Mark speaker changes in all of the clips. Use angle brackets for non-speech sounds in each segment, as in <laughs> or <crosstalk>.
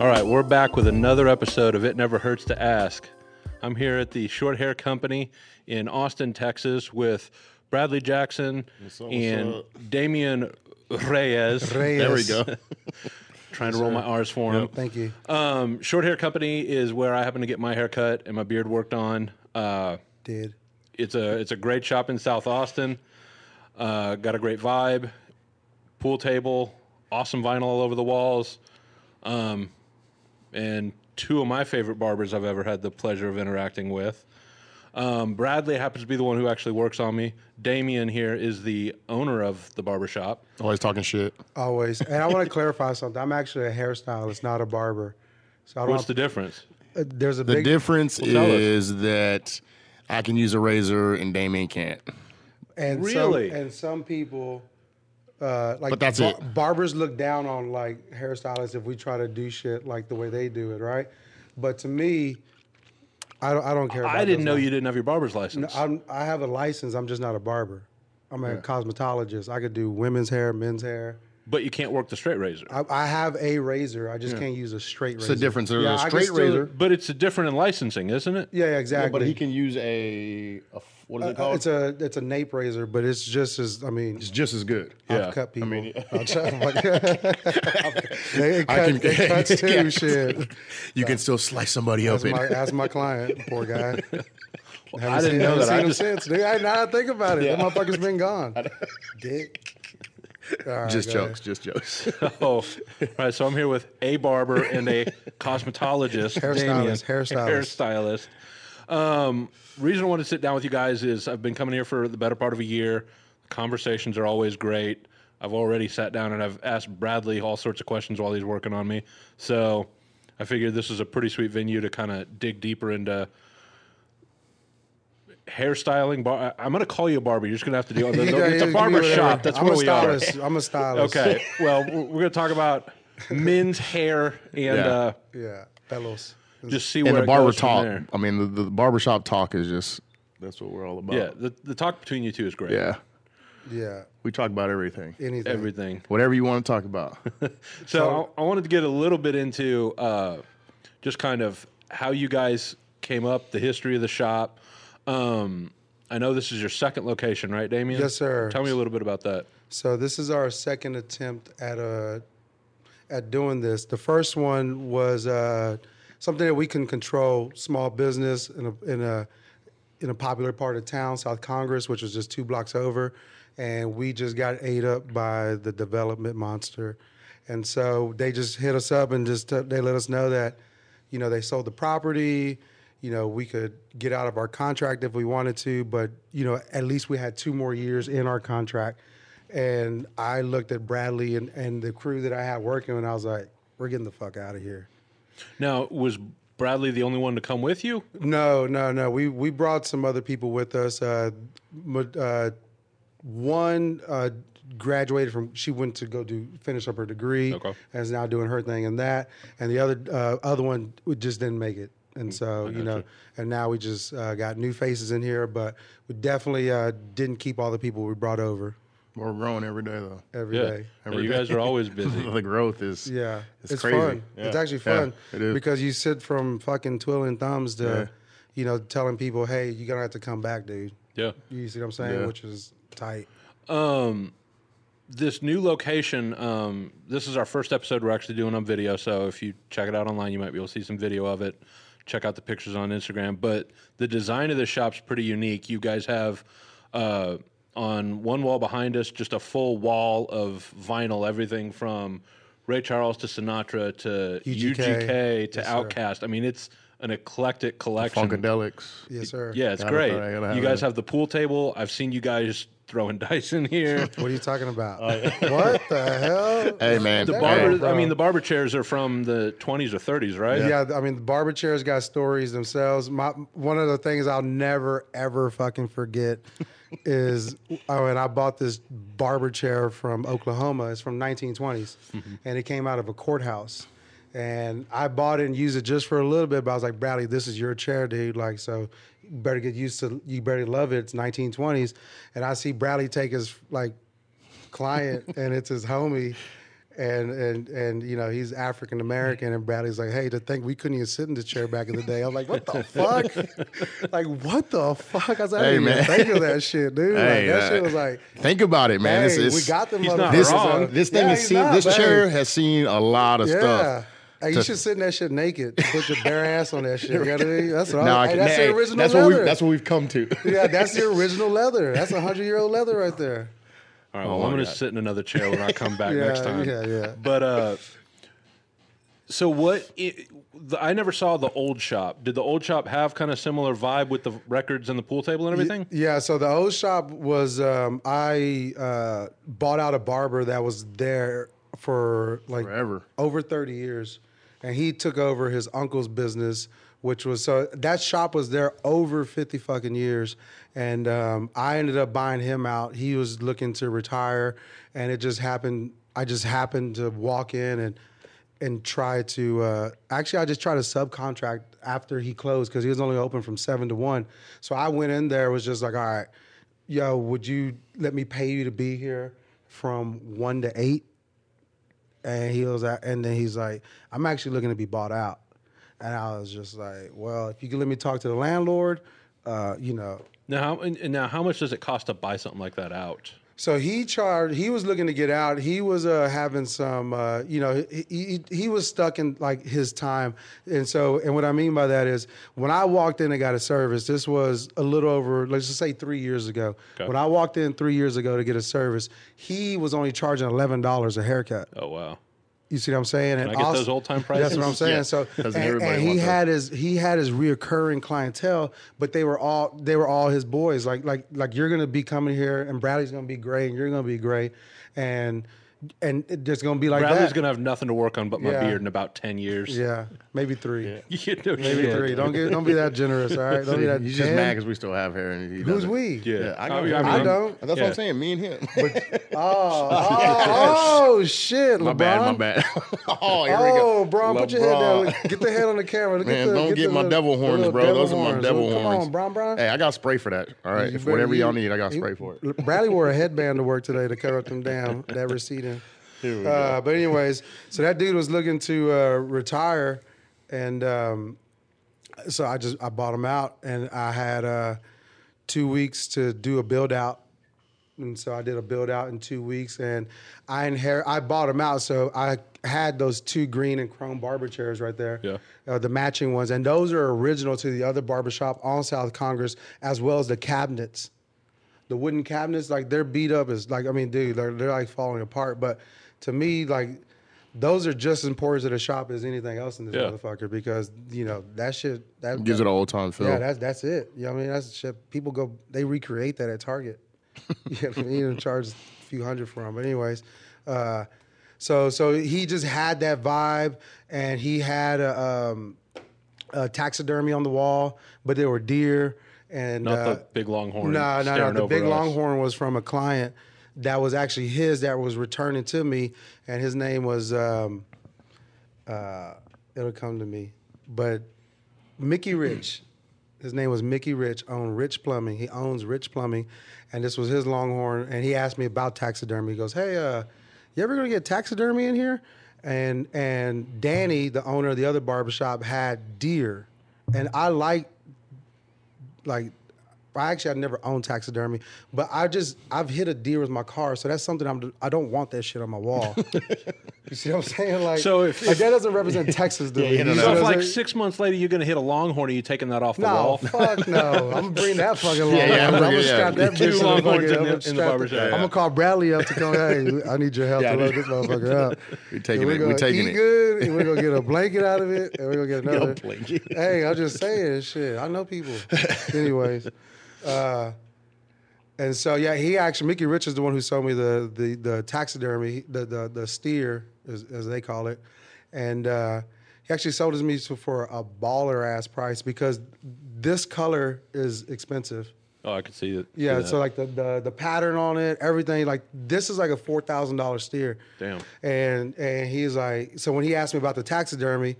Speaker 1: All right, we're back with another episode of It Never Hurts to Ask. I'm here at the Short Hair Company in Austin, Texas, with Bradley Jackson
Speaker 2: What's up, what's
Speaker 1: and
Speaker 2: up?
Speaker 1: Damian Reyes.
Speaker 3: <laughs>
Speaker 2: There we go.
Speaker 1: Trying to roll my R's for him.
Speaker 3: Thank you.
Speaker 1: Um, Short Hair Company is where I happen to get my haircut and my beard worked on. Uh,
Speaker 3: Did.
Speaker 1: it's a it's a great shop in South Austin. Uh, got a great vibe, pool table, awesome vinyl all over the walls, um, and two of my favorite barbers I've ever had the pleasure of interacting with. Um, Bradley happens to be the one who actually works on me. Damien here is the owner of the barbershop.
Speaker 2: <laughs> Always talking shit.
Speaker 3: Always. And I want to <laughs> clarify something. I'm actually a hairstylist, not a barber. So I don't
Speaker 1: What's the difference?
Speaker 3: uh, there's a
Speaker 2: The
Speaker 3: big
Speaker 2: difference
Speaker 1: tell us.
Speaker 2: is that I can use a razor and Damien can't.
Speaker 3: and
Speaker 1: Really?
Speaker 3: some, and some people uh, like
Speaker 2: But that's it.
Speaker 3: barbers look down on like hairstylists if we try to do shit like the way they do it, right? But to me, I don't, I don't care. About
Speaker 1: I didn't
Speaker 3: those
Speaker 1: know
Speaker 3: lines.
Speaker 1: you didn't have your barber's license.
Speaker 3: I'm, I have a license. I'm just not a barber. I'm a cosmetologist. I could do women's hair, men's hair.
Speaker 1: but you can't work the straight razor.
Speaker 3: I, I have a razor. I just can't use a straight razor.
Speaker 2: It's the difference. There's
Speaker 3: Yeah,
Speaker 2: a
Speaker 3: I can
Speaker 2: straight
Speaker 3: still-
Speaker 2: razor,
Speaker 1: But it's different in licensing, isn't it?
Speaker 3: Yeah, yeah, exactly.
Speaker 2: but he can use a, a f- what is it
Speaker 3: Uh,
Speaker 2: called?
Speaker 3: It's a it's a nape razor, but it's just as I mean,
Speaker 2: it's just as good.
Speaker 1: Yeah.
Speaker 3: I've cut people. I
Speaker 2: mean,
Speaker 3: mean,
Speaker 1: <laughs>
Speaker 3: <laughs> it,
Speaker 2: I can-
Speaker 3: cut,
Speaker 1: <laughs>
Speaker 2: <laughs>
Speaker 3: it cuts too.
Speaker 2: Yeah.
Speaker 3: Shit,
Speaker 2: You can still slice somebody
Speaker 3: ask my, ask my client, poor guy.
Speaker 1: I didn't know that. I
Speaker 3: Seen
Speaker 1: just-
Speaker 3: him since, dude. I, now that I think about it, that
Speaker 1: <laughs>
Speaker 3: motherfucker's been gone. Dick. All
Speaker 2: <laughs>
Speaker 3: right,
Speaker 2: just
Speaker 3: go
Speaker 2: jokes, just jokes.
Speaker 1: <laughs> Oh, all right. So I'm here with a barber and a cosmetologist, Damien.
Speaker 3: Hairstylist, hairstylist.
Speaker 1: Hairstylist. Um, reason I want to sit down with you guys is I've been coming here for the better part of a year. Conversations are always great. I've already sat down and I've asked Bradley all sorts of questions while he's working on me. So I figured this is a pretty sweet venue to kind of dig deeper into hairstyling. Bar- I- I'm going to call you a barber. You're just going to have to deal with it.
Speaker 3: Yeah,
Speaker 1: It's
Speaker 3: <laughs> you
Speaker 1: a
Speaker 3: can
Speaker 1: barber
Speaker 3: do whatever.
Speaker 1: shop. That's
Speaker 3: I'm
Speaker 1: where
Speaker 3: a
Speaker 1: we are.
Speaker 3: stylist. I'm a stylist.
Speaker 1: <laughs> Okay.
Speaker 2: <laughs>
Speaker 1: Well, we're we're going to talk about men's hair and
Speaker 2: Yeah.
Speaker 1: uh,
Speaker 3: Yeah, fellows.
Speaker 1: just see
Speaker 2: and
Speaker 1: where
Speaker 2: the
Speaker 1: it
Speaker 2: barber
Speaker 1: goes from
Speaker 2: talk.
Speaker 1: there.
Speaker 2: I mean, the, the barber shop talk is just that's what we're all about.
Speaker 1: Yeah, the, the talk between you two is great.
Speaker 2: yeah.
Speaker 3: Yeah,
Speaker 2: We talk about everything,
Speaker 3: anything.
Speaker 1: Everything.
Speaker 2: whatever you want to talk about. <laughs>
Speaker 1: So I, I wanted to get a little bit into uh, just kind of how you guys came up, the history of the shop. Um, I know this is your second location, right, Damien?
Speaker 3: Yes, sir.
Speaker 1: Tell me a little bit about that.
Speaker 3: So this is our second attempt at a at doing this. The first one was uh, something that we can control: small business in a in a in a popular part of town, South Congress, which was just two blocks over, and we just got ate up by the development monster. And so they just hit us up and just uh, they let us know that, you know, they sold the property. You know, we could get out of our contract if we wanted to, but you know, at least we had two more years in our contract. And I looked at Bradley and, and the crew that I had working, and I was like, "We're getting the fuck out of here."
Speaker 1: Now, was Bradley the only one to come with you?
Speaker 3: No, no, no. We we brought some other people with us. Uh, ma- uh, one uh, graduated from. She went to go do finish up her degree.
Speaker 1: Okay.
Speaker 3: And is now doing her thing and that. And the other uh, other one we just didn't make it. And
Speaker 2: Mm,
Speaker 3: so you know, and now we just uh, got new faces in here, but we definitely uh, didn't keep all the people we brought over
Speaker 2: we're growing every day though.
Speaker 3: every day.
Speaker 1: Yeah, you guys are
Speaker 2: <laughs>
Speaker 1: always busy.
Speaker 2: the growth is
Speaker 3: Yeah,
Speaker 2: it's, crazy.
Speaker 3: fun. It's
Speaker 2: Yeah.
Speaker 3: actually
Speaker 2: Yeah,
Speaker 3: fun
Speaker 2: it is.
Speaker 3: because you sit from fucking twiddling thumbs to, you know, telling people, "Hey, you're gonna have to come back, dude."
Speaker 1: Yeah.
Speaker 3: You see what I'm saying?
Speaker 2: Yeah.
Speaker 3: Which is tight.
Speaker 1: this new location um, this is our first episode we're actually doing on video so if you check it out online you might be able to see some video of it check out the pictures on instagram but the design of the shop's pretty unique you guys have uh, on one wall behind us just a full wall of vinyl everything from ray charles to sinatra to ugk,
Speaker 3: UGK.
Speaker 1: to outcast i mean it's an eclectic collection
Speaker 2: Funkadelics.
Speaker 3: Yes, sir.
Speaker 1: yeah it's
Speaker 2: Gotta-
Speaker 1: great
Speaker 2: I gotta have
Speaker 1: you guys
Speaker 2: that.
Speaker 1: have the pool table i've seen you guys throwing <laughs> dice in here
Speaker 3: What are you talking about? what the hell?
Speaker 2: Hey man,
Speaker 1: The
Speaker 2: hey,
Speaker 1: barber,
Speaker 3: bro.
Speaker 1: I mean, the barber chairs are from the 20s or 30s, right?
Speaker 3: Yeah. I mean, the barber chairs got stories themselves. My one of the things I'll never ever fucking forget is oh, and I bought this barber chair from Oklahoma. It's from 1920s, and it came out of a courthouse. And I bought it and used it just for a little bit, but I was like, Bradley, this is your chair, dude. Like, so you better get used to. You better love it. It's 1920s, and I see Bradley take his like client and it's his homie and and and you know he's African American, and Bradley's like, hey, to think we couldn't even sit in the chair back in the day. I'm like, what the
Speaker 2: <laughs>
Speaker 3: fuck? like, what the fuck? I was like, I
Speaker 2: Hey,
Speaker 3: didn't even
Speaker 2: man.
Speaker 3: think of that shit, dude.
Speaker 2: Hey,
Speaker 3: like, that
Speaker 2: uh,
Speaker 3: shit was like,
Speaker 2: Think about it, man. It's-
Speaker 3: hey,
Speaker 2: it's-
Speaker 3: we got them.
Speaker 1: he's not
Speaker 3: motherfuckers,
Speaker 2: this,
Speaker 1: wrong.
Speaker 3: uh,
Speaker 2: this thing
Speaker 3: yeah,
Speaker 2: has
Speaker 3: he's
Speaker 2: seen
Speaker 3: not,
Speaker 2: this
Speaker 3: but-
Speaker 2: chair has seen a lot of stuff.
Speaker 3: Hey, you should sit in that shit naked. Put your bare ass on that shit. You know what
Speaker 2: <laughs>
Speaker 3: I mean? That's what
Speaker 2: Now
Speaker 3: I,
Speaker 2: I
Speaker 3: hey,
Speaker 2: can-
Speaker 3: That's
Speaker 2: hey,
Speaker 3: the original
Speaker 2: that's what
Speaker 3: leather.
Speaker 2: we that's what we've come to.
Speaker 3: <laughs>
Speaker 2: <laughs>
Speaker 3: yeah, that's the original leather. That's a hundred year old leather right there.
Speaker 1: All
Speaker 2: Oh,
Speaker 1: right, well, I'm going to sit in another chair when I come
Speaker 3: <laughs>
Speaker 1: back
Speaker 3: Yeah,
Speaker 1: next time.
Speaker 3: yeah, yeah.
Speaker 1: But uh, so what? i the, I never saw the old shop. Did the old shop have kind of similar vibe with the records and the pool table and everything?
Speaker 3: Yeah, so the old shop was um, I uh, bought out a barber that was there for like
Speaker 2: Forever.
Speaker 3: over 30 years and he took over his uncle's business which was so that shop was there over 50 fucking years and um, I ended up buying him out. He was looking to retire and it just happened I just happened to walk in and and try to uh, actually I just tried to subcontract after he closed because he was only open from seven to one. So I went in there was just like, all right, yo, would you let me pay you to be here from one to eight? And he was at, and then he's like, I'm actually looking to be bought out. And I was just like, well, if you could let me talk to the landlord, uh, you know.
Speaker 1: Now, how, and, and now, how much does it cost to buy something like that out?
Speaker 3: So he charged. He was looking to get out. He was uh, having some, uh, you know, he, he he was stuck in like his time. And so, and what I mean by that is, when I walked in and got a service, this was a little over, let's just say three years ago. When I walked in three years ago to get a service, he was only charging eleven dollars a haircut.
Speaker 1: Oh wow,
Speaker 3: You see what I'm saying? And
Speaker 1: I get those old-time
Speaker 3: That's
Speaker 1: prices?
Speaker 3: what I'm saying.
Speaker 2: Yeah.
Speaker 3: So and,
Speaker 2: Doesn't everybody
Speaker 3: and he
Speaker 2: want those?
Speaker 3: had his he had his reoccurring clientele, but they were all they were all his boys. Like like like you're gonna be coming here, and Bradley's gonna be great, and you're gonna be great, and and it- there's gonna be like
Speaker 1: Bradley's
Speaker 3: that.
Speaker 1: going to have nothing to work on but my
Speaker 3: Yeah.
Speaker 1: beard in about ten years.
Speaker 3: yeah, maybe three,
Speaker 1: <laughs> You know,
Speaker 3: maybe
Speaker 1: shit.
Speaker 3: three. Don't get don't be that generous. All right,
Speaker 2: <laughs>
Speaker 3: don't be that.
Speaker 2: He's just
Speaker 3: ten.
Speaker 2: mad because we still have hair. And he
Speaker 3: Who's
Speaker 2: doesn't.
Speaker 3: we?
Speaker 1: Yeah,
Speaker 2: Yeah, I,
Speaker 1: I mean,
Speaker 2: know.
Speaker 1: I mean,
Speaker 3: I
Speaker 1: I'm-
Speaker 3: don't.
Speaker 2: That's what
Speaker 1: Yeah.
Speaker 2: I'm saying. Me and him.
Speaker 3: Oh, oh shit,
Speaker 2: <laughs>
Speaker 3: LeBron.
Speaker 2: my bad. My bad. <laughs> oh, here we go.
Speaker 3: Oh, Bron, put your head down.
Speaker 2: LeBron.
Speaker 3: Get the head on the camera. Look at
Speaker 2: Man,
Speaker 3: the,
Speaker 2: don't get,
Speaker 3: the
Speaker 2: my
Speaker 3: little-
Speaker 2: devil
Speaker 3: the
Speaker 2: horns,
Speaker 3: little
Speaker 2: bro.
Speaker 3: devil
Speaker 2: Those are my
Speaker 3: horns.
Speaker 2: devil
Speaker 3: Come
Speaker 2: horns.
Speaker 3: on, Bron, Bron.
Speaker 2: Hey, I got spray for that. All right,
Speaker 3: You
Speaker 2: if
Speaker 3: better-
Speaker 2: whatever
Speaker 3: you-
Speaker 2: y'all need, I got
Speaker 3: you-
Speaker 2: spray for it.
Speaker 3: <laughs> Bradley wore a headband to work today to cover up them damn that
Speaker 2: <laughs>
Speaker 3: receding. Uh, but anyways, so that dude was looking to uh, retire, and um, so I just I bought him out, and I had uh, two weeks to do a build out, and so I did a build out in two weeks, and I inherit I bought him out, so I had those two green and chrome barber chairs right there
Speaker 1: Yeah.
Speaker 3: uh, the matching ones, and those are original to the other barbershop on South Congress, as well as the cabinets. The wooden cabinets, like they're beat up, is like I mean, dude, they're, they're like falling apart. But to me, like those are just as important to the shop as anything else in this
Speaker 1: Yeah.
Speaker 3: motherfucker because you know that shit that
Speaker 2: Gives it an old time feel.
Speaker 3: yeah, that's that's it. You know what I mean? That's the shit. People go they recreate that at Target. <laughs> you know what I mean? And charge a few hundred for them. But anyways, uh, so so he just had that vibe, and he had a, um, a taxidermy on the wall, but they were deer and
Speaker 1: Not
Speaker 3: uh,
Speaker 1: the big long horn.
Speaker 3: no, no, no.
Speaker 1: staring
Speaker 3: The
Speaker 1: over
Speaker 3: big
Speaker 1: us.
Speaker 3: longhorn was from a client that was actually his that was returning to me, and his name was um, uh, it'll come to me, but Mickey Rich. His name was Mickey Rich, owned Rich Plumbing. He owns Rich Plumbing, and this was his longhorn. And he asked me about taxidermy. He goes, "Hey, uh, you ever gonna get taxidermy in here?" And and Danny, the owner of the other barbershop, had deer, and I like like I actually I never owned taxidermy, but I just I've hit a deer with my car, so that's something I'm I don't want that shit on my wall. you see what I'm saying? Like
Speaker 1: So if-
Speaker 3: like, that doesn't represent Texas to me.
Speaker 2: yeah, no, no.
Speaker 3: You see
Speaker 1: So
Speaker 3: what
Speaker 1: if
Speaker 3: I'm
Speaker 1: like
Speaker 3: saying?
Speaker 1: six months later you're gonna hit a longhorn, are you taking that off the
Speaker 3: No,
Speaker 1: wall?
Speaker 3: fuck no. I'm gonna bring that fucking long.
Speaker 2: Yeah, yeah,
Speaker 3: I'm,
Speaker 2: I'm
Speaker 3: gonna
Speaker 2: bringing-
Speaker 3: strap
Speaker 2: yeah.
Speaker 3: that
Speaker 1: Two
Speaker 3: bitch
Speaker 1: long
Speaker 3: in the,
Speaker 1: horns
Speaker 3: fucking,
Speaker 1: in the-
Speaker 3: I'm
Speaker 1: in
Speaker 3: gonna
Speaker 1: the
Speaker 3: strap
Speaker 1: barbershop.
Speaker 3: I'm gonna call Bradley up to come. Hey, I need your help
Speaker 2: Yeah, I
Speaker 3: to load
Speaker 2: need-
Speaker 3: this motherfucker up.
Speaker 2: We're taking
Speaker 3: And
Speaker 2: it.
Speaker 3: gonna
Speaker 2: We're taking
Speaker 3: eat
Speaker 2: it.
Speaker 3: good, and we're gonna get a blanket out of it, and we're gonna
Speaker 2: <laughs>
Speaker 3: get
Speaker 2: a
Speaker 3: another
Speaker 2: blanket.
Speaker 3: Hey, I'm just saying shit. I
Speaker 2: <laughs>
Speaker 3: know people. Anyways, uh, and so yeah, he actually Mickey Rich is the one who sold me the the the taxidermy, the the, the steer as, as they call it, and uh, he actually sold it to me for a baller ass price because this color is expensive.
Speaker 1: <laughs> Oh, I could see it.
Speaker 3: Yeah,
Speaker 1: see that.
Speaker 3: so like the, the the pattern on it, everything like this is like a four thousand dollar steer.
Speaker 1: Damn.
Speaker 3: And and he's like, so when he asked me about the taxidermy,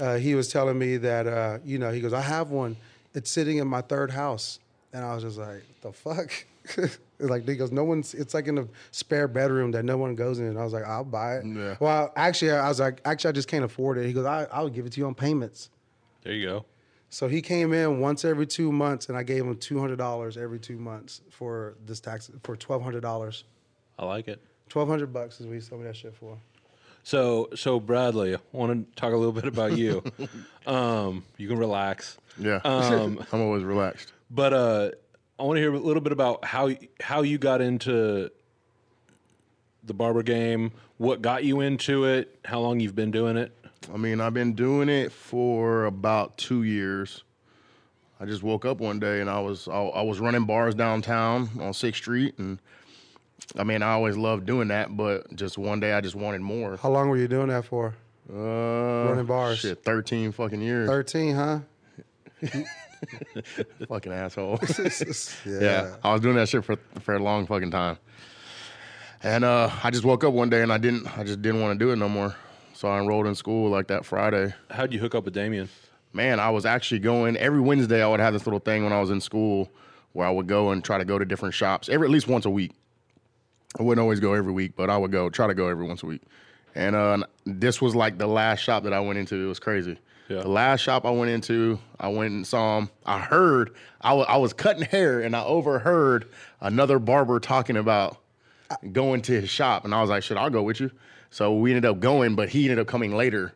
Speaker 3: uh, he was telling me that uh, you know he goes, I have one. It's sitting in my third house, and I was just like, the fuck. <laughs> It's like they goes, no one's. It's like in a spare bedroom that no one goes in. And I was like, I'll buy it.
Speaker 2: Yeah.
Speaker 3: Well, actually, I was like, actually, I just can't afford it. He goes, I, I'll give it to you on payments.
Speaker 1: There you go.
Speaker 3: So he came in once every two months, and I gave him two hundred dollars every two months for this tax for twelve hundred dollars.
Speaker 1: I like it.
Speaker 3: Twelve hundred bucks is what he sold me that shit for.
Speaker 1: So, so Bradley, I want to talk a little bit about <laughs> you. um, you can relax.
Speaker 3: <laughs>
Speaker 2: Yeah.
Speaker 3: Um,
Speaker 2: <laughs> I'm always relaxed.
Speaker 1: But uh, I want to hear a little bit about how how you got into the barber game. What got you into it? How long you've been doing it?
Speaker 2: I mean, I've been doing it for about two years. I just woke up one day and I was I, I was running bars downtown on Sixth Street, and I mean, I always loved doing that, but just one day I just wanted more.
Speaker 3: How long were you doing that for?
Speaker 2: Uh,
Speaker 3: Running bars.
Speaker 2: shit, thirteen fucking years,
Speaker 3: Thirteen, huh? <laughs>
Speaker 2: fucking asshole. <laughs>
Speaker 3: yeah.
Speaker 2: yeah, I was doing that shit for for a long fucking time. And uh, I just woke up one day and I didn't, I just didn't want to do it no more. So I enrolled in school like that Friday.
Speaker 1: How'd you hook up with Damien?
Speaker 2: man, I was actually going every Wednesday. I would have this little thing when I was in school where I would go and try to go to different shops every at least once a week. I wouldn't always go every week, but I would go try to go every once a week. And uh, this was like the last shop that I went into. It was crazy.
Speaker 1: Yeah.
Speaker 2: The last shop I went into, I went and saw him. I heard I wa- I was cutting hair and I overheard another barber talking about going to his shop, and I was like, "Shit, I'll go with you." So we ended up going, but he ended up coming later,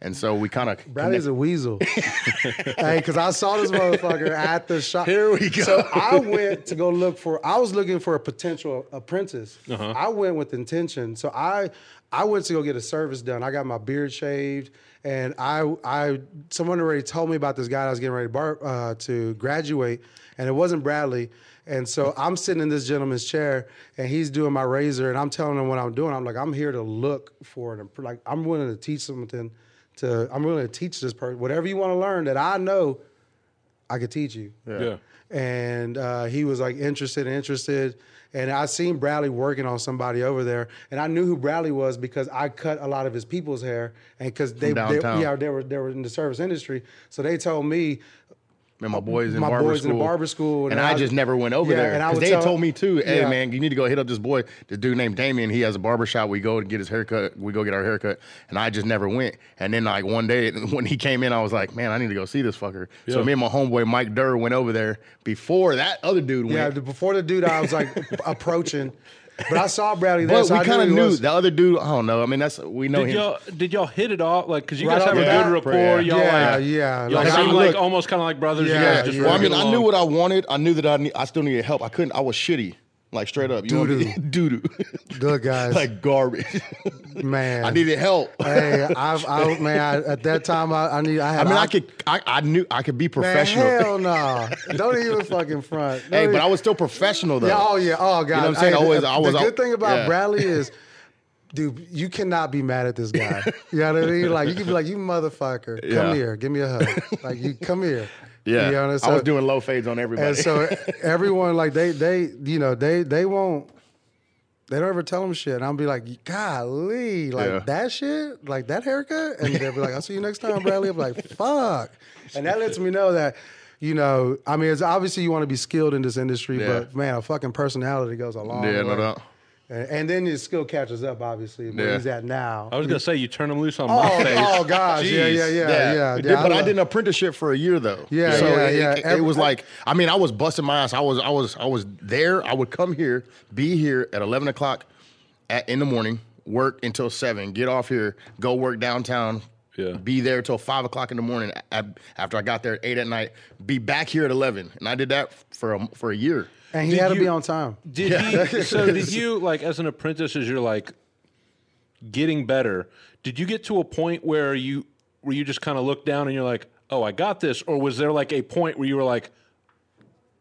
Speaker 2: and so we kind of
Speaker 3: Bradley's
Speaker 2: <laughs>
Speaker 3: a weasel. hey, because I saw this motherfucker at the shop.
Speaker 2: Here we go.
Speaker 3: So I went to go look for. I was looking for a potential apprentice.
Speaker 2: Uh-huh.
Speaker 3: I went with intention. So I, I went to go get a service done. I got my beard shaved, and I, I, someone already told me about this guy. that I was getting ready to, bar, uh, to graduate, and it wasn't Bradley. And so I'm sitting in this gentleman's chair, and he's doing my razor, and I'm telling him what I'm doing. I'm like, I'm here to look for an, appr- like, I'm willing to teach something. To, I'm willing to teach this person whatever you want to learn that I know, I could teach you
Speaker 1: Yeah.
Speaker 3: and uh, he was like interested and interested. And I seen Bradley working on somebody over there, and I knew who Bradley was because I cut a lot of his people's hair, and because they, they
Speaker 2: downtown.
Speaker 3: yeah they were they were in the service industry, so they told me
Speaker 2: And my boys in
Speaker 3: my
Speaker 2: barber
Speaker 3: boys
Speaker 2: school.
Speaker 3: in the barber school,
Speaker 2: and I, just never went over
Speaker 3: Yeah,
Speaker 2: there.
Speaker 3: and I
Speaker 2: Because
Speaker 3: would
Speaker 2: they had
Speaker 3: tell-
Speaker 2: told me too, hey
Speaker 3: Yeah.
Speaker 2: man, you need to go hit up this boy, this dude named Damien. He has a barber shop. We go to get his haircut. We go get our haircut. And I just never went. And then like one day <laughs> when he came in, I was like, man, I need to go see this fucker.
Speaker 1: Yeah.
Speaker 2: So me and my homeboy Mike Durr went over there before that other dude
Speaker 3: yeah
Speaker 2: went.
Speaker 3: the- before the dude I was
Speaker 1: <laughs>
Speaker 3: like approaching, but I saw Bradley there,
Speaker 2: but
Speaker 3: so
Speaker 2: we
Speaker 3: I knew
Speaker 2: kind of
Speaker 3: he
Speaker 2: knew
Speaker 3: was-
Speaker 2: the other dude. I don't know. I mean, that's we know
Speaker 1: Did
Speaker 2: him.
Speaker 1: y'all did y'all hit it off like because you
Speaker 3: Right
Speaker 1: guys have
Speaker 3: off
Speaker 1: a
Speaker 3: the
Speaker 1: good
Speaker 3: bat?
Speaker 1: rapport? Y'all
Speaker 3: yeah,
Speaker 1: like
Speaker 3: yeah,
Speaker 1: y'all
Speaker 3: like, I
Speaker 1: seem
Speaker 2: mean,
Speaker 1: like
Speaker 2: look-
Speaker 1: almost kind of like brothers. You
Speaker 3: Yeah,
Speaker 1: guys just
Speaker 3: yeah.
Speaker 2: Well, I
Speaker 1: really
Speaker 2: mean,
Speaker 1: get
Speaker 2: I knew
Speaker 1: along.
Speaker 2: what I wanted. I knew that I need, I still needed help. I couldn't. I was shitty, like straight up. You
Speaker 3: Doo-doo.
Speaker 2: doo <laughs> doo,
Speaker 3: good
Speaker 2: <laughs>
Speaker 3: guys,
Speaker 2: like garbage.
Speaker 3: man.
Speaker 2: I needed help. <laughs>
Speaker 3: Hey, I've, I man, I,
Speaker 1: <laughs>
Speaker 3: at that time I, I need I
Speaker 2: I
Speaker 3: had
Speaker 2: mean, I
Speaker 3: oc-
Speaker 2: could, I, I knew I could be
Speaker 3: man,
Speaker 2: professional. <laughs>
Speaker 3: hell no, don't even fucking front.
Speaker 2: hey,
Speaker 3: Don't
Speaker 2: but
Speaker 3: even-
Speaker 2: I was still professional though.
Speaker 3: Yeah, oh yeah, oh god.
Speaker 2: what I'm saying? I always-
Speaker 3: the,
Speaker 2: I was
Speaker 3: the
Speaker 2: al-
Speaker 3: good thing about
Speaker 2: yeah.
Speaker 3: Bradley is, dude, you cannot be mad at
Speaker 2: <laughs>
Speaker 3: this guy. You know what I mean? Like you can be like, you motherfucker, come
Speaker 2: Yeah.
Speaker 3: here, give me a hug. Like you come here.
Speaker 2: <laughs> yeah,
Speaker 3: You know what I'm
Speaker 2: I was
Speaker 3: saying?
Speaker 2: doing low fades on everybody.
Speaker 3: And so everyone like they they you know they they won't they don't ever tell them shit, and I'll be like, golly, like
Speaker 2: Yeah.
Speaker 3: that shit, like that haircut, and they'll be like, I'll see you next time, Bradley. I'm like, fuck, and that lets me know that. You know, I mean, it's obviously you want to be skilled in this industry,
Speaker 2: Yeah.
Speaker 3: but man, a fucking personality goes a
Speaker 2: <laughs>
Speaker 3: long
Speaker 2: yeah,
Speaker 3: way.
Speaker 2: no doubt.
Speaker 3: And, and then his skill catches up, obviously, where
Speaker 2: Yeah.
Speaker 3: he's at now.
Speaker 1: I was gonna say you turn them loose on
Speaker 3: oh,
Speaker 1: my face.
Speaker 3: oh, gosh, yeah,
Speaker 1: Jeez.
Speaker 3: yeah, yeah, yeah, yeah.
Speaker 2: Did- but I,
Speaker 3: love-
Speaker 2: did an apprenticeship for a year though.
Speaker 3: Yeah,
Speaker 2: so
Speaker 3: yeah,
Speaker 2: it,
Speaker 3: yeah.
Speaker 2: It, it
Speaker 3: Every-
Speaker 2: was like, I mean, I was busting my ass. I was, I was, I was there. I would come here, be here at eleven o'clock at, in the morning, work until seven, get off here, go work downtown.
Speaker 1: Yeah.
Speaker 2: Be there till five o'clock in the morning. a- After I got there at eight at night, be back here at eleven, and I did that for a, for a year.
Speaker 3: And he
Speaker 1: Did
Speaker 3: had to
Speaker 1: you-
Speaker 3: be on time.
Speaker 1: Did
Speaker 2: <laughs>
Speaker 1: he, so? Did you like as an apprentice? As you're like getting better, did you get to a point where you where you just kind of looked down and you're like, "Oh, I got this," or was there like a point where you were like,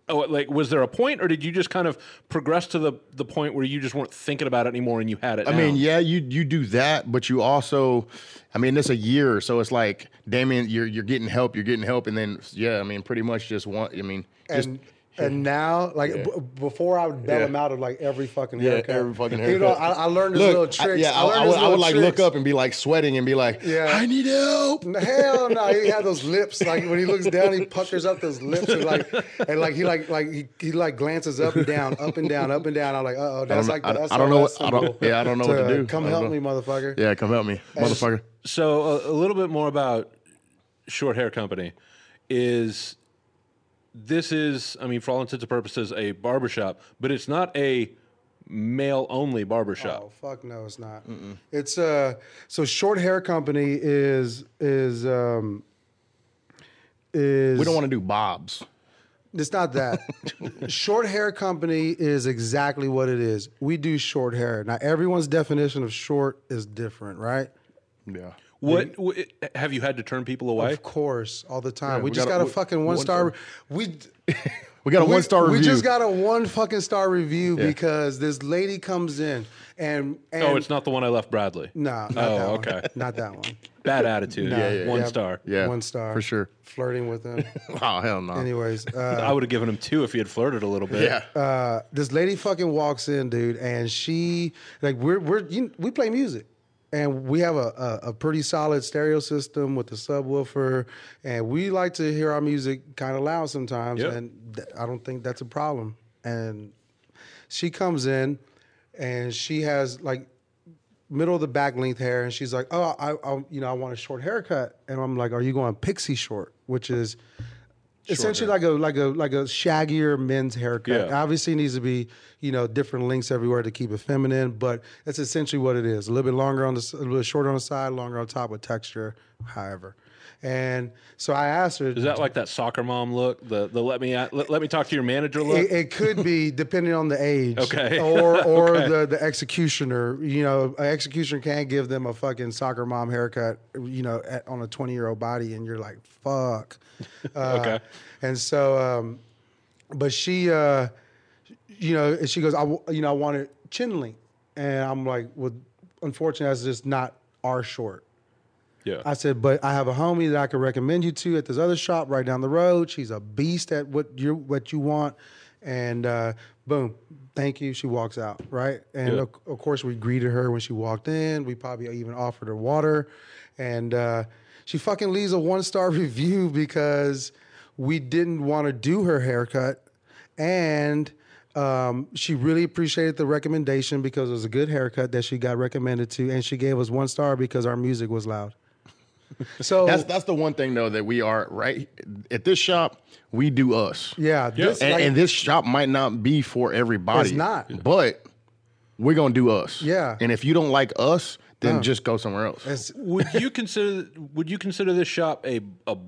Speaker 1: "Oh, like was there a point," or did you just kind of progress to the the point where you just weren't thinking about it anymore and you had it?
Speaker 2: I mean, yeah, you you do that, but you also, I mean, it's a year, so it's <laughs> like, Damien, you're you're getting help, you're getting help, and then yeah, I mean, pretty much just want, I mean, just
Speaker 3: And- And now, like b- before, I would bail
Speaker 2: Yeah.
Speaker 3: him out of like every fucking
Speaker 2: Yeah,
Speaker 3: haircut.
Speaker 2: every fucking
Speaker 3: You know,
Speaker 2: haircut.
Speaker 3: I, I learned his little
Speaker 2: Look, I-
Speaker 3: tricks.
Speaker 2: yeah, I,
Speaker 3: learned
Speaker 2: I
Speaker 3: his
Speaker 2: would, I
Speaker 3: little
Speaker 2: would like
Speaker 3: tricks.
Speaker 2: look up and be like sweating and be like,
Speaker 3: Yeah.
Speaker 2: I need help.
Speaker 3: Hell no, he had those lips. Like when he looks down, he puckers up those lips
Speaker 2: <laughs>
Speaker 3: and like and like he like like he, he like glances up and down, up and down, up and down. I'm like, uh oh, that's
Speaker 2: know-
Speaker 3: like
Speaker 2: I
Speaker 3: the
Speaker 2: don't-
Speaker 3: SOS
Speaker 2: I don't know what- I don't-
Speaker 3: symbol
Speaker 2: yeah, I don't know what to do.
Speaker 3: Come
Speaker 2: I don't
Speaker 3: help me,
Speaker 2: know.
Speaker 3: motherfucker.
Speaker 2: Yeah, come help me, motherfucker.
Speaker 1: So a, a little bit more about Short Hair Company is this is I mean for all intents and purposes a barbershop, but it's not a male only barbershop.
Speaker 3: Oh fuck no, it's not. It's uh so short hair company is is um is
Speaker 2: We don't want to do bobs.
Speaker 3: It's not that. short hair company is exactly what it is. We do short hair. Now everyone's definition of short is different, right?
Speaker 2: Yeah.
Speaker 1: What, wh- have you had to turn people away?
Speaker 3: Of course, all the time.
Speaker 2: we
Speaker 3: we, just got,
Speaker 2: got a-
Speaker 3: a fucking one star. We
Speaker 2: We got a
Speaker 3: we-
Speaker 2: one star review.
Speaker 3: We just got a one fucking star review because this lady comes in and and
Speaker 1: Oh, it's not the one I left Bradley.
Speaker 3: nah, not
Speaker 1: Oh,
Speaker 3: that
Speaker 1: okay.
Speaker 3: One. Not that one. <laughs>
Speaker 1: Bad attitude. One
Speaker 3: Yeah.
Speaker 1: star.
Speaker 2: yeah,
Speaker 3: one star
Speaker 2: for sure.
Speaker 3: Flirting with him.
Speaker 2: Oh hell no.
Speaker 3: Anyways, uh,
Speaker 1: I would have given him two if he had flirted a little bit.
Speaker 2: Yeah.
Speaker 3: uh, this lady fucking walks in, dude, and she like we're we're you, we play music. And we have a, a, a pretty solid stereo system with the subwoofer, and we like to hear our music kind of loud sometimes.
Speaker 1: Yep.
Speaker 3: And th- I don't think that's a problem. And she comes in, and she has like middle of the back length hair, and she's like, "Oh, I, I you know I want a short haircut," and I'm like, "Are you going pixie short?" Which is essentially like a like a like a shaggier men's haircut.
Speaker 1: Yeah.
Speaker 3: Obviously, it needs to be you know different lengths everywhere to keep it feminine, but that's essentially what it is. A little bit longer on the s- a little shorter on the side, longer on top with texture, however. And so I asked her,
Speaker 1: Is that like that soccer mom look? The the let me at- let, let me talk to your manager look.
Speaker 3: It, it
Speaker 1: <laughs>
Speaker 3: could be depending on the age,
Speaker 1: Okay. <laughs>
Speaker 3: or or
Speaker 1: Okay.
Speaker 3: the the executioner. You know, an executioner can give them a fucking soccer mom haircut. You know, at, on a twenty year old body, and you're like,
Speaker 1: <laughs>
Speaker 3: fuck. Uh,
Speaker 1: Okay.
Speaker 3: And so, um, but she, uh, you know, and she goes, I, w- you know, I want it chin length, and I'm like, well, unfortunately, that's just not our short.
Speaker 1: yeah.
Speaker 3: I said, but I have a homie that I could recommend you to at this other shop right down the road. She's a beast at what you what you want, and uh, boom, thank you. She walks out, right? And
Speaker 1: Yeah.
Speaker 3: of, of course, we greeted her when she walked in. We probably even offered her water, and uh, she fucking leaves a one star <laughs> review because we didn't want to do her haircut, and. Um, she really appreciated the recommendation because it was a good haircut that she got recommended to, and she gave us one star because our music was loud. So
Speaker 2: That's that's the one thing though that we are right at this shop. We do us.
Speaker 3: yeah, this
Speaker 2: And,
Speaker 3: like,
Speaker 2: and this shop might not be for everybody.
Speaker 3: It's not.
Speaker 2: But we're gonna do us.
Speaker 3: Yeah.
Speaker 2: And if you don't like us, then just go somewhere else.
Speaker 3: it's-
Speaker 1: would you consider would you consider this shop a a I'm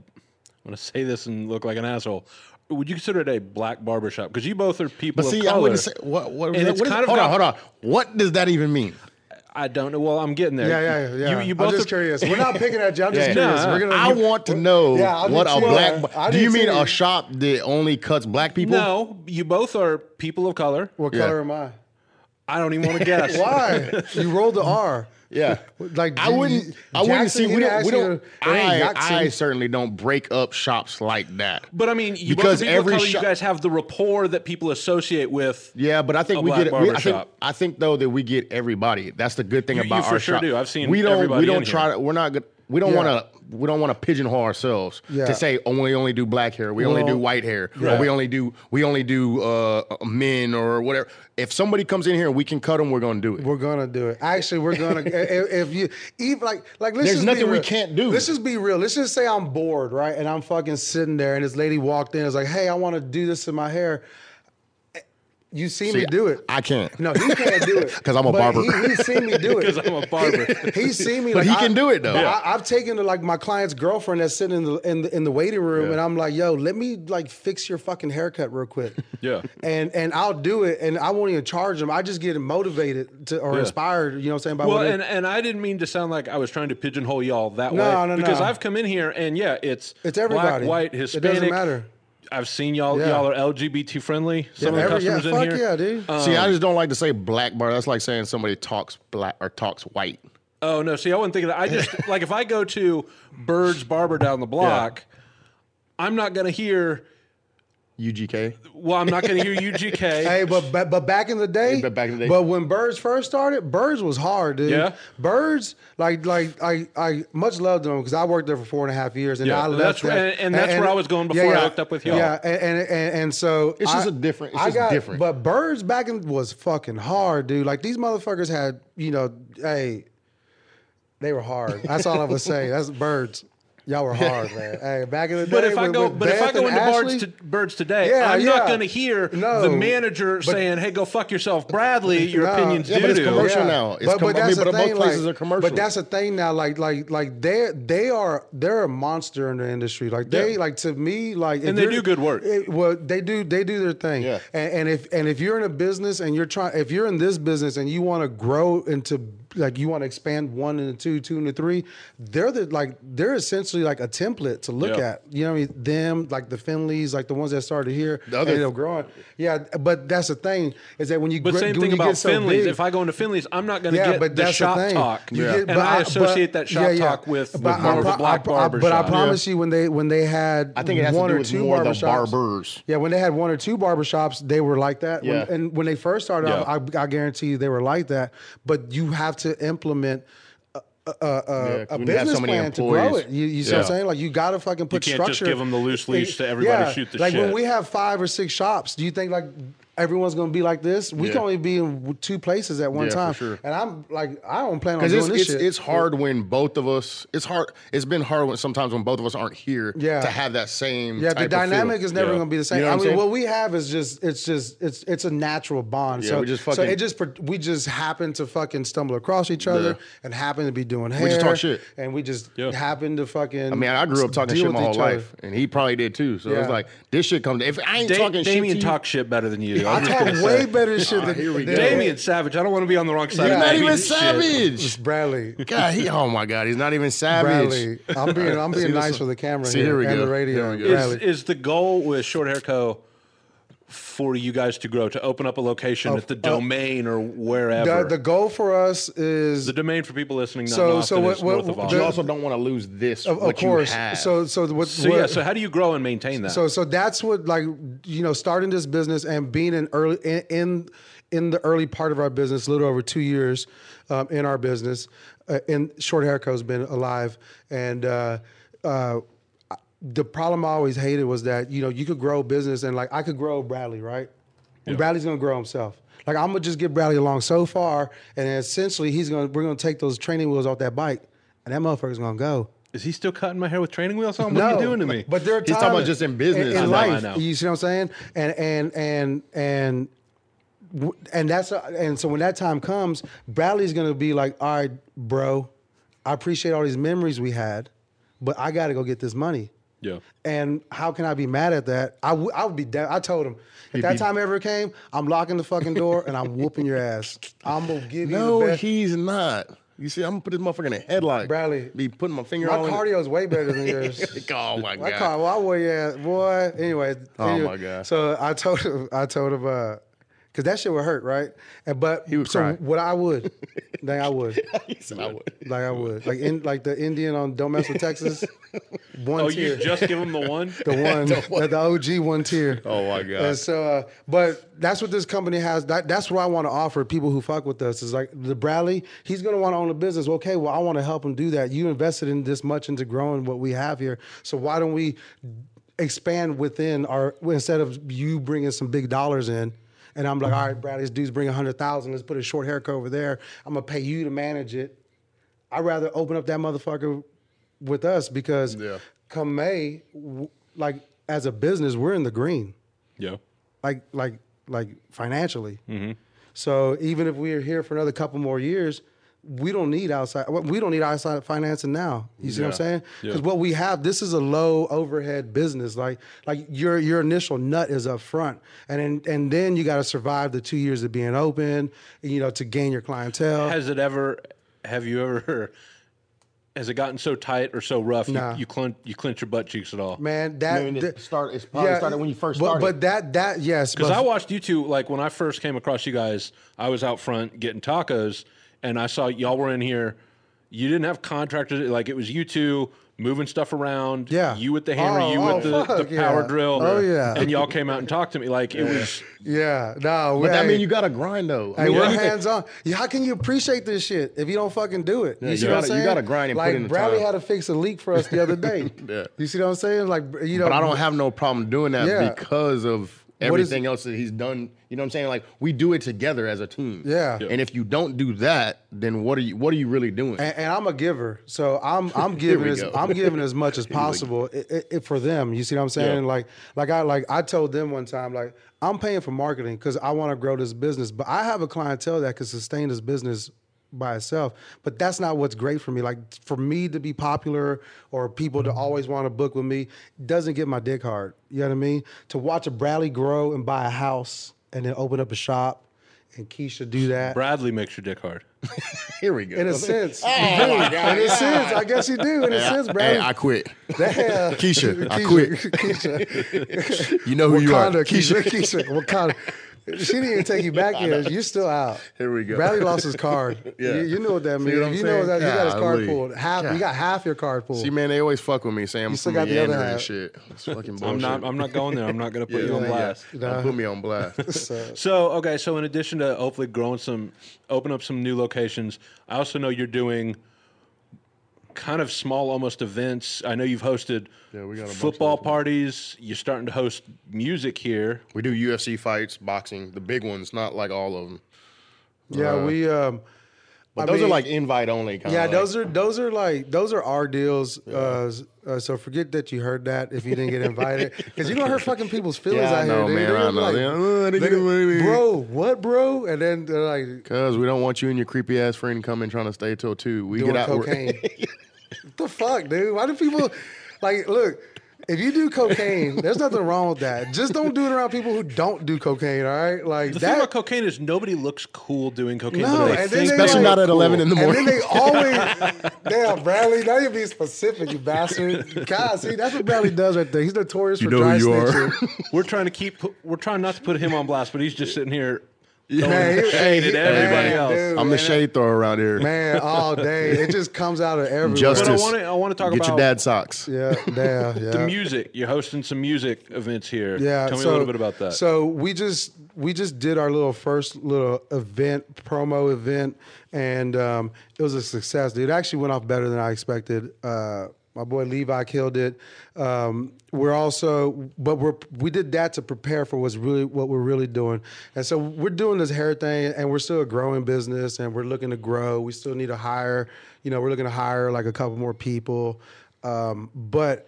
Speaker 1: gonna say this and look like an asshole. Would you consider it a black barber shop? Because you both are people
Speaker 2: but
Speaker 1: of
Speaker 2: see,
Speaker 1: color.
Speaker 2: I wouldn't say what. What,
Speaker 1: And
Speaker 2: what
Speaker 1: it's
Speaker 2: is-
Speaker 1: kind of
Speaker 2: hold on,
Speaker 1: got-
Speaker 2: hold on. What does that even mean?
Speaker 1: I don't know. Well, I'm getting there.
Speaker 3: yeah, yeah, yeah.
Speaker 1: You, you
Speaker 3: I'm
Speaker 1: both
Speaker 3: just
Speaker 1: are- <laughs>
Speaker 3: curious. We're not picking at you. I'm just
Speaker 2: Yeah.
Speaker 3: curious.
Speaker 1: No,
Speaker 3: We're gonna.
Speaker 2: I want to know
Speaker 3: Yeah, I do
Speaker 2: what a
Speaker 3: too.
Speaker 2: black.
Speaker 3: I
Speaker 2: do
Speaker 3: do
Speaker 2: you mean
Speaker 3: too.
Speaker 2: a shop that only cuts black people?
Speaker 1: No, you both are people of color.
Speaker 3: What
Speaker 2: Yeah.
Speaker 3: color am I?
Speaker 1: I don't even want
Speaker 2: <laughs>
Speaker 1: to guess.
Speaker 3: Why you rolled the R?
Speaker 2: Yeah.
Speaker 3: Like
Speaker 2: I wouldn't. I wouldn't
Speaker 3: Jackson,
Speaker 2: see.
Speaker 3: you
Speaker 2: We don't. We
Speaker 3: didn't
Speaker 2: don't
Speaker 3: ask you to- it ain't
Speaker 2: I,
Speaker 3: Jackson.
Speaker 2: I certainly don't break up shops like that.
Speaker 1: But I mean, you
Speaker 2: Because
Speaker 1: both are people
Speaker 2: every
Speaker 1: of color,
Speaker 2: shop-
Speaker 1: you guys have the rapport that people associate with.
Speaker 2: Yeah, but I think
Speaker 1: A
Speaker 2: we
Speaker 1: black
Speaker 2: get. We, I think.
Speaker 1: barbershop.
Speaker 2: I think though that we get everybody. That's the good thing
Speaker 1: you
Speaker 2: about
Speaker 1: for
Speaker 2: our
Speaker 1: sure
Speaker 2: shop.
Speaker 1: do. I've seen
Speaker 2: We don't.
Speaker 1: everybody
Speaker 2: we
Speaker 1: in
Speaker 2: don't
Speaker 1: here.
Speaker 2: try to. We're not. good- We don't
Speaker 3: Yeah.
Speaker 2: want to. We don't want to pigeonhole ourselves
Speaker 3: Yeah.
Speaker 2: to say, oh, we only do black hair. We only
Speaker 3: Well,
Speaker 2: do white hair.
Speaker 1: Right.
Speaker 2: Or we only do. We only do uh, men or whatever. If somebody comes in here and we can cut them, we're going to do it.
Speaker 3: We're gonna do it. Actually,
Speaker 2: <laughs>
Speaker 3: we're gonna. i- i- if you even like like, let's
Speaker 2: There's
Speaker 3: just
Speaker 2: nothing
Speaker 3: be
Speaker 2: we
Speaker 3: real.
Speaker 2: can't do.
Speaker 3: Let's just be real. Let's just say I'm bored, right? And I'm fucking sitting there, and this lady walked in, is like, "Hey, I want to do this in my hair." You see, me
Speaker 2: See,
Speaker 3: do it.
Speaker 2: I can't.
Speaker 3: No, he can't do it
Speaker 2: <laughs> 'Cause I'm a
Speaker 3: But
Speaker 2: barber.
Speaker 3: He, he seen
Speaker 1: <laughs>
Speaker 3: me do it.
Speaker 1: Because I'm a barber.
Speaker 3: He's seen me,
Speaker 2: But
Speaker 3: like,
Speaker 2: he can
Speaker 3: I-
Speaker 2: do it, though.
Speaker 3: but I, I've taken to like my client's girlfriend that's sitting in the in the, in the waiting room, and I'm like, "Yo, let me like fix your fucking haircut real quick."
Speaker 1: Yeah.
Speaker 3: and and I'll do it, and I won't even charge them. I just get motivated to or inspired. You know what I'm saying? By
Speaker 1: Well,
Speaker 3: what it-
Speaker 1: and, and I didn't mean to sound like I was trying to pigeonhole y'all that
Speaker 3: No,
Speaker 1: way.
Speaker 3: no, no.
Speaker 1: Because I've come in here and yeah, it's
Speaker 3: It's everybody.
Speaker 1: black, white,
Speaker 3: It doesn't
Speaker 1: Hispanic.
Speaker 3: matter.
Speaker 1: I've seen y'all.
Speaker 3: Yeah.
Speaker 1: Y'all are LGBT friendly. Some of the
Speaker 3: every- yeah,
Speaker 1: customers in here.
Speaker 3: fuck yeah, dude.
Speaker 2: See,
Speaker 1: Um,
Speaker 2: I just don't like to say black bar. That's like saying somebody talks black or talks white.
Speaker 1: Oh no, see, I wasn't thinking that. I
Speaker 3: <laughs>
Speaker 1: just like if I go to Bird's Barber down the block, I'm not gonna hear
Speaker 2: UGK.
Speaker 1: Well, I'm not going
Speaker 3: <laughs>
Speaker 1: to hear UGK.
Speaker 3: Hey, but, but but back in the day,
Speaker 2: Hey, but back in the day.
Speaker 3: but when Birds first started, Birds was hard, dude.
Speaker 1: Yeah.
Speaker 3: Birds like like I I much loved them because I worked there for four and a half years, and
Speaker 1: Yeah,
Speaker 3: I
Speaker 1: and
Speaker 3: left.
Speaker 1: that's where-
Speaker 3: that-
Speaker 1: and- and that's where I was going before I hooked up with y'all.
Speaker 3: Yeah, and and, and, and so
Speaker 2: It's just
Speaker 3: I-
Speaker 2: a different- it's just different.
Speaker 3: But Birds back in was fucking hard, dude. Like these motherfuckers had, you know, hey, they were hard. That's all I was saying. That's Birds. Y'all were hard, man. Hey, back in the day.
Speaker 1: But if I
Speaker 3: with-
Speaker 1: go,
Speaker 3: with
Speaker 1: but if I
Speaker 3: Beth
Speaker 1: go
Speaker 3: and
Speaker 1: into
Speaker 3: Ashley-
Speaker 1: birds, to, birds today,
Speaker 3: Yeah,
Speaker 1: I'm not
Speaker 3: yeah.
Speaker 1: going to hear
Speaker 3: No,
Speaker 1: the manager
Speaker 3: but-
Speaker 1: saying, "Hey, go fuck yourself,
Speaker 3: <laughs>
Speaker 1: Bradley. Your
Speaker 3: No.
Speaker 1: opinions
Speaker 2: Yeah,
Speaker 1: do
Speaker 2: but it's
Speaker 1: do."
Speaker 2: commercial. now. It's
Speaker 3: but,
Speaker 2: com-
Speaker 3: but
Speaker 2: I mean,
Speaker 3: that's
Speaker 2: but
Speaker 3: the
Speaker 2: both
Speaker 3: thing,
Speaker 2: places
Speaker 3: like-
Speaker 2: are commercial.
Speaker 3: But that's the thing now. Like like like they they are they're a monster in the industry. Like they
Speaker 1: Yeah.
Speaker 3: like to me like if
Speaker 1: And they
Speaker 3: you're-
Speaker 1: do good work.
Speaker 3: it- well, they do they do their thing.
Speaker 2: Yeah.
Speaker 3: And, and if and if you're in a business and you're trying if you're in this business and you want to grow into like you want to expand one into two, two into three, they're the like they're essentially like a template to look
Speaker 1: Yeah.
Speaker 3: at. You know what I mean? Them like the Finleys, like the ones that started here,
Speaker 2: The other-
Speaker 3: ended up growing. Yeah, but that's the thing is that when you
Speaker 1: But
Speaker 3: gr-
Speaker 1: same
Speaker 3: when
Speaker 1: thing
Speaker 3: you
Speaker 1: about
Speaker 3: get so
Speaker 1: Finley's.
Speaker 3: big-
Speaker 1: If I go into Finley's, I'm not going to get the
Speaker 3: that's
Speaker 1: shop
Speaker 3: thing.
Speaker 1: talk,
Speaker 3: You
Speaker 2: Yeah.
Speaker 3: get-
Speaker 1: and
Speaker 3: but
Speaker 1: I
Speaker 3: but-
Speaker 1: associate that shop
Speaker 3: yeah, yeah.
Speaker 1: talk with, with
Speaker 3: But I
Speaker 1: more of
Speaker 3: pro-
Speaker 1: a black
Speaker 3: I pro- I-
Speaker 1: barber
Speaker 3: But I
Speaker 1: shop.
Speaker 3: promise you, when they when they had
Speaker 2: I think it has to
Speaker 3: one
Speaker 2: do
Speaker 3: or
Speaker 2: with
Speaker 3: two
Speaker 2: more of the
Speaker 3: barbershops-
Speaker 2: barbers.
Speaker 3: Yeah, when they had one or two barbershops, they were like that. When-
Speaker 2: Yeah.
Speaker 3: and when they first started,
Speaker 1: Yeah.
Speaker 3: off, I, I guarantee you they were like that. But you have to implement. A, a, a,
Speaker 2: Yeah,
Speaker 3: a
Speaker 2: when you have
Speaker 3: business
Speaker 2: so many
Speaker 3: plan to grow
Speaker 2: employees.
Speaker 3: it. You, you see what I'm
Speaker 1: Yeah.
Speaker 3: saying? Like you got to fucking put
Speaker 1: can't just
Speaker 3: structure.
Speaker 1: give 'em the loose leash to everybody shoot the
Speaker 3: like when
Speaker 1: shit.
Speaker 3: we have five or six shops, do you think like everyone's going to be like this? We
Speaker 2: Yeah.
Speaker 3: can only be in two places at one
Speaker 2: Yeah, for
Speaker 3: time.
Speaker 2: sure.
Speaker 3: And I'm like, I don't plan on
Speaker 2: Because
Speaker 3: doing
Speaker 2: it's,
Speaker 3: this
Speaker 2: it's,
Speaker 3: shit.
Speaker 2: it's hard when both of us it's hard it's been hard when sometimes when both of us aren't here
Speaker 3: Yeah.
Speaker 2: to have that same
Speaker 3: Yeah, the
Speaker 2: type of feel.
Speaker 3: dynamic is never
Speaker 1: Yeah.
Speaker 3: going to be the same.
Speaker 2: You know what
Speaker 3: I
Speaker 2: I'm
Speaker 3: mean,
Speaker 2: saying?
Speaker 3: what we have is just it's just it's it's a natural bond.
Speaker 2: Yeah,
Speaker 3: so
Speaker 2: we just
Speaker 3: so
Speaker 2: fucking-
Speaker 3: it just per- we just happen to fucking stumble across each other
Speaker 2: Yeah.
Speaker 3: and happen to be doing hair.
Speaker 2: just talk shit.
Speaker 3: and we just
Speaker 1: Yeah.
Speaker 3: happen to fucking.
Speaker 2: I mean, I grew up talking shit my whole life, and he probably did too. So
Speaker 3: Yeah.
Speaker 2: it's like this shit comes. If I ain't
Speaker 1: Da-
Speaker 2: talking
Speaker 1: Damien
Speaker 2: shit, to you,
Speaker 1: talks shit better than you.
Speaker 3: I
Speaker 1: I'm just gonna
Speaker 3: talk way
Speaker 1: say.
Speaker 2: <laughs>
Speaker 3: better shit than
Speaker 2: here we
Speaker 3: than-
Speaker 2: go.
Speaker 1: Damien Savage. I don't want to be on the wrong side.
Speaker 3: You're
Speaker 1: of
Speaker 3: not
Speaker 2: not
Speaker 1: Damien's
Speaker 2: even
Speaker 1: shit.
Speaker 2: savage.
Speaker 3: Bradley.
Speaker 2: God, he. Oh my God, he's not even savage.
Speaker 3: Bradley,
Speaker 2: <laughs>
Speaker 3: I'm being I'm being
Speaker 2: this
Speaker 3: nice
Speaker 2: one?
Speaker 3: for the camera
Speaker 2: See,
Speaker 3: here,
Speaker 2: here we
Speaker 3: and
Speaker 2: go.
Speaker 3: the
Speaker 2: Here we
Speaker 3: radio.
Speaker 2: go.
Speaker 1: Is,
Speaker 3: Bradley.
Speaker 1: is the goal with Short Hair Co. for you guys to grow to open up a location at the domain or wherever?
Speaker 3: The, the goal for us is
Speaker 1: The domain for people listening, not
Speaker 3: So-
Speaker 1: in Austin,
Speaker 3: so what-
Speaker 1: is
Speaker 3: what-
Speaker 1: north of
Speaker 3: the-
Speaker 2: You
Speaker 1: Austin.
Speaker 2: also don't want to lose this.
Speaker 3: of, of
Speaker 2: what you
Speaker 3: course.
Speaker 2: have.
Speaker 3: So so what,
Speaker 1: So
Speaker 3: what,
Speaker 1: yeah, so how do you grow and maintain that?
Speaker 3: So so that's what like you know starting this business and being in early in in, in the early part of our business, a little over two years um, in our business, uh, and Short Hair Co has been alive and. Uh, uh, the problem I always hated was that you know you could grow a business and like I could grow Bradley right, and Bradley's gonna grow himself. Like I'm gonna just get Bradley along so far, and then essentially he's gonna we're gonna take those training wheels off that bike, and that motherfucker's gonna go.
Speaker 1: is he still cutting my hair with training wheels on? What are you doing to me?
Speaker 3: But there are
Speaker 2: He's
Speaker 3: times
Speaker 2: talking about just in business.
Speaker 3: in,
Speaker 2: I know,
Speaker 1: I
Speaker 3: life.
Speaker 1: know.
Speaker 3: You see what I'm saying? And and and and w- and that's a, and so when that time comes, Bradley's gonna be like, "All right, bro, I appreciate all these memories we had, but I got to go get this money."
Speaker 1: yeah,
Speaker 3: And how can I be mad at that? I would- I would be. Down. I told him if that
Speaker 2: be-
Speaker 3: time ever came, I'm locking the fucking door and I'm whooping your ass. I'm gonna give you the
Speaker 2: no,
Speaker 3: best.
Speaker 2: he's not. You see, I'm gonna put this motherfucker in a headlock.
Speaker 3: Bradley,
Speaker 2: be putting my finger
Speaker 3: My
Speaker 2: on <laughs>
Speaker 3: cardio is way better than yours.
Speaker 2: It. Oh my
Speaker 3: I
Speaker 2: God.
Speaker 3: caught. Well, I wore yeah, boy. Anyway.
Speaker 2: Oh,
Speaker 3: anyway,
Speaker 2: my God.
Speaker 3: So I told him. I told him. Uh, Cause that shit would hurt, right? And but
Speaker 2: would
Speaker 3: so
Speaker 2: cry.
Speaker 3: what I would, like I would,
Speaker 2: <laughs> He said, I would.
Speaker 3: like I would, like in like the Indian on Don't Mess with Texas, one
Speaker 1: Oh,
Speaker 3: tear,
Speaker 1: you just give him the
Speaker 3: <laughs>
Speaker 1: one.
Speaker 2: <laughs>
Speaker 3: the one, like the OG one tier.
Speaker 2: Oh my God.
Speaker 3: And so, uh, but that's what this company has. That, that's what I want to offer people who fuck with us. Is like the Bradley, he's gonna want to own a business. Okay, well, I want to help him do that. You invested in this much into growing what we have here. So why don't we expand within our instead of you bringing some big dollars in? And I'm like, all right, Bradley, this dude's bringing hundred thousand. Let's put a short haircut over there. I'm gonna pay you to manage it. I'd rather open up that motherfucker with us because
Speaker 2: Yeah.
Speaker 3: come May, w- like as a business, we're in the green
Speaker 1: Yeah,
Speaker 3: like like like financially.
Speaker 2: Mm-hmm.
Speaker 3: So even if we're here for another couple more years, we don't need outside. We don't need outside financing now. You see what I'm
Speaker 2: Yeah.
Speaker 3: saying? Because
Speaker 1: Yeah.
Speaker 3: what we have, this is a low overhead business. Like like your your initial nut is up front, and then, and then you got to survive the two years of being open. You know, to gain your clientele.
Speaker 1: has it ever? Have you ever? Has it gotten so tight or so rough?
Speaker 3: Nah.
Speaker 1: You, you clench you clench your butt cheeks at all?
Speaker 3: Man, that,
Speaker 2: I mean,
Speaker 3: that-
Speaker 2: it start, it's probably started when you first
Speaker 3: but,
Speaker 2: started.
Speaker 3: But that that yes,
Speaker 1: Because
Speaker 3: but-
Speaker 1: I watched you two, like when I first came across you guys, I was out front getting tacos and I saw y'all were in here. You didn't have contractors like it was you two moving stuff around.
Speaker 3: Yeah.
Speaker 1: you with the hammer,
Speaker 3: Oh,
Speaker 1: you
Speaker 3: oh,
Speaker 1: with the, the
Speaker 3: fuck,
Speaker 1: power
Speaker 3: yeah.
Speaker 1: drill.
Speaker 3: Oh, yeah.
Speaker 1: and y'all came out and talked to me like it was.
Speaker 3: Yeah, no.
Speaker 2: But that mean you gotta grind though. I
Speaker 3: Hey,
Speaker 2: mean,
Speaker 3: we're
Speaker 2: anything-
Speaker 3: hands on. Yeah, How can you appreciate this shit if you don't fucking do it?
Speaker 2: you
Speaker 3: see what I'm
Speaker 2: gotta- you
Speaker 3: saying?
Speaker 2: gotta grind and put
Speaker 3: like
Speaker 2: in the
Speaker 3: Bradley
Speaker 2: time.
Speaker 3: had to fix a leak for us the other day.
Speaker 2: <laughs> Yeah.
Speaker 3: You see what I'm saying? Like you know,
Speaker 2: but I don't have no problem doing that
Speaker 3: Um, Yeah.
Speaker 2: because of
Speaker 3: What is-
Speaker 2: everything else that he's done. You know what I'm saying? Like we do it together as a team.
Speaker 3: Yeah. Yeah.
Speaker 2: And if you don't do that, then what are you what are you really doing?
Speaker 3: And, and I'm a giver, so I'm
Speaker 2: <laughs>
Speaker 3: I'm giving
Speaker 2: we
Speaker 3: as
Speaker 2: go.
Speaker 3: I'm giving as
Speaker 2: <laughs>
Speaker 3: much as possible i i i for them. You see what I'm saying?
Speaker 2: Yeah.
Speaker 3: Like like I like I told them one time like I'm paying for marketing because I want to grow this business, but I have a clientele that can sustain this business by itself. But that's not what's great for me. Like for me to be popular or people to always want to book with me doesn't get my dick hard. You know what I mean? To watch a Bradley grow and buy a house and then open up a shop and Keisha do that.
Speaker 1: Bradley makes your dick hard.
Speaker 2: <laughs> Here we go.
Speaker 3: In a sense,
Speaker 2: <laughs> Oh, my God.
Speaker 3: in a sense, I guess you do. In a sense, Bradley.
Speaker 2: Hey, I quit. <laughs>
Speaker 3: Damn.
Speaker 2: Keisha, I
Speaker 3: Keisha,
Speaker 2: quit.
Speaker 3: Keisha.
Speaker 2: You know who you are.
Speaker 3: Wakanda, Keisha. Keisha. Wakanda. She didn't even take you back yet. You're still out.
Speaker 2: Here we go.
Speaker 3: Bradley lost his card.
Speaker 2: <laughs> Yeah.
Speaker 3: You, you know what that
Speaker 2: See
Speaker 3: means.
Speaker 2: what I'm
Speaker 3: you know
Speaker 2: saying?
Speaker 3: what that you got his card
Speaker 2: Golly.
Speaker 3: pulled. Half you got half your card pulled.
Speaker 2: See, man, they always fuck with me, Sam. You
Speaker 3: still got the other
Speaker 2: and
Speaker 3: half.
Speaker 2: shit.
Speaker 1: <laughs>
Speaker 2: It's fucking bullshit.
Speaker 1: I'm not. I'm not going there. I'm not going to put
Speaker 2: Yeah,
Speaker 1: you on
Speaker 2: yeah,
Speaker 1: blast.
Speaker 2: yeah. Don't Put me on blast.
Speaker 3: So,
Speaker 1: So okay, so in addition to hopefully growing some, open up some new locations, I also know you're doing kind of small, almost events. I know you've hosted
Speaker 2: Yeah, we got a bunch of
Speaker 1: football parties. You're starting to host music here.
Speaker 2: we do UFC fights, boxing, the big ones, not like all of them.
Speaker 3: yeah, we um
Speaker 2: But
Speaker 3: I
Speaker 2: those
Speaker 3: mean-
Speaker 2: are like invite only. Kind
Speaker 3: Yeah,
Speaker 2: of
Speaker 3: those are those are like those are our deals. Uh, s- uh, so forget that you heard that if you didn't get
Speaker 2: <laughs>
Speaker 3: invited, because you don't hurt fucking people's feelings
Speaker 2: Yeah, I
Speaker 3: out
Speaker 2: know,
Speaker 3: here,
Speaker 2: man,
Speaker 3: dude. They're
Speaker 2: I know.
Speaker 3: like,
Speaker 2: They- "Oh, I didn't
Speaker 3: they-
Speaker 2: get invited."
Speaker 3: bro, what, bro? And then they're like
Speaker 2: Cause we don't want you and your creepy ass friend coming trying to stay till two. We
Speaker 3: doing
Speaker 2: get out. we're-
Speaker 3: cocaine. what the fuck, dude? Why do people like look? If you do cocaine, there's nothing wrong with that. Just don't do it around people who don't do cocaine. All right, like
Speaker 1: The thing
Speaker 3: that.
Speaker 1: about cocaine is nobody looks cool doing cocaine.
Speaker 3: No,
Speaker 1: but they
Speaker 3: and then
Speaker 1: think
Speaker 3: they
Speaker 1: they
Speaker 2: <laughs> Especially
Speaker 1: look
Speaker 2: not at
Speaker 1: cool.
Speaker 2: eleven in the
Speaker 3: And then
Speaker 2: morning.
Speaker 3: they always,
Speaker 2: <laughs>
Speaker 3: damn Bradley. Now you be specific, you bastard. God, see, that's what Bradley does right there. He's notorious for
Speaker 2: know
Speaker 3: dry
Speaker 2: who <laughs> you are.
Speaker 3: snitching.
Speaker 2: <laughs>
Speaker 3: <laughs>
Speaker 1: We're trying to keep. pu- We're trying not to put him on blast, but he's just sitting here. throwing
Speaker 3: Man, he-
Speaker 1: shade at
Speaker 3: he-
Speaker 1: everybody
Speaker 3: man,
Speaker 1: else.
Speaker 3: dude,
Speaker 2: I'm the
Speaker 3: man,
Speaker 2: shade thrower around here.
Speaker 3: Man, all day it just comes out of everywhere.
Speaker 1: But I
Speaker 2: Justice.
Speaker 1: want to. I want to talk
Speaker 2: get
Speaker 1: about
Speaker 2: your dad socks.
Speaker 3: Yeah, damn, yeah.
Speaker 1: the music. You're hosting some music events here.
Speaker 3: Yeah.
Speaker 1: Tell me
Speaker 3: so,
Speaker 1: a little bit about that.
Speaker 3: So we just we just did our little first little event promo event, and um, it was a success. Dude, it actually went off better than I expected. Uh, my boy Levi killed it. Um, we're also, but we're we did that to prepare for what's really what we're really doing, and so we're doing this hair thing, and we're still a growing business, and we're looking to grow. We still need to hire, you know, we're looking to hire like a couple more people, um, but.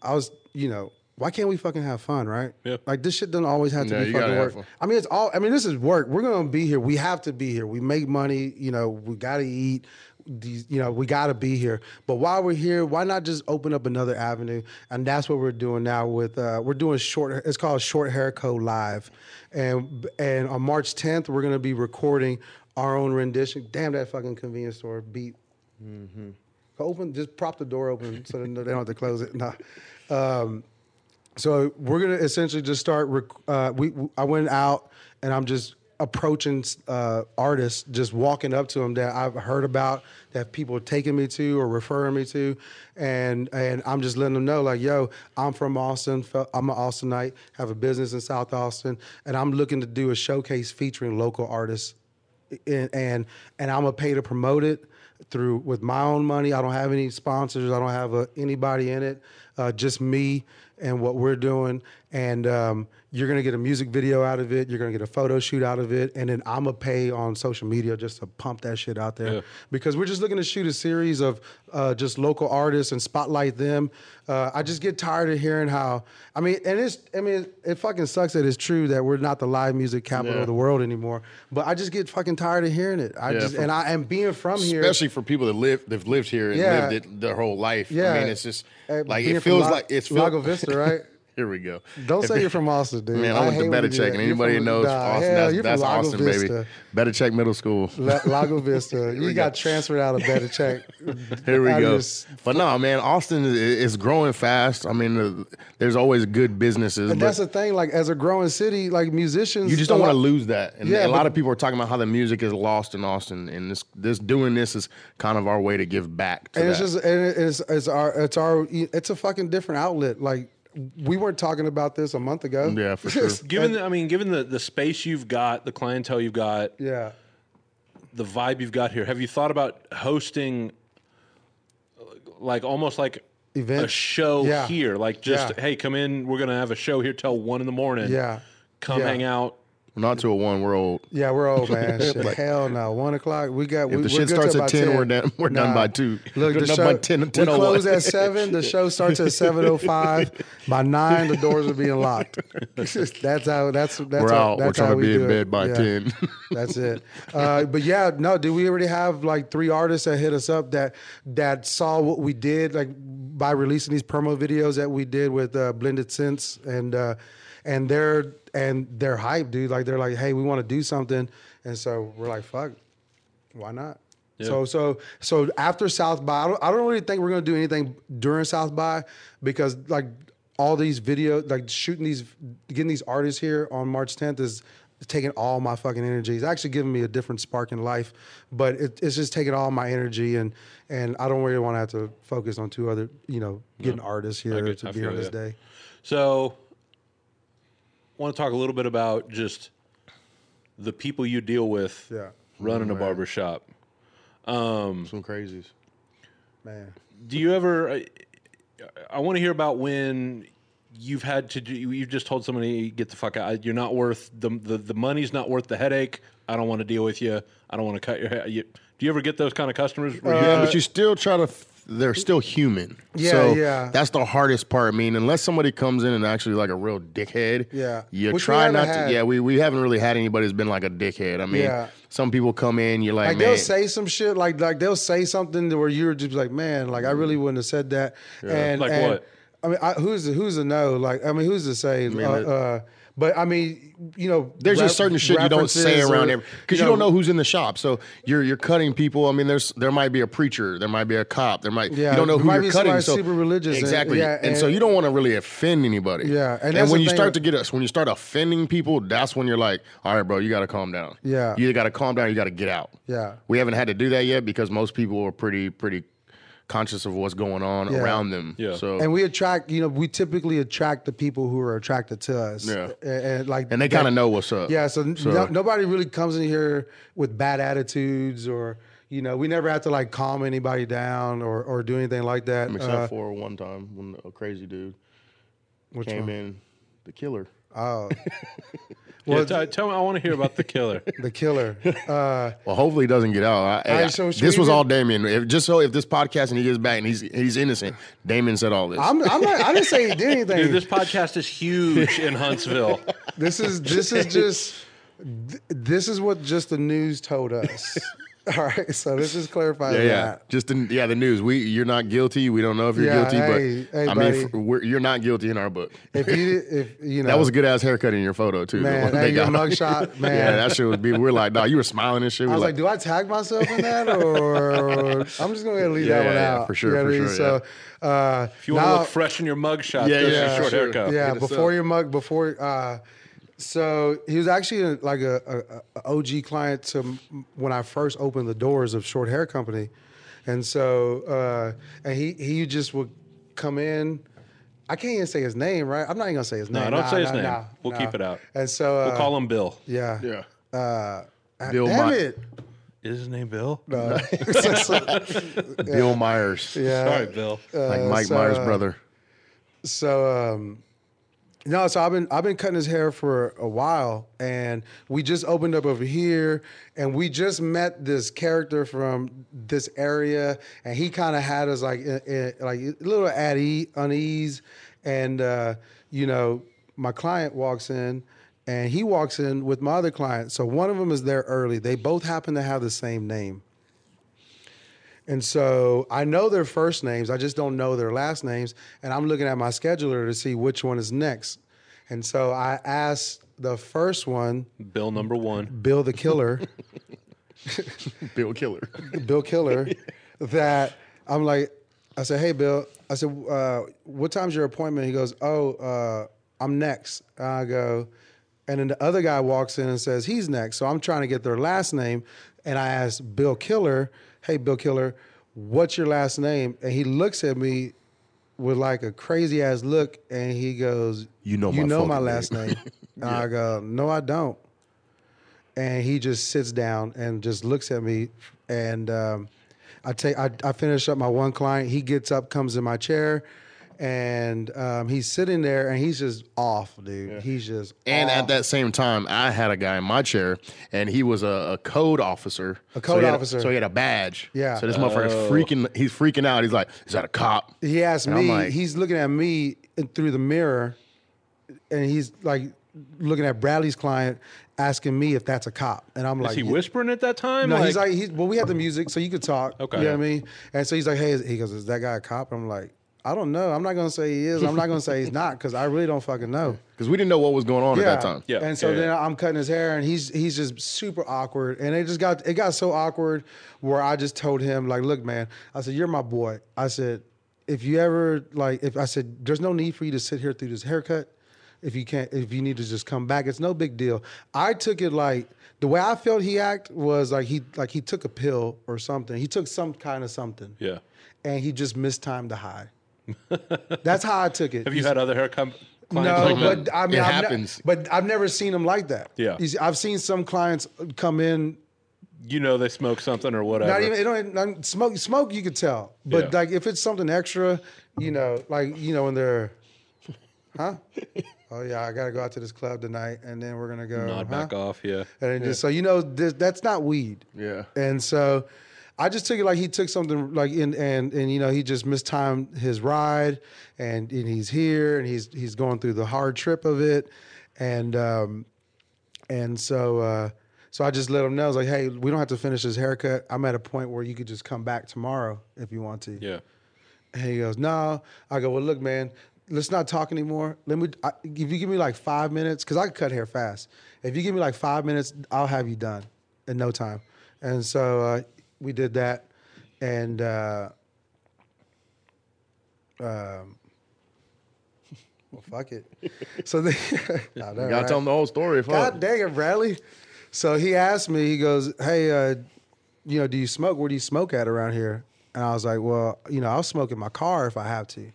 Speaker 3: I was, you know, why can't we fucking have fun, right?
Speaker 1: Yeah.
Speaker 3: Like this shit doesn't always have to
Speaker 2: No,
Speaker 3: be
Speaker 2: you
Speaker 3: fucking
Speaker 2: gotta have fun.
Speaker 3: work. I mean, it's all. I mean, this is work. We're gonna be here. We have to be here. We make money. You know, we gotta eat. These, you know, we gotta be here. But while we're here, why not just open up another avenue? And that's what we're doing now. With uh, we're doing short. It's called Short Hair Co Live, and and on March 10th, we're gonna be recording our own rendition. Damn that fucking convenience store beat open just prop the door open so they don't have to close it nah. um, so we're gonna essentially just start rec- uh, we i went out and i'm just approaching uh, artists just walking up to them that i've heard about that people are taking me to or referring me to and and i'm just letting them know like yo i'm from austin fe- i'm an austinite have a business in south austin and i'm looking to do a showcase featuring local artists and and, and i'm gonna pay to promote it through with my own money. I don't have any sponsors. I don't have uh anybody in it. Uh, just me and what we're doing. And um, you're gonna get a music video out of it. You're gonna get a photo shoot out of it. And then I'm gonna pay on social media just to pump that shit out there because we're just looking to shoot a series of uh, just local artists and spotlight them. Uh, I just get tired of hearing how I mean, and it's I mean, it fucking sucks that it's true that we're not the live music capital
Speaker 2: Yeah.
Speaker 3: of the world anymore. But I just get fucking tired of hearing it. I
Speaker 2: Yeah,
Speaker 3: just
Speaker 2: for-
Speaker 3: and I am being from here.
Speaker 2: Especially for people that live, they've lived here and
Speaker 3: Yeah.
Speaker 2: lived it their whole life. I
Speaker 3: Yeah.
Speaker 2: mean, it's just
Speaker 3: Uh,
Speaker 2: like
Speaker 3: being
Speaker 2: it
Speaker 3: from
Speaker 2: feels
Speaker 3: La-
Speaker 2: like it's feel-
Speaker 3: Lago Vista, right?
Speaker 2: <laughs> Here we go.
Speaker 3: Don't
Speaker 2: If
Speaker 3: say
Speaker 2: you-
Speaker 3: you're from Austin, dude.
Speaker 2: Man, I, went
Speaker 3: hate
Speaker 2: to
Speaker 3: when
Speaker 2: Better
Speaker 3: you do
Speaker 2: Check,
Speaker 3: that.
Speaker 2: and
Speaker 3: You're
Speaker 2: anybody
Speaker 3: from-
Speaker 2: that knows
Speaker 3: nah,
Speaker 2: Austin,
Speaker 3: hell,
Speaker 2: that's,
Speaker 3: you're
Speaker 2: that's
Speaker 3: from Lago
Speaker 2: Austin,
Speaker 3: Vista.
Speaker 2: baby. Better Check Middle School.
Speaker 3: La-
Speaker 2: <laughs>
Speaker 3: Lago Vista. you
Speaker 2: we
Speaker 3: got
Speaker 2: go.
Speaker 3: transferred out of
Speaker 2: <laughs>
Speaker 3: Better Check.
Speaker 2: Here we
Speaker 3: I
Speaker 2: go.
Speaker 3: just-
Speaker 2: But no, man, Austin is, is growing fast. I mean, uh, there's always good businesses.
Speaker 3: and
Speaker 2: but-
Speaker 3: that's the thing. Like as a growing city, like musicians,
Speaker 2: You just don't
Speaker 3: a
Speaker 2: want to
Speaker 3: lot-
Speaker 2: lose that. And a
Speaker 3: Yeah,
Speaker 2: lot
Speaker 3: but-
Speaker 2: of people are talking about how the music is lost in Austin, and this this doing this is kind of our way to give back. To
Speaker 3: And it's
Speaker 2: that.
Speaker 3: just and it- it's it's our it's our it's a fucking different outlet. Like we weren't talking about this a month ago.
Speaker 2: Yeah,
Speaker 3: <laughs>
Speaker 2: for sure.
Speaker 1: Given, the, I mean, given the, the space you've got, the clientele you've got,
Speaker 3: yeah.
Speaker 1: the vibe you've got here, have you thought about hosting, uh, like almost like a
Speaker 3: Events?
Speaker 1: show
Speaker 3: Yeah.
Speaker 1: here? Like just,
Speaker 3: Yeah.
Speaker 1: hey, come in. We're gonna have a show here till one in the morning.
Speaker 3: Yeah.
Speaker 1: come
Speaker 3: Yeah.
Speaker 1: hang out.
Speaker 2: not to a one world.
Speaker 3: Yeah, we're old
Speaker 2: <laughs>
Speaker 3: man. Shit. Hell no, one o'clock. We got. we,
Speaker 2: the
Speaker 3: we're
Speaker 2: shit
Speaker 3: good
Speaker 2: starts
Speaker 3: till
Speaker 2: at
Speaker 3: about
Speaker 2: 10, we're done- we're done by 2.
Speaker 3: Look,
Speaker 2: We're
Speaker 3: the
Speaker 2: done
Speaker 3: show,
Speaker 2: by 10
Speaker 3: we
Speaker 2: 10:01.
Speaker 3: close at seven. The show starts at seven
Speaker 2: <laughs>
Speaker 3: o five. By nine, the doors are being locked. <laughs> that's how. That's that's
Speaker 2: We're
Speaker 3: how,
Speaker 2: out. We're
Speaker 3: That's
Speaker 2: trying to
Speaker 3: how we
Speaker 2: be
Speaker 3: do
Speaker 2: in
Speaker 3: it.
Speaker 2: bed by
Speaker 3: Yeah.
Speaker 2: ten.
Speaker 3: <laughs> That's it. Uh, but yeah, no, dude, we already have like three artists that hit us up that that saw what we did, like by releasing these promo videos that we did with uh, Blended Sense, and uh, and they're and they're hyped, dude. Like they're like, hey, we want to do something, and so we're like, fuck, why not? So so so after South by, I don't, I don't really think we're gonna do anything during South by because like all these videos, like shooting these, getting these artists here on March 10th is taking all my fucking energy. It's actually giving me a different spark in life, but it, it's just taking all my energy and and I don't really want to have to focus on two other, you know, getting artists here
Speaker 1: get-
Speaker 3: to
Speaker 1: I
Speaker 3: be
Speaker 1: feel
Speaker 3: on this
Speaker 1: ya.
Speaker 3: day.
Speaker 1: So, want to talk a little bit about just the people you deal with
Speaker 3: Yeah.
Speaker 1: running a barber shop.
Speaker 2: <laughs> Some crazies.
Speaker 3: Man,
Speaker 1: Do you ever? I, I want to hear about when you've had to do. You've just told somebody, "Get the fuck out! You're not worth the the, the money's not worth the headache. I don't want to deal with you. I don't want to cut your hair." You, do you ever get those kind of customers?
Speaker 3: Uh,
Speaker 1: where you-
Speaker 2: Yeah, but you still try to. f- They're still human.
Speaker 3: Yeah,
Speaker 2: so
Speaker 3: yeah.
Speaker 2: That's the hardest part. I mean, unless somebody comes in and actually like a real dickhead.
Speaker 3: Yeah.
Speaker 2: You
Speaker 3: Which we
Speaker 2: try
Speaker 3: haven't
Speaker 2: not
Speaker 3: had.
Speaker 2: to. Yeah, we, we haven't really had anybody who's been like a dickhead. I mean,
Speaker 3: Yeah.
Speaker 2: some people come in, you're like,
Speaker 3: like
Speaker 2: man.
Speaker 3: they'll say some shit, like like they'll say something to where you're just like, man, like I really
Speaker 2: Mm.
Speaker 3: wouldn't have said that. And
Speaker 1: Like
Speaker 3: and-
Speaker 1: what?
Speaker 3: I mean, I, who's to- who's to know? Like, I mean, who's to say? uh,
Speaker 2: it-
Speaker 3: uh, but I mean, you know,
Speaker 2: There's
Speaker 3: ref-
Speaker 2: just certain shit you don't say
Speaker 3: references
Speaker 2: around
Speaker 3: or,
Speaker 2: every because you, don't know who's in the shop. So you're you're cutting people. I mean, there's there might be a preacher, there might be a cop, there might
Speaker 3: Yeah,
Speaker 2: you don't know
Speaker 3: there
Speaker 2: who
Speaker 3: might
Speaker 2: you're
Speaker 3: be
Speaker 2: cutting.
Speaker 3: somebody
Speaker 2: So
Speaker 3: super religious and-
Speaker 2: exactly,
Speaker 3: yeah,
Speaker 2: and, so
Speaker 3: and-
Speaker 2: you don't want to really offend anybody.
Speaker 3: Yeah, and
Speaker 2: and,
Speaker 3: that's
Speaker 2: when
Speaker 3: the
Speaker 2: you
Speaker 3: thing
Speaker 2: start
Speaker 3: with-
Speaker 2: to get us, when you start offending people, that's when you're like, all right, bro, you got to calm down.
Speaker 3: Yeah.
Speaker 2: you got to calm down. You got to get out.
Speaker 3: Yeah.
Speaker 2: we haven't had to do that yet because most people are pretty pretty conscious of what's going on
Speaker 3: Yeah.
Speaker 2: around them.
Speaker 1: Yeah.
Speaker 2: so
Speaker 3: And we attract, you know, we typically attract the people who are attracted to us.
Speaker 2: Yeah.
Speaker 3: and, and like
Speaker 2: and they kind of know what's up.
Speaker 3: Yeah, so, n- no, nobody really comes in here with bad attitudes or you know, we never have to like calm anybody down or or do anything like that.
Speaker 2: except
Speaker 3: Uh,
Speaker 2: for one time when a crazy dude
Speaker 3: which
Speaker 2: came
Speaker 3: one?
Speaker 2: in, the killer.
Speaker 1: Yeah, t- tell me. I want to hear about the
Speaker 3: <laughs>
Speaker 1: killer.
Speaker 3: The killer.
Speaker 2: <laughs>
Speaker 3: Uh,
Speaker 2: Well, hopefully he doesn't get out. I,
Speaker 3: right,
Speaker 2: I-
Speaker 3: so should
Speaker 2: this
Speaker 3: we
Speaker 2: was
Speaker 3: do-
Speaker 2: all Damien. If, just so if this podcast and he gets back and he's he's innocent, Damien said all this.
Speaker 3: I'm, I'm not, I didn't say he did anything.
Speaker 1: Dude, this podcast is huge in Huntsville.
Speaker 3: This is this is just th- this is what just the news
Speaker 2: <laughs>
Speaker 3: told us. All right, so this is clarifying
Speaker 2: yeah, yeah.
Speaker 3: that.
Speaker 2: Just in, yeah, the news. We you're not guilty. We don't know if you're
Speaker 3: Yeah,
Speaker 2: guilty,
Speaker 3: hey,
Speaker 2: but
Speaker 3: hey,
Speaker 2: I
Speaker 3: buddy.
Speaker 2: mean, f- we're, you're not guilty in our book.
Speaker 3: If you if you know
Speaker 2: That was a good ass haircut in your photo too. the
Speaker 3: man,
Speaker 2: one they
Speaker 3: hey, your
Speaker 2: got <laughs> on you.
Speaker 3: mugshot, man.
Speaker 2: Yeah, that shit was. Be, we're like, dog, you were smiling and shit.
Speaker 3: I
Speaker 2: We're
Speaker 3: was like, do I tag myself in that,
Speaker 2: <laughs>
Speaker 3: or I'm just gonna leave that
Speaker 2: Yeah,
Speaker 3: one
Speaker 2: yeah,
Speaker 3: out
Speaker 2: for sure,
Speaker 3: You know
Speaker 2: for
Speaker 3: what I mean?
Speaker 2: sure,
Speaker 3: So, uh,
Speaker 1: If you want to
Speaker 3: now-
Speaker 1: look fresh in your mugshot,
Speaker 2: Yeah,
Speaker 1: yeah,
Speaker 2: yeah,
Speaker 1: yeah, short
Speaker 2: sure.
Speaker 1: haircut.
Speaker 3: Yeah,
Speaker 2: Hit us
Speaker 3: before
Speaker 2: up.
Speaker 3: your mug, before. Uh, so he was actually a, like a, a, a OG client to m- when I first opened the doors of Short Hair Company, and so uh, and he he just would come in. I can't even say his name, right? I'm not even gonna say his name.
Speaker 1: don't say his
Speaker 3: nah,
Speaker 1: name.
Speaker 3: nah,
Speaker 1: We'll
Speaker 3: nah.
Speaker 1: keep it out.
Speaker 3: And so uh,
Speaker 1: We'll call him Bill.
Speaker 3: Yeah,
Speaker 2: yeah.
Speaker 3: Ah,
Speaker 2: Bill
Speaker 3: damn
Speaker 2: Mott.
Speaker 3: it.
Speaker 1: Is his name Bill?
Speaker 3: Uh,
Speaker 1: <laughs>
Speaker 2: Bill Myers,
Speaker 3: yeah.
Speaker 1: Sorry, Bill.
Speaker 2: like Mike
Speaker 3: <laughs> so,
Speaker 2: Myers'
Speaker 3: uh,
Speaker 2: brother.
Speaker 3: So um no, so I've been I've been cutting his hair for a while and we just opened up over here and we just met this character from this area and he kind of had us like in, in- like a little at e- unease and uh you know my client walks in and he walks in with my other client. So one of them is there early. They both happen to have the same name. And so I know their first names, I just don't know their last names. And I'm looking at my scheduler to see which one is next. And so I asked the first one,
Speaker 1: Bill number one.
Speaker 3: Bill the Killer,
Speaker 2: Bill Killer.
Speaker 3: Bill Killer, that I'm like, I said, hey, Bill, I said, uh, what time's your appointment? He goes, oh, uh, I'm next. And I go, and then the other guy walks in and says, he's next. So I'm trying to get their last name. And I ask Bill Killer, hey, Bill Killer, what's your last name? And he looks at me with like a crazy ass look and he goes,
Speaker 2: You know
Speaker 3: you
Speaker 2: my
Speaker 3: know my
Speaker 2: fucking <laughs>
Speaker 3: last name. And I go, no, I don't. And he just sits down and just looks at me. And um, I take, I, I finish up my one client. He gets up, comes in my chair, and um, he's sitting there and he's just off, dude. He's just
Speaker 2: And
Speaker 3: off.
Speaker 2: at that same time, I had a guy in my chair, and he was a, a code officer.
Speaker 3: A
Speaker 2: So
Speaker 3: code
Speaker 2: he had
Speaker 3: officer.
Speaker 2: so he had a badge.
Speaker 3: Yeah.
Speaker 2: So this motherfucker's freaking. He's freaking out. He's like, "Is that a cop?"
Speaker 3: he asked
Speaker 2: I'm
Speaker 3: me,
Speaker 2: like-
Speaker 3: he's looking at me in- through the mirror, and he's like looking at Bradley's client, asking me if that's a cop. And I'm
Speaker 1: Is
Speaker 3: like,
Speaker 1: he
Speaker 3: "Yeah."
Speaker 1: whispering at that time?
Speaker 3: No, he's like, he's, well, we had the music, so you could talk.
Speaker 1: Okay.
Speaker 3: You know what I mean? And so he's like, hey, is- he goes, is that guy a cop? I'm like, I don't know. I'm not going to say he is. I'm not going to say he's not because I really don't fucking know.
Speaker 2: Because we didn't know what was going on at that time.
Speaker 1: Yeah,
Speaker 3: And so
Speaker 1: yeah,
Speaker 3: then
Speaker 1: yeah.
Speaker 3: I'm cutting his hair, and he's he's just super awkward. And it just got it got so awkward where I just told him like, look, man, I said you're my boy. I said if you ever like, if I said there's no need for you to sit here through this haircut. If you can't, if you need to just come back, it's no big deal. I took it like the way I felt he act was like he like he took a pill or something. He took some kind of something,
Speaker 1: yeah.
Speaker 3: and he just mistimed the high. <laughs> That's how I took it.
Speaker 1: Have you had other hair com- clients
Speaker 3: No,
Speaker 1: like that?
Speaker 3: but I mean,
Speaker 2: It
Speaker 3: I've ne-
Speaker 2: happens.
Speaker 3: but I've never seen them like that.
Speaker 1: Yeah.
Speaker 3: You see, I've seen some clients come in.
Speaker 1: You know they smoke something or whatever.
Speaker 3: Not even it don't not, smoke. Smoke, you could tell. But
Speaker 1: Yeah.
Speaker 3: like, if it's something extra, you know, like you know, when they're,
Speaker 1: <laughs>
Speaker 3: huh? oh yeah, I gotta go out to this club tonight, and then we're gonna go.
Speaker 1: Nod
Speaker 3: huh?
Speaker 1: back off. Yeah.
Speaker 3: And then just so you know, this, that's not weed.
Speaker 2: Yeah.
Speaker 3: And so I just took it like he took something like in and and you know he just mistimed his ride and, and he's here and he's he's going through the hard trip of it and um and so uh so I just let him know I was like hey we don't have to finish this haircut I'm at a point where you could just come back tomorrow if you want to
Speaker 1: Yeah.
Speaker 3: and he goes, no. I go, well, look, man, let's not talk anymore. Let me, I, if you give me like five minutes, because I can cut hair fast. If you give me like five minutes, I'll have you done in no time. And so uh, we did that. And uh, um, <laughs> well, fuck it. So then, <laughs> I know,
Speaker 2: You gotta
Speaker 3: right?
Speaker 2: tell him the whole story. Fuck.
Speaker 3: God dang it, Bradley. So he asked me, he goes, Hey, uh, you know, do you smoke? Where do you smoke at around here? And I was like, Well, you know, I'll smoke in my car if I have to.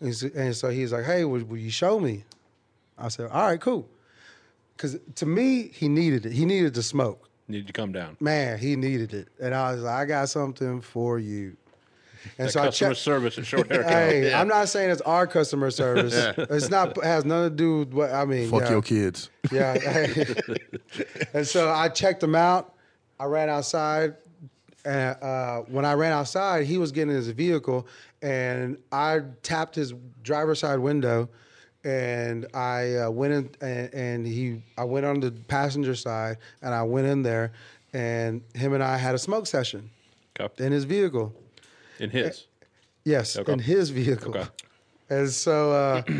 Speaker 3: And so, and so he's like, Hey, will, will you show me? I said, All right, cool. Because to me, he needed it. He needed to smoke.
Speaker 1: Need to come down.
Speaker 3: Man, he needed it. And I was like, I got something for you. And
Speaker 1: That
Speaker 3: so I
Speaker 1: customer
Speaker 3: checked.
Speaker 1: service at short haircut.
Speaker 3: Uh, <laughs> Hey, I'm not saying it's our
Speaker 1: <laughs>
Speaker 3: customer service. It's not has nothing to do with what I mean.
Speaker 2: Fuck
Speaker 3: yeah.
Speaker 2: your kids.
Speaker 3: Yeah. and so I checked him out. I ran outside. And uh, when I ran outside, he was getting in his vehicle, and I tapped his driver's side window, and I uh, went in, and, and he, I went on the passenger side, and I went in there, and him and I had a smoke session <laughs>
Speaker 1: Okay.
Speaker 3: in his vehicle.
Speaker 1: In his.
Speaker 3: Yes,
Speaker 1: Okay.
Speaker 3: in his vehicle.
Speaker 1: Okay.
Speaker 3: <laughs> And so, uh, <clears throat>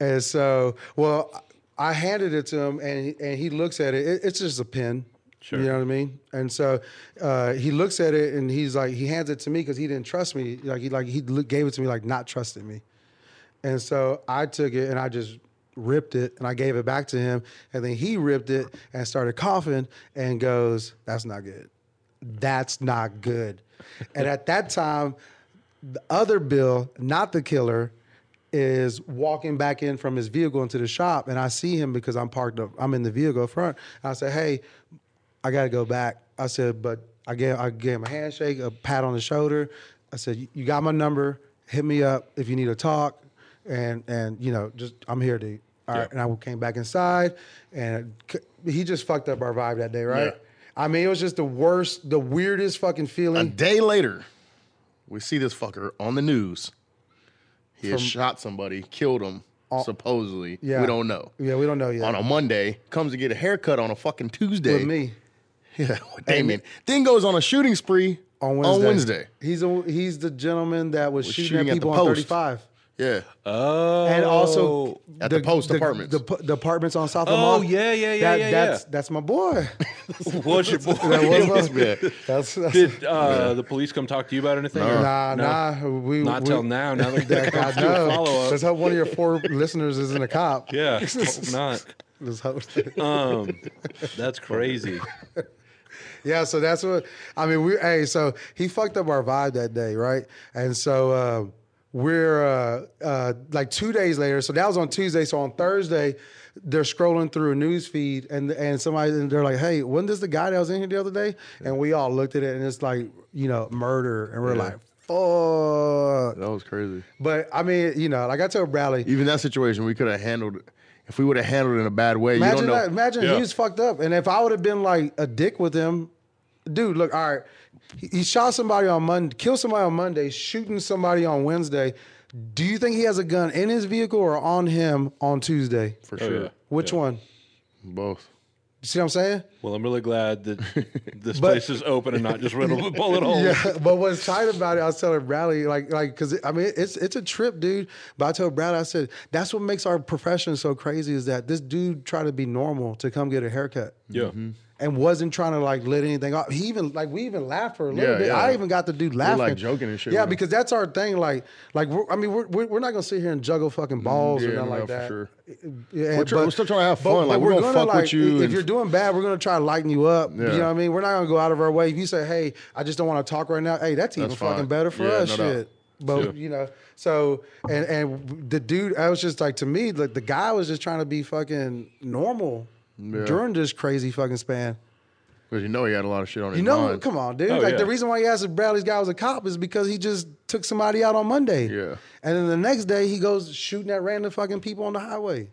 Speaker 3: and so, well, I handed it to him, and and he looks at it. it it's just a pen.
Speaker 1: Sure.
Speaker 3: You know what I mean? And so uh, he looks at it, and he's like, he hands it to me because he didn't trust me. Like he like he lo- gave it to me like not trusting me. And so I took it and I just ripped it and I gave it back to him. And then he ripped it and started coughing and goes, That's not good. That's not good. and at that time, the other Bill, not the killer, is walking back in from his vehicle into the shop. And I see him because I'm parked up, I'm in the vehicle up front. And I say, Hey, I got to go back. I said, But I gave, I gave him a handshake, a pat on the shoulder. I said, "You- You got my number. Hit me up if you need to talk and and you know just I'm here, dude. All right, and I came back inside, and c- he just fucked up our vibe that day, right?
Speaker 2: Yeah.
Speaker 3: I mean, it was just the worst, the weirdest fucking
Speaker 2: A
Speaker 3: feeling.
Speaker 2: day later, we see this fucker on the news. He has shot somebody, killed him, supposedly.
Speaker 3: yeah.
Speaker 2: We don't know.
Speaker 3: yeah, we don't know
Speaker 2: On
Speaker 3: yet.
Speaker 2: a Monday, comes to get <laughs> a haircut on a fucking Tuesday.
Speaker 3: With me
Speaker 2: Yeah, with Damien. Then goes on a shooting spree
Speaker 3: on Wednesday.
Speaker 2: Wednesday.
Speaker 3: He's a, he's the gentleman that was, shooting,
Speaker 2: shooting at
Speaker 3: at
Speaker 2: the
Speaker 3: people on
Speaker 2: post.
Speaker 3: 35.
Speaker 1: <laughs>
Speaker 2: Yeah.
Speaker 1: Oh,
Speaker 3: And also
Speaker 2: At the post apartments.
Speaker 3: The, p- the apartments on South
Speaker 1: Oh,
Speaker 3: Lamar.
Speaker 1: yeah, yeah, yeah,
Speaker 3: That-
Speaker 1: yeah,
Speaker 3: That's
Speaker 1: yeah.
Speaker 3: that's my
Speaker 2: <laughs>
Speaker 3: boy.
Speaker 1: Oh,
Speaker 3: <laughs>
Speaker 1: was your boy?
Speaker 3: That was my- <laughs>
Speaker 2: Yeah.
Speaker 3: That's,
Speaker 1: <laughs>
Speaker 3: that's
Speaker 1: Did uh, the police come talk to you about anything? or-
Speaker 3: nah,
Speaker 1: No.
Speaker 3: nah. We,
Speaker 1: Not
Speaker 3: we,
Speaker 1: till now. Now
Speaker 3: <laughs>
Speaker 1: they're
Speaker 3: That
Speaker 1: going <laughs>
Speaker 3: guy
Speaker 1: to do a
Speaker 3: knows.
Speaker 1: follow up.
Speaker 3: <laughs> Let's hope one of your four listeners isn't a cop.
Speaker 1: Yeah, hope not.
Speaker 3: Let's <laughs> hope-
Speaker 1: Um, that's
Speaker 3: <laughs>
Speaker 1: crazy. Oh,
Speaker 3: yeah, so that's what I mean. We hey, so he fucked up our vibe that day, right? And so uh, we're uh, uh, like two days later. So that was on Tuesday. So on Thursday, they're scrolling through a news feed, and and somebody and they're like, "Hey, wasn't this the guy that was in here the other day?" And we all looked at it, and it's like you know murder, and we're like, "Fuck!"
Speaker 2: That was crazy.
Speaker 3: But I mean, you know, like I told Bradley,
Speaker 2: Even that situation, we could have handled if we would have handled it in a bad way. you
Speaker 3: Imagine
Speaker 2: don't know.
Speaker 3: that. Imagine
Speaker 1: Yeah.
Speaker 3: he was fucked up. And if I would have been like a dick with him, dude, look, all right. He, he shot somebody on Monday, killed somebody on Monday, shooting somebody on Wednesday. Do you think he has a gun in his vehicle or on him on Tuesday?
Speaker 2: For
Speaker 1: Oh,
Speaker 2: sure.
Speaker 1: yeah.
Speaker 3: Which
Speaker 1: Yeah.
Speaker 3: one?
Speaker 2: Both.
Speaker 3: You see what I'm saying?
Speaker 1: Well, I'm really glad
Speaker 3: <laughs>
Speaker 1: that this
Speaker 3: But-
Speaker 1: place is open and not just riddled with bullet
Speaker 2: Oh.
Speaker 1: holes.
Speaker 3: <laughs> Yeah, but what's tight about it, I was telling Bradley, like, like, because I mean, it's it's a trip, dude. But I told Bradley, I said, that's what makes our profession so crazy is that this dude tried to be normal to come get a haircut.
Speaker 1: Yeah.
Speaker 3: and wasn't trying to like let anything off. He even like we even laughed for a little
Speaker 2: Yeah,
Speaker 3: bit.
Speaker 2: yeah.
Speaker 3: I even got the dude laughing,
Speaker 2: joking and shit
Speaker 3: Yeah,
Speaker 2: with him.
Speaker 3: because that's our thing. Like, like we're, I mean, we're, we're we're not gonna sit here and juggle fucking balls or
Speaker 2: Mm-hmm. yeah,
Speaker 3: nothing
Speaker 2: no,
Speaker 3: like
Speaker 2: for
Speaker 3: that.
Speaker 2: sure.
Speaker 3: Yeah,
Speaker 2: We're try- we're still trying to have
Speaker 3: but-
Speaker 2: fun. Like,
Speaker 3: but
Speaker 2: we're gonna fuck with you
Speaker 3: If
Speaker 2: and-
Speaker 3: you're doing bad, we're gonna try to lighten you up. You
Speaker 2: Yeah.
Speaker 3: know what I mean? We're not gonna go out of our way. If you say, "Hey, I just don't want to talk right now," hey, that's even
Speaker 2: That's
Speaker 3: fucking
Speaker 2: fine.
Speaker 3: better for
Speaker 2: Yeah,
Speaker 3: us.
Speaker 2: no doubt.
Speaker 3: shit. But
Speaker 1: Yeah.
Speaker 3: you know, so and and the dude, I was just like, to me, like the guy was just trying to be fucking normal during this crazy fucking span.
Speaker 2: Because you know he had a lot of shit on his
Speaker 3: You know,
Speaker 2: mind.
Speaker 3: come on, dude.
Speaker 1: Oh,
Speaker 3: like
Speaker 1: yeah.
Speaker 3: the reason why he asked if Bradley's guy was a cop is because he just took somebody out on Monday.
Speaker 2: Yeah.
Speaker 3: And then the next day he goes shooting at random fucking people on the highway.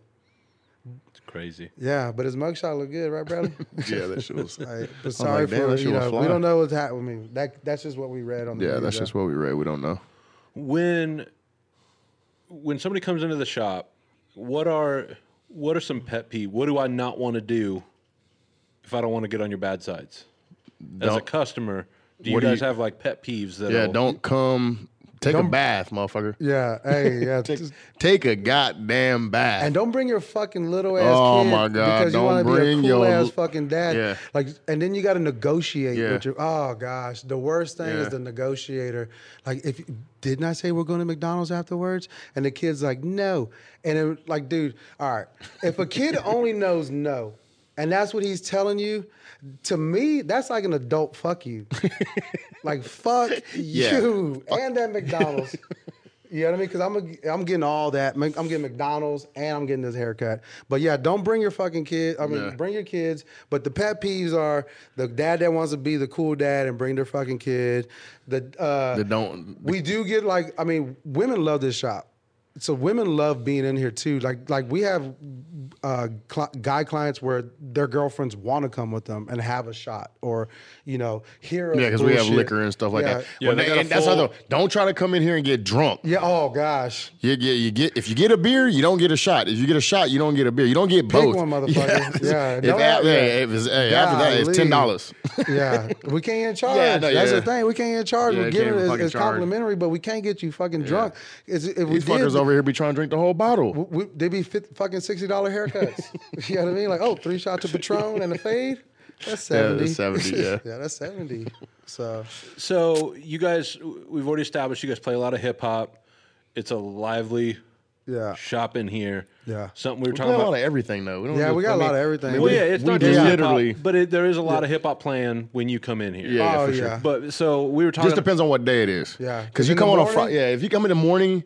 Speaker 1: It's crazy.
Speaker 3: Yeah, but his mugshot looked good,
Speaker 2: <laughs>
Speaker 3: right, Bradley?
Speaker 2: Yeah, that shit
Speaker 3: <laughs>
Speaker 2: was.
Speaker 3: All right, but sorry
Speaker 2: like, damn,
Speaker 3: for
Speaker 2: that shit
Speaker 3: you
Speaker 2: was
Speaker 3: know, we
Speaker 2: fly.
Speaker 3: don't know what's happening. I mean, that that's just what we read on the
Speaker 2: yeah,
Speaker 3: news,
Speaker 2: that's
Speaker 3: though.
Speaker 2: just what we read. We don't know.
Speaker 1: When when somebody comes into the shop, what are what are some pet peeves? What do I not want to do if I don't want to get on your bad sides? As a
Speaker 2: Don't-
Speaker 1: customer, do you
Speaker 2: What do
Speaker 1: guys
Speaker 2: you-
Speaker 1: have like pet peeves that
Speaker 2: Yeah, don't come. Take a bath, motherfucker.
Speaker 3: Yeah, hey, yeah. just-
Speaker 2: <laughs> Take a goddamn bath.
Speaker 3: And don't bring your fucking little ass
Speaker 2: Oh,
Speaker 3: kid
Speaker 2: my God,
Speaker 3: because you
Speaker 2: don't
Speaker 3: want to be a
Speaker 2: bring
Speaker 3: cool
Speaker 2: your
Speaker 3: ass
Speaker 2: l-
Speaker 3: fucking dad.
Speaker 2: Yeah.
Speaker 3: Like, and then you got to negotiate
Speaker 2: Yeah.
Speaker 3: with your. Oh gosh, the worst thing is
Speaker 2: Yeah.
Speaker 3: the negotiator. Like, if didn't I say we're going to McDonald's afterwards? And the kid's like, no. And it, like, dude, all right. If
Speaker 2: <laughs>
Speaker 3: a kid only knows no, and that's what he's telling you, to me, that's like an adult fuck you. like fuck
Speaker 2: Yeah.
Speaker 3: you and that
Speaker 2: <laughs>
Speaker 3: McDonald's. You know what I mean? Because I'm a, I'm getting all that. Mc- I'm getting McDonald's and I'm getting this haircut. But yeah, don't bring your fucking kid. I mean,
Speaker 2: Yeah.
Speaker 3: bring your kids. But the pet peeves are the dad that wants to be the cool dad and bring their fucking kid. The uh,
Speaker 2: That don't.
Speaker 3: we do get like I mean, women love this shop. So women love being in here too. Like like we have uh, cli guy clients where their girlfriends want to come with them and have a shot or you know hear.
Speaker 2: Yeah, because we have liquor and stuff like that.
Speaker 1: Yeah,
Speaker 2: When
Speaker 1: they
Speaker 2: they-
Speaker 1: got a
Speaker 2: and that's
Speaker 1: full-
Speaker 2: other. Don't try to come in here and get drunk.
Speaker 3: Yeah. Oh gosh.
Speaker 2: You get, you get. If you get a beer, you don't get a shot. If you get a shot, you don't get a beer. You don't get
Speaker 3: Pick
Speaker 2: both.
Speaker 3: one,
Speaker 2: <laughs>
Speaker 3: motherfucker. Yeah,
Speaker 2: If,
Speaker 3: don't
Speaker 2: a-
Speaker 3: have-
Speaker 2: yeah,
Speaker 3: yeah.
Speaker 2: if it's- hey, after that, it's
Speaker 3: Golly.
Speaker 2: ten dollars.
Speaker 3: yeah, we can't even
Speaker 2: <laughs>
Speaker 3: charge.
Speaker 2: Yeah, I know,
Speaker 3: That's
Speaker 2: yeah.
Speaker 3: the thing. We can't even charge.
Speaker 2: Yeah,
Speaker 3: We're
Speaker 2: you
Speaker 3: giving
Speaker 2: can't
Speaker 3: it
Speaker 2: fucking
Speaker 3: it's
Speaker 2: charge.
Speaker 3: complimentary, but we can't get you fucking drunk. It's, if we
Speaker 2: These
Speaker 3: did,
Speaker 2: fuckers over here be trying to drink the whole bottle.
Speaker 3: we, they be fit, fucking sixty dollar haircuts.
Speaker 2: <laughs>
Speaker 3: <laughs> you know what I mean? Like, oh, three shots of Patron and a fade. That's
Speaker 2: Yeah,
Speaker 3: seventy.
Speaker 2: that's
Speaker 3: <laughs>
Speaker 2: 70, yeah.
Speaker 3: yeah, that's seventy. So
Speaker 1: So you guys, we've already established you guys play a lot of hip hop. It's a lively
Speaker 3: yeah,
Speaker 1: shop in here.
Speaker 3: Yeah.
Speaker 1: something we were
Speaker 2: We
Speaker 1: talking
Speaker 2: got a lot
Speaker 1: about.
Speaker 2: of everything though. don't
Speaker 3: Yeah,
Speaker 2: do-
Speaker 3: we got
Speaker 2: I
Speaker 3: a lot
Speaker 2: mean-
Speaker 3: of everything.
Speaker 2: I mean,
Speaker 1: well,
Speaker 2: we-
Speaker 1: yeah, it's
Speaker 2: we
Speaker 1: not just
Speaker 2: literally.
Speaker 1: hip hop, but it, there is a lot of hip hop playing when you come in here.
Speaker 2: Yeah,
Speaker 3: Oh,
Speaker 2: for sure.
Speaker 3: yeah.
Speaker 1: But so we were talking.
Speaker 2: Just depends on what day it is.
Speaker 3: Yeah.
Speaker 2: because
Speaker 3: 'Cause
Speaker 2: you
Speaker 3: in the
Speaker 2: come on a
Speaker 3: morning-
Speaker 2: Friday. Yeah, if you come in the morning,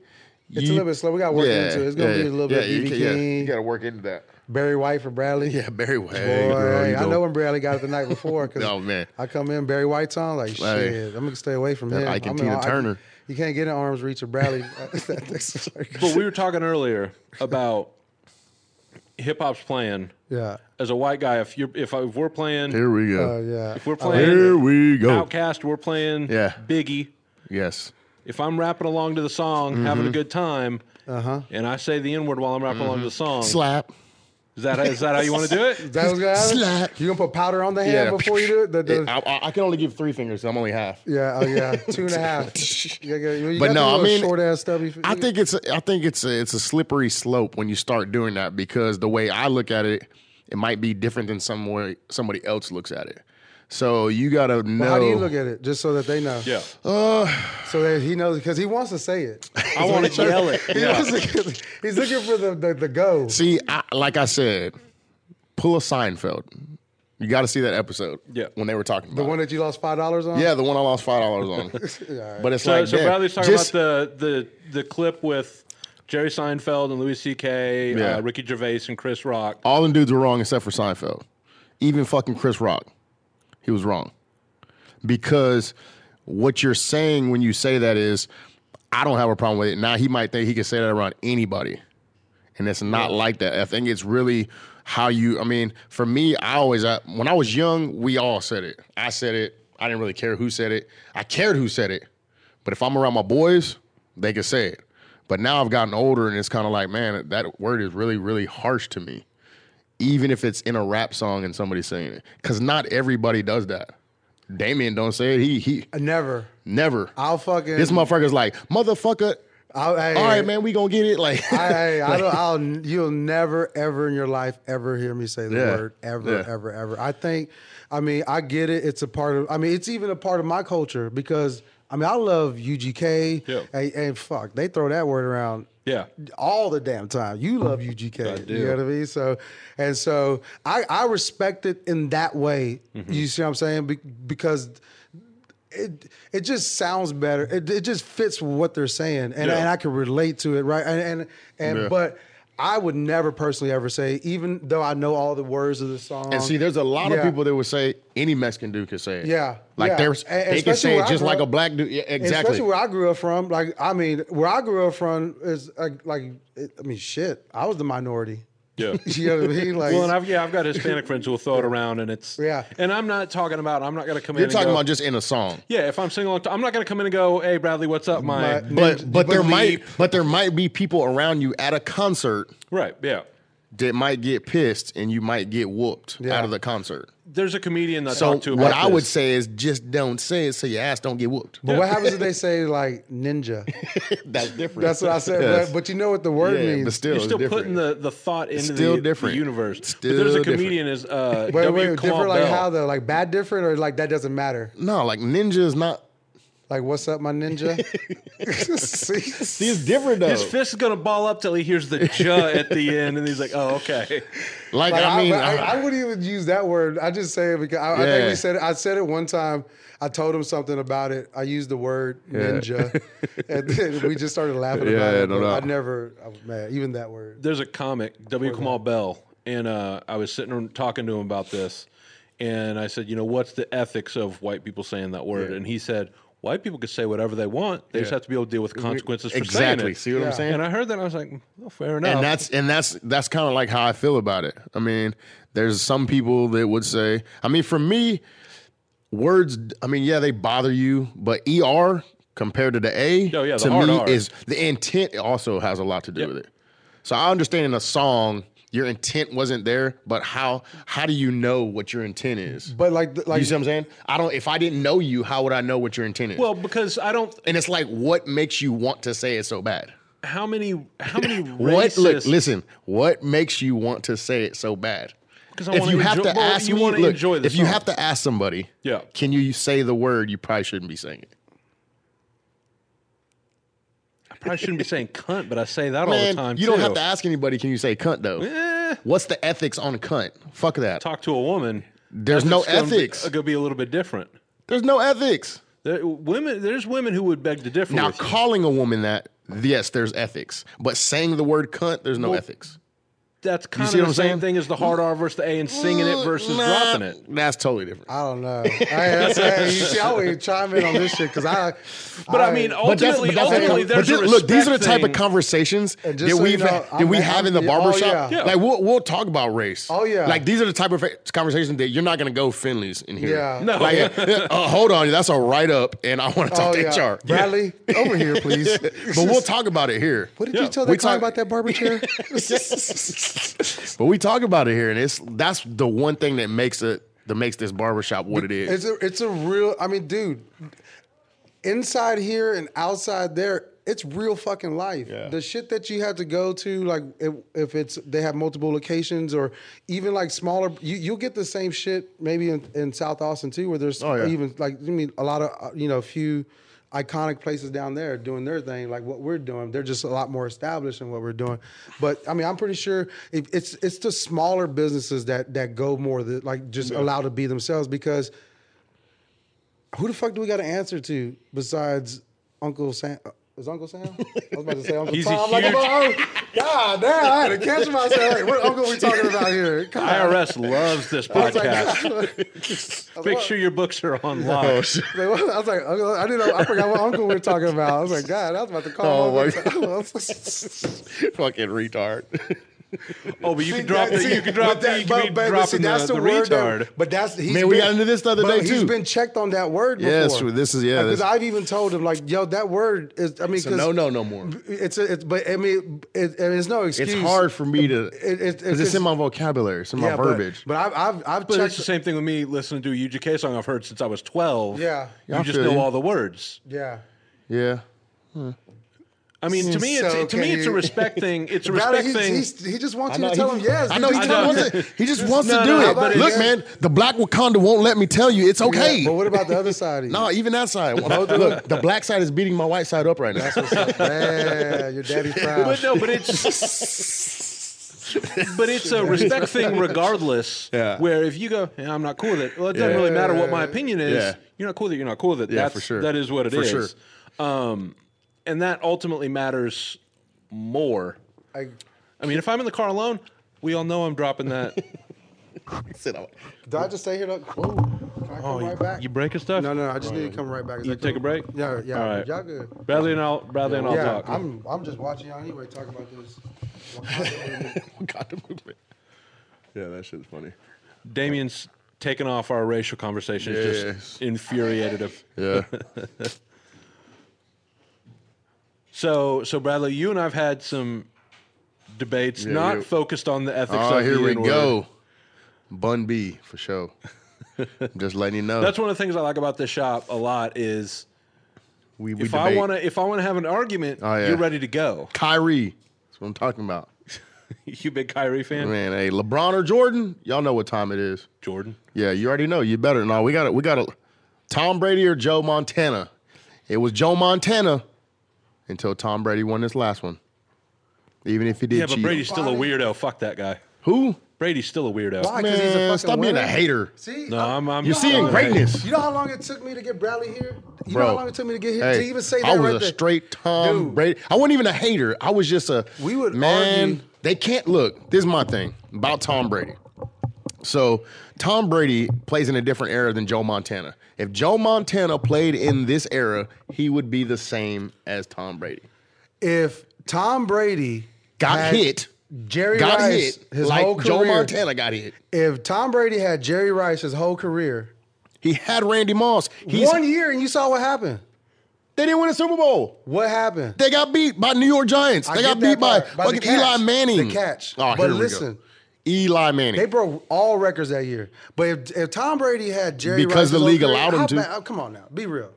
Speaker 3: It's a little bit slow. We got work into it. It's gonna be a little bit
Speaker 2: you
Speaker 3: BB
Speaker 2: ca- yeah,
Speaker 3: King.
Speaker 2: You got to work into that.
Speaker 3: Barry White for Bradley.
Speaker 2: Yeah, Barry White.
Speaker 3: <laughs> Boy,
Speaker 2: girl, you
Speaker 3: I know
Speaker 2: doing-
Speaker 3: when Bradley got it the night before. 'cause
Speaker 2: <laughs> Oh, man.
Speaker 3: I come in Barry White's on like shit.
Speaker 2: Like,
Speaker 3: I'm gonna stay away from
Speaker 2: that
Speaker 3: him.
Speaker 2: Ike and
Speaker 3: I'm
Speaker 2: Tina
Speaker 3: in- I-
Speaker 2: Turner.
Speaker 3: you can't get an arm's reach of Bradley. <laughs>
Speaker 1: But we were talking earlier about hip hop's playing.
Speaker 3: <laughs> yeah.
Speaker 1: As a white guy, if you're if, I, if we're playing,
Speaker 2: Here we
Speaker 3: Oh
Speaker 2: go.
Speaker 3: yeah.
Speaker 1: if we're
Speaker 2: Here
Speaker 1: playing
Speaker 2: we go.
Speaker 1: Outcast, we're playing
Speaker 2: Yeah.
Speaker 1: Biggie.
Speaker 2: Yes.
Speaker 1: If I'm rapping along to the
Speaker 2: Mm-hmm.
Speaker 1: song, having a good time,
Speaker 3: Uh huh.
Speaker 1: and I say the N word while I'm rapping along to the song,
Speaker 2: Uh-huh. Mm-hmm. Slap.
Speaker 1: Is that is that how you want to do
Speaker 2: <laughs>
Speaker 1: it?
Speaker 3: That was gonna happen.
Speaker 2: Slap.
Speaker 3: You gonna put powder on the hand
Speaker 2: Yeah.
Speaker 3: before you do it? The- the-
Speaker 2: It- I, I- I can only give three fingers. So I'm only half.
Speaker 3: yeah,
Speaker 2: <laughs>
Speaker 3: oh yeah, two and a half. You got- you got
Speaker 2: But no,
Speaker 3: the
Speaker 2: I
Speaker 3: little
Speaker 2: mean,
Speaker 3: short ass stubby.
Speaker 2: I think it's I think it's a, it's a slippery slope when you start doing that because the way I look at it, it might be different than some way somebody else looks at it. So you gotta know. uh,
Speaker 3: How do you look at it? Just so that they know.
Speaker 1: Yeah.
Speaker 2: Oh,
Speaker 3: So that he knows because he wants to say it.
Speaker 1: I want to yell it.
Speaker 3: He wants to- he's looking for the the, the go.
Speaker 2: See, I, like I said, pull a Seinfeld. You got to see that episode.
Speaker 1: Yeah.
Speaker 2: when they were talking about
Speaker 3: The one
Speaker 2: it.
Speaker 3: that you lost five dollars on.
Speaker 2: yeah, the one I lost five dollars
Speaker 3: <laughs>
Speaker 2: on. But it's
Speaker 1: So,
Speaker 2: like
Speaker 1: so
Speaker 2: damn,
Speaker 1: Bradley's talking
Speaker 2: just-
Speaker 1: about the, the the clip with Jerry Seinfeld and Louis C.K.,
Speaker 2: Yeah. Uh,
Speaker 1: uh, Ricky Gervais, and Chris Rock.
Speaker 2: all the dudes were wrong except for Seinfeld. Even fucking Chris Rock, he was wrong. Because what you're saying when you say that is, I don't have a problem with it. Now he might think he can say that around anybody, and it's not like that. I think it's really how you. I mean, for me, I always I, when I was young, we all said it. I said it. I didn't really care who said it. I cared who said it, but if I'm around my boys, they can say it. But now I've gotten older, and it's kind of like, man, that word is really, really harsh to me even if it's in a rap song and somebody's singing it. Because not everybody does that. Damien don't say it. He he
Speaker 3: Never.
Speaker 2: never.
Speaker 3: I'll fucking.
Speaker 2: this motherfucker's like, motherfucker,
Speaker 3: I'll, hey,
Speaker 2: all right, man, we gonna get it. Like
Speaker 3: I, I, I don't, I'll, you'll never, ever in your life ever hear me say the
Speaker 2: Yeah.
Speaker 3: word ever,
Speaker 2: Yeah.
Speaker 3: ever, ever. I think, I mean, I get it. It's a part of, I mean, it's even a part of my culture because, I mean, I love UGK.
Speaker 1: Yeah.
Speaker 3: And, and fuck, they throw that word around
Speaker 1: Yeah.
Speaker 3: all the damn time. You love UGK.
Speaker 1: I do.
Speaker 3: You know what I mean? So, and so I, I respect it in that way.
Speaker 1: Mm-hmm.
Speaker 3: You see what I'm saying? Be, because it it just sounds better. It, it just fits what they're saying, and,
Speaker 1: Yeah.
Speaker 3: and I can relate to it, right? And and, and
Speaker 2: Yeah.
Speaker 3: but I would never personally ever say, even though I know all the words of the
Speaker 2: <laughs>
Speaker 3: song.
Speaker 2: and see, there's a lot
Speaker 3: Yeah.
Speaker 2: of people that would say any Mexican dude could say it.
Speaker 3: Yeah,
Speaker 2: Like
Speaker 3: yeah.
Speaker 2: there's
Speaker 3: And-
Speaker 2: they can
Speaker 3: especially
Speaker 2: say
Speaker 3: where
Speaker 2: it
Speaker 3: I
Speaker 2: just
Speaker 3: grew
Speaker 2: like a
Speaker 3: up-
Speaker 2: black dude. Yeah,
Speaker 3: And
Speaker 2: exactly.
Speaker 3: Especially where I grew up from. Like, I mean, where I grew up from is like, like it, I mean, shit. I was the minority.
Speaker 1: Yeah.
Speaker 3: <laughs> You know what
Speaker 1: <laughs>
Speaker 3: I mean? Like,
Speaker 1: Well, and I've yeah, I've got
Speaker 2: <laughs>
Speaker 1: Hispanic friends who will throw it around, and it's
Speaker 3: Yeah.
Speaker 1: And I'm not talking about I'm not going to come in.
Speaker 2: You're
Speaker 1: and
Speaker 2: talking
Speaker 1: go-
Speaker 2: about just in a song.
Speaker 1: yeah. If I'm singing along, to- I'm not going to come in and go, "Hey, Bradley, what's up, my,
Speaker 3: My-
Speaker 2: But but there might
Speaker 1: leap.
Speaker 2: but there might be people around you at a concert
Speaker 1: right?" Yeah.
Speaker 2: that might get pissed and you might get whooped
Speaker 3: Yeah.
Speaker 2: out of the concert.
Speaker 1: There's a comedian that I
Speaker 2: So
Speaker 1: talked to.
Speaker 2: what
Speaker 1: about
Speaker 2: I would
Speaker 1: this.
Speaker 2: say is just don't say it so your ass don't get whooped.
Speaker 3: but what happens if they say like ninja?
Speaker 2: <laughs> That's different.
Speaker 3: That's what I said.
Speaker 2: Yes.
Speaker 3: But, but you know what the word
Speaker 2: yeah,
Speaker 3: means.
Speaker 2: but still,
Speaker 1: You're
Speaker 2: it's
Speaker 1: still
Speaker 2: different.
Speaker 1: putting the, the thought into
Speaker 2: still
Speaker 1: the,
Speaker 2: different.
Speaker 1: the universe.
Speaker 2: Still
Speaker 1: but there's a
Speaker 2: different.
Speaker 1: comedian is uh,
Speaker 3: Wait,
Speaker 1: W. Kamal
Speaker 3: wait, different like
Speaker 1: Bell.
Speaker 3: how though? Like bad different or like that doesn't matter?
Speaker 2: no, like ninja is not.
Speaker 3: Like what's up,
Speaker 2: <laughs>
Speaker 3: my ninja?
Speaker 2: See,
Speaker 3: See?
Speaker 2: it's different though.
Speaker 1: his fist is gonna ball up till he hears
Speaker 2: <laughs>
Speaker 1: the "ja" at the end, and he's like, "Oh, okay."
Speaker 2: like,
Speaker 3: Like,
Speaker 2: I mean, I,
Speaker 3: I, wouldn't even use that word. I just say it because I, I think
Speaker 2: Yeah.
Speaker 3: we said it. I said it one time. I told him something about it. I used the word
Speaker 2: <laughs>
Speaker 3: ninja, and then we just started laughing about
Speaker 2: Yeah,
Speaker 3: it.
Speaker 2: no
Speaker 3: but I
Speaker 2: doubt.
Speaker 3: never, I was mad, even that word.
Speaker 1: there's a comic W. Kamal Bell, and uh, I was sitting and talking to him about this, and I said, you know, what's the ethics of white people saying that word? And he said, white people can say whatever they want. They just have to be able to deal with the consequences for
Speaker 2: exactly. See
Speaker 1: saying
Speaker 2: what
Speaker 3: Yeah.
Speaker 2: I'm
Speaker 1: it.
Speaker 2: saying?
Speaker 1: And I heard that, and I was like, well, fair enough.
Speaker 2: and that's and that's that's kind of like how I feel about it. I mean, there's some people that would say, I mean, for me, words. I mean, yeah, they bother you, but er compared to the a,
Speaker 1: Oh, yeah, the
Speaker 2: to
Speaker 1: hard
Speaker 2: me
Speaker 1: R.
Speaker 2: is the intent also has a lot to do
Speaker 1: Yep.
Speaker 2: with it. So I understand in a song, your intent wasn't there, but how how do you know what your intent is?
Speaker 3: But like, like
Speaker 2: you see what I'm saying? I don't. If I didn't know you, how would I know what your intent is?
Speaker 1: well, because I don't.
Speaker 2: and it's like, what makes you want to say it so bad?
Speaker 1: How many? How many?
Speaker 2: <laughs> What?
Speaker 1: racist,
Speaker 2: Look, listen. What makes you want to say it so bad?
Speaker 1: 'Cause I wanna enjoy- well, you wanna enjoy the
Speaker 2: if you
Speaker 1: song.
Speaker 2: have to ask somebody,
Speaker 1: Yeah.
Speaker 2: can you say the word? You probably shouldn't be saying it.
Speaker 1: I probably shouldn't be saying "cunt," but I say that all the
Speaker 2: Man,
Speaker 1: time.
Speaker 2: you don't
Speaker 1: too.
Speaker 2: have to ask anybody. Can you say cunt though?
Speaker 1: Eh,
Speaker 2: What's the ethics on cunt? Fuck that.
Speaker 1: talk to a woman.
Speaker 2: There's no
Speaker 1: it's gonna be- uh,
Speaker 2: ethics.
Speaker 1: Gonna be a little bit different.
Speaker 2: There's no ethics.
Speaker 1: There, women, there's women who would beg to differ.
Speaker 2: Now,
Speaker 1: with you.
Speaker 2: calling a woman that, yes, there's ethics. But saying the word cunt, there's no ethics.
Speaker 1: that's kind of
Speaker 2: see
Speaker 1: the
Speaker 2: what I'm
Speaker 1: same
Speaker 2: saying?
Speaker 1: thing as the hard R versus the A and singing it versus
Speaker 2: Nah,
Speaker 1: dropping it.
Speaker 2: That's totally different.
Speaker 3: I don't know. Hey, that's, hey, you see, I always chime in on this shit because I.
Speaker 1: But I mean, oh, ultimately, ultimately,
Speaker 2: but
Speaker 1: there's
Speaker 2: this-
Speaker 1: a
Speaker 2: look. These are the
Speaker 1: respect
Speaker 2: type of
Speaker 1: thing.
Speaker 2: conversations that
Speaker 3: And just so
Speaker 2: we've
Speaker 3: you know,
Speaker 2: that
Speaker 3: I'm-
Speaker 2: we have in the
Speaker 3: I'm-
Speaker 2: barbershop.
Speaker 3: oh, yeah.
Speaker 2: Like we'll we'll talk about race.
Speaker 3: Oh, yeah.
Speaker 2: Like these are the type of fa- conversations that you're not gonna go Finley's in here.
Speaker 3: Yeah.
Speaker 1: No.
Speaker 2: Like, <laughs> uh, hold on, that's a write up, and I want to talk
Speaker 3: Oh,
Speaker 2: to
Speaker 3: yeah.
Speaker 2: HR.
Speaker 3: Bradley,
Speaker 2: <laughs>
Speaker 3: over here, please.
Speaker 2: But we'll talk about it here.
Speaker 3: What did you tell
Speaker 2: We
Speaker 3: that
Speaker 2: <laughs>
Speaker 3: guy <laughs>
Speaker 2: talk-
Speaker 3: about that barber chair?
Speaker 2: but we talk about it here, and it's that's the one thing that makes it that makes this barbershop what it is. <laughs>
Speaker 3: It's a it's a real. I mean, dude, inside here and outside there, it's real fucking life.
Speaker 2: Yeah.
Speaker 3: The shit that you have to go to, like if, if it's they have multiple locations or even like smaller, you you'll get the same shit maybe in, in South Austin too, where there's
Speaker 2: Oh, yeah.
Speaker 3: even like I mean a lot of uh, you know a few iconic places down there doing their thing like what we're doing they're just a lot more established in what we're doing but i mean i'm pretty sure it, it's it's the smaller businesses that that go more the, like just allowed to be themselves because who the fuck do we got to answer to besides Uncle Sam? Is Uncle Sam? I was about to say Uncle
Speaker 1: He's a
Speaker 3: Tom. like,
Speaker 1: huge-
Speaker 3: oh, God damn, I had to catch myself. Like, what uncle we talking about here? Come on.
Speaker 1: IRS loves this
Speaker 3: <laughs> I was like, <laughs>
Speaker 1: podcast. Make sure your books are
Speaker 2: <laughs> Oh,
Speaker 1: online.
Speaker 3: I was like, uncle, I didn't know. I forgot what uncle we are talking about. I was like, God, I was about to call. <laughs>
Speaker 2: Oh,
Speaker 3: him. <laughs>
Speaker 2: Fucking retard. <laughs>
Speaker 1: Oh, but you can drop the you can drop the you can be dropping the, the
Speaker 3: word
Speaker 1: retard.
Speaker 3: That, but that's he's
Speaker 2: Man, we
Speaker 3: been-
Speaker 2: got into this the other
Speaker 3: but
Speaker 2: day,
Speaker 3: He's
Speaker 2: too.
Speaker 3: been checked on that word.
Speaker 2: Yes,
Speaker 3: before.
Speaker 2: this is- yeah,
Speaker 3: Because
Speaker 2: this-
Speaker 3: I've even told him like, yo, that word is. I mean,
Speaker 2: So
Speaker 3: 'cause
Speaker 2: no, no, no more.
Speaker 3: It's a, it's but I mean, it, I mean, it's no excuse.
Speaker 2: It's hard for me to
Speaker 3: it- it-
Speaker 2: because it's in my vocabulary, it's in my
Speaker 3: Yeah, but-
Speaker 2: verbiage.
Speaker 3: But, I've I've I've
Speaker 1: But it's
Speaker 3: checked.
Speaker 1: the same thing with me listening to a UGK song I've heard since I was 12.
Speaker 3: Yeah.
Speaker 1: You
Speaker 2: Yeah, I
Speaker 1: just
Speaker 2: feel
Speaker 1: know
Speaker 2: you.
Speaker 1: all the words.
Speaker 3: yeah.
Speaker 2: yeah.
Speaker 1: I mean, to me, it's,
Speaker 3: So
Speaker 1: to me,
Speaker 3: can
Speaker 1: it's a
Speaker 3: you-
Speaker 1: respect thing. It's a
Speaker 3: <laughs> Now
Speaker 1: respect
Speaker 3: he's,
Speaker 1: thing.
Speaker 3: he's, he just wants
Speaker 2: I
Speaker 3: you
Speaker 2: know,
Speaker 3: to
Speaker 2: he
Speaker 3: tell
Speaker 2: just-
Speaker 3: him yes.
Speaker 2: I know
Speaker 3: dude,
Speaker 2: he
Speaker 1: I
Speaker 2: just
Speaker 1: know.
Speaker 2: wants it. He just wants
Speaker 1: no,
Speaker 2: to do
Speaker 1: no,
Speaker 2: it.
Speaker 1: but it
Speaker 2: Look,
Speaker 1: is-
Speaker 2: man, the black Wakanda won't let me tell you. It's okay.
Speaker 3: But what about the other side
Speaker 1: <laughs>
Speaker 3: of you?
Speaker 2: no, even that side. Look, the black side is beating my white side up right now. <laughs>
Speaker 3: yeah,
Speaker 1: <laughs>
Speaker 3: your daddy proud.
Speaker 1: But no, but it's but it's a respect thing regardless.
Speaker 2: Yeah.
Speaker 1: Where if you go, "Yeah, I'm not cool with it. Well, it doesn't
Speaker 2: Yeah.
Speaker 1: really matter what my opinion is.
Speaker 2: Yeah.
Speaker 1: You're not cool with it. You're not cool with it.
Speaker 2: Yeah,
Speaker 1: That's,
Speaker 2: for sure.
Speaker 1: That is what it
Speaker 2: For
Speaker 1: is.
Speaker 2: sure.
Speaker 1: Um, and that ultimately matters more.
Speaker 3: Like,
Speaker 1: I mean, if I'm in the car alone, we all know I'm dropping that.
Speaker 3: do I just stay here? Look, oh, can I come
Speaker 1: you,
Speaker 3: right back?
Speaker 1: you breaking stuff?
Speaker 3: no, no, I just need to come right back. Is
Speaker 1: You
Speaker 3: that
Speaker 1: take a
Speaker 3: cool?
Speaker 1: break.
Speaker 3: Yeah, yeah.
Speaker 1: All right.
Speaker 3: Y'all good?
Speaker 1: Bradley and I'll Bradley and I'll
Speaker 3: yeah,
Speaker 1: talk.
Speaker 3: I'm I'm just watching y'all anyway. Talk about this.
Speaker 1: <laughs>
Speaker 2: Wakanda movement. Yeah, that shit's funny.
Speaker 1: Damien's taken off our racial conversation. It's
Speaker 2: Yes.
Speaker 1: just infuriated him.
Speaker 2: <laughs> Yeah.
Speaker 1: So, so Bradley, you and I've had some debates,
Speaker 2: Yeah,
Speaker 1: not
Speaker 2: we-
Speaker 1: focused on the ethics.
Speaker 2: oh,
Speaker 1: of
Speaker 2: here
Speaker 1: the
Speaker 2: we
Speaker 1: N-word.
Speaker 2: go. Bun B for <laughs> sure. just letting you know.
Speaker 1: That's one of the things I like about this shop a lot is
Speaker 2: we, we
Speaker 1: if I want to if I want to have an argument,
Speaker 2: Oh, yeah.
Speaker 1: you're ready to go. <laughs>
Speaker 2: Kyrie. That's what I'm talking about.
Speaker 1: you big Kyrie fan,
Speaker 2: Man, hey, LeBron or Jordan, y'all know what time it is.
Speaker 1: Jordan.
Speaker 2: Yeah, you already know. You better know. We got it. We got it. Tom Brady or Joe Montana. It was Joe Montana until Tom Brady won this last one. Even if he did
Speaker 1: Yeah, but
Speaker 2: cheat.
Speaker 1: Brady's still a weerdo. Fuck that guy.
Speaker 2: Who?
Speaker 1: Brady's still a weirdo.
Speaker 3: Why? 'Cause he's a
Speaker 2: Man,
Speaker 3: fucking
Speaker 2: stop being a
Speaker 3: winner.
Speaker 2: hater.
Speaker 3: See,
Speaker 1: No, I'm. I'm
Speaker 2: You're seeing
Speaker 1: I'm-
Speaker 2: greatness.
Speaker 3: You know how long it took me to get Bradley here? You know
Speaker 2: Bro.
Speaker 3: how long it took me to get here
Speaker 2: Hey,
Speaker 3: to even say that
Speaker 2: I was
Speaker 3: right
Speaker 2: a
Speaker 3: there?
Speaker 2: straight Tom
Speaker 3: Dude.
Speaker 2: Brady. I wasn't even a hater. I was just a
Speaker 3: We would
Speaker 2: man.
Speaker 3: argue-
Speaker 2: They can't look. This is my thing about Tom Brady. So Tom Brady plays in a different era than Joe Montana. If Joe Montana played in this era, he would be the same as Tom Brady.
Speaker 3: If Tom Brady
Speaker 2: Got
Speaker 3: had
Speaker 2: hit.
Speaker 3: Jerry
Speaker 2: got
Speaker 3: Rice,
Speaker 2: hit
Speaker 3: his
Speaker 2: like
Speaker 3: whole
Speaker 2: Joe
Speaker 3: career.
Speaker 2: Montana got hit.
Speaker 3: If Tom Brady had Jerry Rice his whole career,
Speaker 2: He had Randy Moss. He's,
Speaker 3: one year and you saw what happened.
Speaker 2: they didn't win a Super Bowl.
Speaker 3: What happened?
Speaker 2: They got beat by New York Giants.
Speaker 3: I
Speaker 2: They got
Speaker 3: get that
Speaker 2: beat by,
Speaker 3: part, by the
Speaker 2: fucking
Speaker 3: catch,
Speaker 2: Eli Manning.
Speaker 3: the catch.
Speaker 2: Oh,
Speaker 3: But
Speaker 2: here we
Speaker 3: listen.
Speaker 2: go. Eli Manning.
Speaker 3: They broke all records that year. But if, if Tom Brady had Jerry
Speaker 2: Because
Speaker 3: Rice
Speaker 2: the
Speaker 3: his whole
Speaker 2: league
Speaker 3: career,
Speaker 2: allowed him
Speaker 3: how
Speaker 2: to.
Speaker 3: bad- oh, come on now, be real.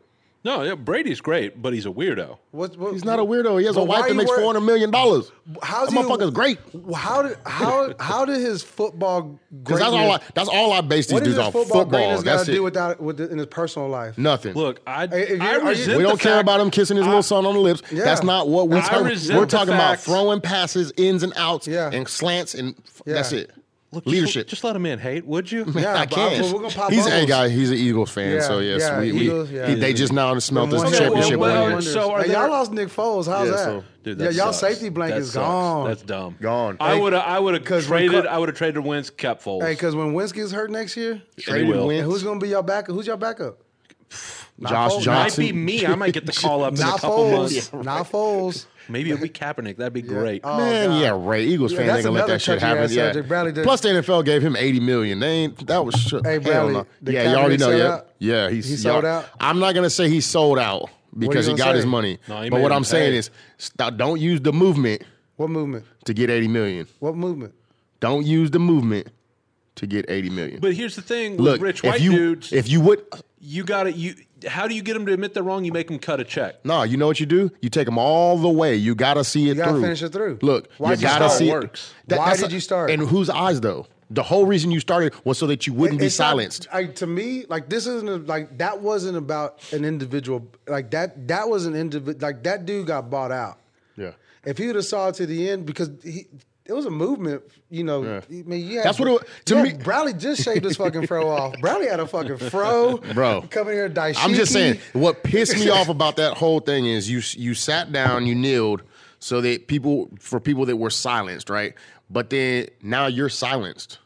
Speaker 1: No, yeah, Brady's great, but he's a weirdo.
Speaker 3: What, what,
Speaker 2: He's not a weirdo. He has a
Speaker 3: But why
Speaker 2: wife that
Speaker 3: you
Speaker 2: makes
Speaker 3: wor-
Speaker 2: four hundred million dollars.
Speaker 3: How's
Speaker 2: That
Speaker 3: he-
Speaker 2: motherfucker's great.
Speaker 3: How did how how did
Speaker 2: <laughs>
Speaker 3: his football
Speaker 2: Because
Speaker 3: greatness?
Speaker 2: that's all. I, that's all I base these
Speaker 3: what does
Speaker 2: dudes
Speaker 3: his
Speaker 2: on.
Speaker 3: football,
Speaker 2: Football.
Speaker 3: greatness got
Speaker 2: That's
Speaker 3: to
Speaker 2: it.
Speaker 3: do with that with the, in his personal life?
Speaker 2: Nothing.
Speaker 1: Look, I
Speaker 3: Hey, if
Speaker 1: I
Speaker 3: you're- are you-
Speaker 1: resent
Speaker 2: we
Speaker 1: the
Speaker 2: don't care
Speaker 1: fact-
Speaker 2: about him kissing his little son on the lips.
Speaker 3: Yeah.
Speaker 2: That's not what
Speaker 1: I
Speaker 2: we're talking.
Speaker 1: resent
Speaker 2: We're
Speaker 1: the
Speaker 2: talking about
Speaker 1: fact-
Speaker 2: throwing passes, ins and outs,
Speaker 3: Yeah.
Speaker 2: and slants, and f-
Speaker 3: Yeah.
Speaker 2: that's it.
Speaker 1: Look, just-
Speaker 2: Leadership.
Speaker 1: Just, let him in. Hate, would you?
Speaker 2: <laughs>
Speaker 3: Yeah,
Speaker 2: I
Speaker 3: but
Speaker 2: can't.
Speaker 3: well, we're gonna pop
Speaker 2: he's a
Speaker 3: bubbles.
Speaker 2: guy. He's an Eagles fan.
Speaker 3: Yeah,
Speaker 2: so yes,
Speaker 3: yeah,
Speaker 2: we, we
Speaker 3: Eagles, yeah.
Speaker 2: he- they just now smelled this
Speaker 3: One hit
Speaker 2: championship.
Speaker 1: well,
Speaker 2: winner.
Speaker 3: wonders.
Speaker 1: so are
Speaker 3: Hey,
Speaker 1: there-
Speaker 3: y'all lost Nick Foles. How's
Speaker 2: Yeah,
Speaker 3: that?
Speaker 2: so-
Speaker 1: Dude,
Speaker 3: yeah,
Speaker 1: that
Speaker 3: y'all
Speaker 1: sucks.
Speaker 3: safety
Speaker 1: That
Speaker 3: blanket's
Speaker 1: sucks.
Speaker 3: gone.
Speaker 1: That's dumb.
Speaker 2: Gone.
Speaker 1: I would. I would have
Speaker 3: 'cause when
Speaker 1: traded.
Speaker 3: Cl-
Speaker 1: I would have traded wins, kept Foles.
Speaker 3: hey, because when Winsky's hurt next year,
Speaker 2: Traded
Speaker 1: will.
Speaker 2: Wentz,
Speaker 3: and who's gonna be your backup? Who's your backup? Not
Speaker 2: Josh
Speaker 3: Foles.
Speaker 1: might
Speaker 2: Johnson.
Speaker 1: be me. I might get
Speaker 2: <laughs>
Speaker 1: the call up in a
Speaker 3: Not
Speaker 1: couple
Speaker 3: Foles.
Speaker 1: months.
Speaker 3: Not Foles.
Speaker 1: Maybe it'll be Kaepernick. That'd be great.
Speaker 3: Oh,
Speaker 2: Man,
Speaker 3: God.
Speaker 2: yeah, right. Eagles
Speaker 3: Yeah,
Speaker 2: fan
Speaker 3: that's
Speaker 2: ain't gonna let
Speaker 3: another
Speaker 2: that shit
Speaker 3: touchy-ass
Speaker 2: happen. Yeah.
Speaker 3: subject. Bradley did-
Speaker 2: Plus, the NFL gave him eighty million. They ain't that was shit.
Speaker 3: Hey, Bradley, did
Speaker 2: yeah, you already
Speaker 3: Kaepernick
Speaker 2: know.
Speaker 3: sell
Speaker 2: Yeah,
Speaker 3: out?
Speaker 2: yeah, he's,
Speaker 3: He sold
Speaker 2: y'all-
Speaker 3: out?
Speaker 2: I'm not gonna say he sold out because he
Speaker 3: gonna
Speaker 2: got his
Speaker 3: say?
Speaker 2: money.
Speaker 1: No, he
Speaker 2: but
Speaker 1: made
Speaker 2: what
Speaker 1: him
Speaker 2: I'm saying
Speaker 1: pay.
Speaker 2: is, stop, don't use the movement
Speaker 3: What movement?
Speaker 2: to get eighty million.
Speaker 3: What movement?
Speaker 2: Don't use the movement to get 80 million.
Speaker 1: But here's the thing: with
Speaker 2: Look,
Speaker 1: rich
Speaker 2: if
Speaker 1: white
Speaker 2: you
Speaker 1: dudes,
Speaker 2: if you would
Speaker 1: you got to You how do you get them to admit they're wrong? You make them cut a check.
Speaker 2: no, you know what you do? You take them all the way. You gotta see it
Speaker 3: You gotta
Speaker 2: through.
Speaker 3: finish it through.
Speaker 2: Look,
Speaker 3: Why'd
Speaker 2: you
Speaker 3: you
Speaker 2: gotta
Speaker 3: start?
Speaker 2: see
Speaker 1: Works.
Speaker 2: It.
Speaker 3: Why
Speaker 2: that's
Speaker 3: did you start?
Speaker 2: In whose eyes though? The whole reason you started was so that you wouldn't be
Speaker 3: It's not-
Speaker 2: silenced.
Speaker 3: like to me, like this isn't a, like that wasn't about an individual. Like that that was an individual. Like that dude got bought out.
Speaker 2: yeah.
Speaker 3: If he would have saw it to the end, because he, it was a movement, you know. I mean, you had,
Speaker 2: That's what it wa- to
Speaker 3: you
Speaker 2: me-
Speaker 3: had- Bradley just shaved his
Speaker 2: <laughs>
Speaker 3: fucking fro off. Bradley had a fucking fro,
Speaker 2: Bro.
Speaker 3: Coming here, daishiki.
Speaker 2: I'm just saying what pissed
Speaker 3: <laughs>
Speaker 2: me off about that whole thing is you you sat down, you kneeled so that people for people that were silenced, right? But then now you're silenced.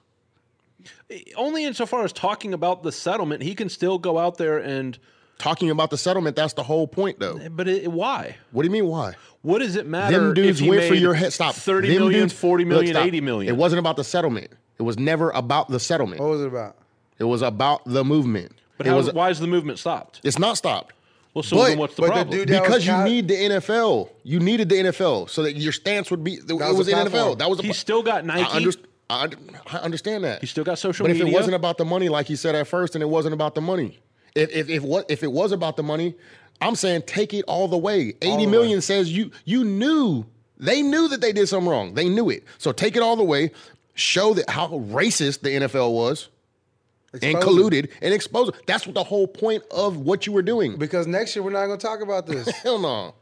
Speaker 1: Only insofar as talking about the settlement, he can still go out there and.
Speaker 2: Talking about the settlement, that's the whole point though.
Speaker 1: But it, why?
Speaker 2: What do you mean why?
Speaker 1: What does it matter?
Speaker 2: Them dudes
Speaker 1: if he
Speaker 2: went for
Speaker 1: made
Speaker 2: your head. Stop.
Speaker 1: 30
Speaker 2: Them
Speaker 1: million,
Speaker 2: dudes-
Speaker 1: 40
Speaker 2: Look,
Speaker 1: million,
Speaker 2: stop.
Speaker 1: 80 million. Oh.
Speaker 2: It wasn't about the settlement. It was never about the settlement.
Speaker 3: what was it about?
Speaker 2: It was about the movement.
Speaker 1: but
Speaker 2: it
Speaker 1: how,
Speaker 2: was.
Speaker 1: why is the movement stopped?
Speaker 2: It's not stopped
Speaker 1: Well, so
Speaker 2: But-
Speaker 1: then what's the
Speaker 3: but the
Speaker 1: problem?
Speaker 3: dude that
Speaker 2: because
Speaker 3: was
Speaker 2: you
Speaker 3: Ky-
Speaker 2: need the NFL. You needed the NFL so that your stance would be. it
Speaker 3: was
Speaker 2: was
Speaker 3: the
Speaker 2: in
Speaker 3: platform.
Speaker 2: NFL. That was. the
Speaker 1: He
Speaker 2: pla-
Speaker 1: still got
Speaker 2: I,
Speaker 1: Nike.
Speaker 2: underst- I, under- I understand that.
Speaker 1: He still got social
Speaker 2: But if
Speaker 1: media.
Speaker 2: it wasn't about the money, like he said at first, and it wasn't about the money, if if if what if it was about the money, I'm saying take it all the way. Eighty million says you you knew they knew that they did something wrong. They knew it. So take it all the way. Show that how racist the NFL was and
Speaker 3: Exposure.
Speaker 2: colluded and exposed. That's what the whole point of what you were doing.
Speaker 3: Because next year we're not gonna talk about this.
Speaker 2: Hell no.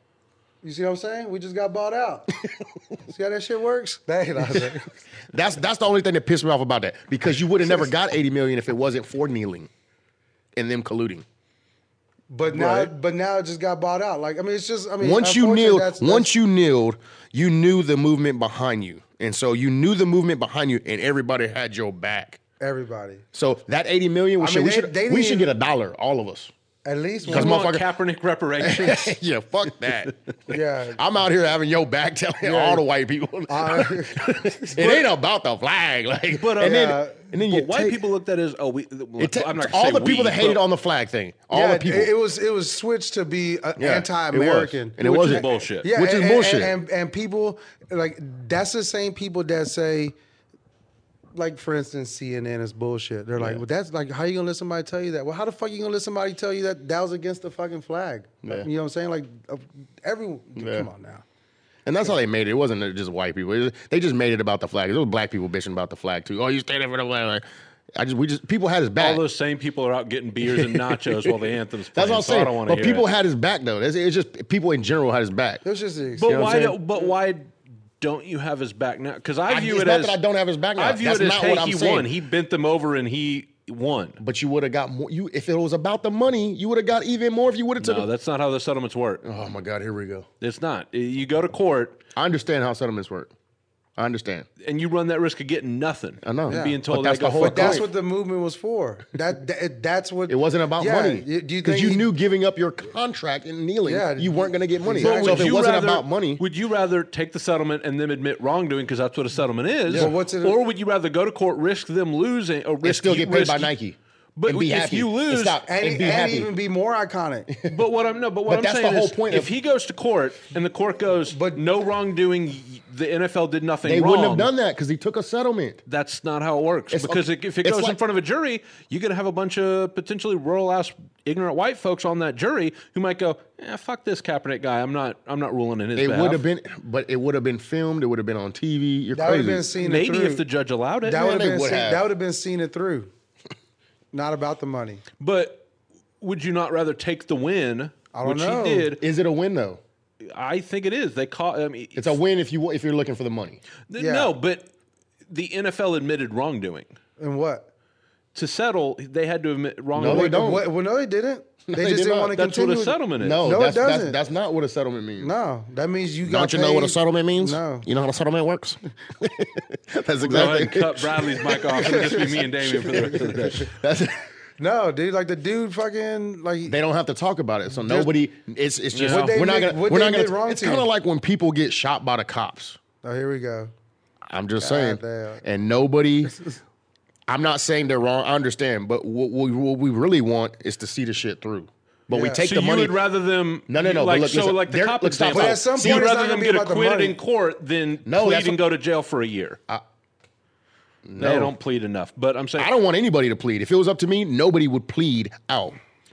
Speaker 3: You see what I'm saying? We just got
Speaker 2: <laughs>
Speaker 3: bought out. see how that shit works? That ain't how that-
Speaker 2: That's that's the only thing that pissed me off about that because you would have <laughs> never got eighty million if it wasn't for kneeling and them colluding.
Speaker 3: But now,
Speaker 2: Right.
Speaker 3: but now it just got bought out. Like I mean, it's just I mean,
Speaker 2: once you
Speaker 3: unfortunately,
Speaker 2: kneeled,
Speaker 3: that's- that's-
Speaker 2: once you kneeled, you knew the movement behind you, and so you knew the movement behind you, and everybody had your back.
Speaker 3: everybody
Speaker 2: So that eighty million, we
Speaker 3: I
Speaker 2: should
Speaker 3: mean,
Speaker 2: we
Speaker 3: they-
Speaker 2: should
Speaker 3: they
Speaker 2: we
Speaker 3: didn't
Speaker 2: should
Speaker 3: even-
Speaker 2: get a dollar, all of us.
Speaker 3: at least
Speaker 1: You
Speaker 2: Because
Speaker 3: one,
Speaker 2: my-
Speaker 1: want
Speaker 2: motherfucker-
Speaker 1: Kaepernick
Speaker 2: <laughs>
Speaker 1: reparations.
Speaker 2: yeah, fuck
Speaker 3: <laughs>
Speaker 2: that. <laughs>
Speaker 3: yeah.
Speaker 2: I'm out here having your back, telling all the white people
Speaker 3: I-
Speaker 2: <laughs> it ain't about the flag. Like,
Speaker 1: But, uh,
Speaker 2: and then
Speaker 3: Yeah.
Speaker 2: and then you
Speaker 1: but white
Speaker 2: take-
Speaker 1: people looked at it as oh we.
Speaker 2: it ta-
Speaker 1: I'm not gonna
Speaker 2: all
Speaker 1: say
Speaker 2: the people
Speaker 1: we,
Speaker 2: that hated
Speaker 1: but-
Speaker 2: on the flag thing, all
Speaker 3: yeah,
Speaker 2: the people.
Speaker 3: It, it was it was switched to be uh,
Speaker 2: Yeah, it was.
Speaker 3: anti-American,
Speaker 2: and it
Speaker 1: Which is
Speaker 2: wasn't
Speaker 1: bullshit.
Speaker 3: yeah,
Speaker 2: which
Speaker 3: and,
Speaker 2: is
Speaker 3: and-
Speaker 2: bullshit.
Speaker 3: And, and people like that's the same people that say, like for instance, CNN is bullshit. They're like, well, that's like how you gonna let somebody tell you that? Well, how the fuck you gonna let somebody tell you that that was against the fucking flag? Like,
Speaker 2: Yeah.
Speaker 3: You know what I'm saying? Like, uh, everyone, come on now.
Speaker 2: And that's how they made it. It wasn't just white people. It was- they just made it about the flag. It was black people bitching about the flag too. Oh, you standing for the flag? Like, I just we just people had his back.
Speaker 1: all those same people are out getting beers and nachos
Speaker 2: <laughs>
Speaker 1: while the anthem's playing.
Speaker 2: that's what I'm
Speaker 1: so I
Speaker 2: saying.
Speaker 1: don't wanna
Speaker 2: but
Speaker 1: hear
Speaker 2: people
Speaker 1: it.
Speaker 2: had his back though. It's, it's just people in general had his back.
Speaker 3: It was just an
Speaker 1: But
Speaker 3: excuse.
Speaker 1: why?
Speaker 2: I'm
Speaker 1: Do, but why don't you have his back now? Because I
Speaker 2: I-
Speaker 1: view
Speaker 2: it's
Speaker 1: it
Speaker 2: not
Speaker 1: as
Speaker 2: that I don't have his back now.
Speaker 1: I view
Speaker 2: That's
Speaker 1: it as
Speaker 2: not
Speaker 1: hey,
Speaker 2: what I'm
Speaker 1: he
Speaker 2: saying.
Speaker 1: won. He bent them over and he won.
Speaker 2: But you would have got more. You if it was about the money, you would have got even more if you would have took.
Speaker 1: No,
Speaker 2: a-
Speaker 1: that's not how the settlements work.
Speaker 2: oh my God! Here we go.
Speaker 1: It's not. You go to court
Speaker 2: I understand how settlements work. I understand.
Speaker 1: and you run that risk of getting nothing.
Speaker 2: I know.
Speaker 1: And
Speaker 2: Yeah.
Speaker 1: Being
Speaker 2: But
Speaker 1: told
Speaker 2: that's
Speaker 1: they go
Speaker 2: the whole
Speaker 1: fuck
Speaker 2: point.
Speaker 1: off.
Speaker 3: That's what the movement was for. That, that that's what
Speaker 2: It wasn't about
Speaker 3: Yeah,
Speaker 2: money.
Speaker 3: y- Do you
Speaker 2: because
Speaker 3: think
Speaker 2: you
Speaker 3: he-
Speaker 2: knew giving up your contract and kneeling,
Speaker 3: Yeah,
Speaker 2: you weren't going to get money.
Speaker 3: exactly.
Speaker 2: So if
Speaker 1: Would
Speaker 2: it
Speaker 1: you
Speaker 2: wasn't
Speaker 1: rather-
Speaker 2: about money,
Speaker 1: Would you rather take the settlement and then admit wrongdoing because that's what a settlement is,
Speaker 3: Well, what's it-
Speaker 1: or would you rather go to court, risk them losing, or risk
Speaker 2: and still
Speaker 1: you-
Speaker 2: get paid
Speaker 1: risk
Speaker 2: by
Speaker 1: you-
Speaker 2: Nike.
Speaker 1: But
Speaker 2: and be
Speaker 1: if
Speaker 2: happy.
Speaker 1: you
Speaker 2: And
Speaker 1: lose,
Speaker 2: stop
Speaker 3: and,
Speaker 2: and,
Speaker 3: it-
Speaker 2: be
Speaker 3: and
Speaker 2: happy.
Speaker 3: even be more
Speaker 2: <laughs>
Speaker 3: iconic.
Speaker 1: But what I'm no, but what
Speaker 2: But
Speaker 1: I'm
Speaker 2: that's the
Speaker 1: saying
Speaker 2: whole
Speaker 1: is,
Speaker 2: point
Speaker 1: if
Speaker 2: of-
Speaker 1: he goes to court and the court goes, but
Speaker 3: But-
Speaker 1: no wrongdoing, the NFL did nothing
Speaker 2: they
Speaker 1: wrong.
Speaker 2: wouldn't have done that because he took a settlement.
Speaker 1: That's not how it works.
Speaker 2: It's-
Speaker 1: because if it
Speaker 2: it's
Speaker 1: goes in
Speaker 2: like-
Speaker 1: front of a jury, you're gonna have a bunch of potentially rural ass ignorant white folks on that jury who might go, eh, "Fuck this Kaepernick guy. I'm not. I'm not ruling in his."
Speaker 2: It
Speaker 1: behalf."
Speaker 2: would have been, but it would have been filmed. It would have been on TV. You're
Speaker 3: That would have been
Speaker 2: crazy.
Speaker 3: seen it
Speaker 1: Maybe
Speaker 3: through.
Speaker 1: if the judge allowed it.
Speaker 3: that would have
Speaker 2: they
Speaker 3: been
Speaker 2: would
Speaker 3: seen,
Speaker 2: have.
Speaker 3: that would have been seen
Speaker 2: <laughs>
Speaker 3: it through. Not about the money.
Speaker 1: But would you not rather take the win,
Speaker 3: I don't
Speaker 1: which
Speaker 3: know.
Speaker 1: he did?
Speaker 2: Is it a win though?
Speaker 1: I think it is. They caught. I mean,
Speaker 2: It's a win if you if you're looking for the money.
Speaker 1: th-
Speaker 3: yeah.
Speaker 1: no, but the NFL admitted wrongdoing.
Speaker 3: And what?
Speaker 1: To settle, they had to admit wrongdoing.
Speaker 2: they don't.
Speaker 3: What- Well, no,
Speaker 2: <laughs>
Speaker 3: they didn't. They
Speaker 2: They
Speaker 3: just
Speaker 2: did
Speaker 3: did not
Speaker 2: not.
Speaker 3: want to
Speaker 1: That's
Speaker 3: continue.
Speaker 1: what a
Speaker 3: with-
Speaker 1: settlement is.
Speaker 2: No, <laughs>
Speaker 3: No, it
Speaker 2: that's,
Speaker 3: doesn't.
Speaker 2: That's, that's not what a settlement means.
Speaker 3: No, that means you got.
Speaker 2: Don't you know what a
Speaker 3: paid-
Speaker 2: settlement means?
Speaker 3: No.
Speaker 2: You know how a settlement
Speaker 3: <laughs>
Speaker 2: works? that's
Speaker 1: Go ahead
Speaker 2: exactly.
Speaker 1: and cut Bradley's mic off. It'll just be me and Damien for the rest of the day.
Speaker 2: <laughs> That's,
Speaker 3: No, dude, like the dude, fucking like.
Speaker 2: they don't have to talk about it. So nobody. It's it's just
Speaker 1: What
Speaker 3: they
Speaker 2: we're not
Speaker 3: did-
Speaker 2: gonna
Speaker 3: what
Speaker 2: we're
Speaker 3: they
Speaker 2: not gonna.
Speaker 3: did wrong
Speaker 2: it's
Speaker 3: to
Speaker 2: kind of
Speaker 3: you.
Speaker 2: like when people get shot by the cops.
Speaker 3: oh, here we go.
Speaker 2: I'm just saying.
Speaker 3: damn.
Speaker 2: And
Speaker 3: <laughs>
Speaker 2: nobody, I'm not saying they're wrong. I understand, but what we, what we really want is to see the shit through. But we
Speaker 3: Yeah.
Speaker 2: take
Speaker 1: So
Speaker 2: the
Speaker 1: you
Speaker 2: money.
Speaker 1: would rather them?
Speaker 2: No, no, no, but
Speaker 1: Like
Speaker 2: look,
Speaker 1: so,
Speaker 2: listen,
Speaker 1: like the
Speaker 2: there-
Speaker 1: cop
Speaker 2: look, stop,
Speaker 1: example.
Speaker 2: stop.
Speaker 3: But at some
Speaker 1: so you'd
Speaker 3: point, it's
Speaker 1: rather
Speaker 3: not
Speaker 1: them
Speaker 3: gonna be
Speaker 1: get
Speaker 3: about the
Speaker 1: acquitted
Speaker 3: money.
Speaker 1: in court than
Speaker 2: No,
Speaker 1: plead
Speaker 2: that's
Speaker 1: and
Speaker 2: what-
Speaker 1: go to jail for a year. They don't plead enough. But I'm saying
Speaker 2: I don't want anybody to plead. If it was up to me, nobody would plead out.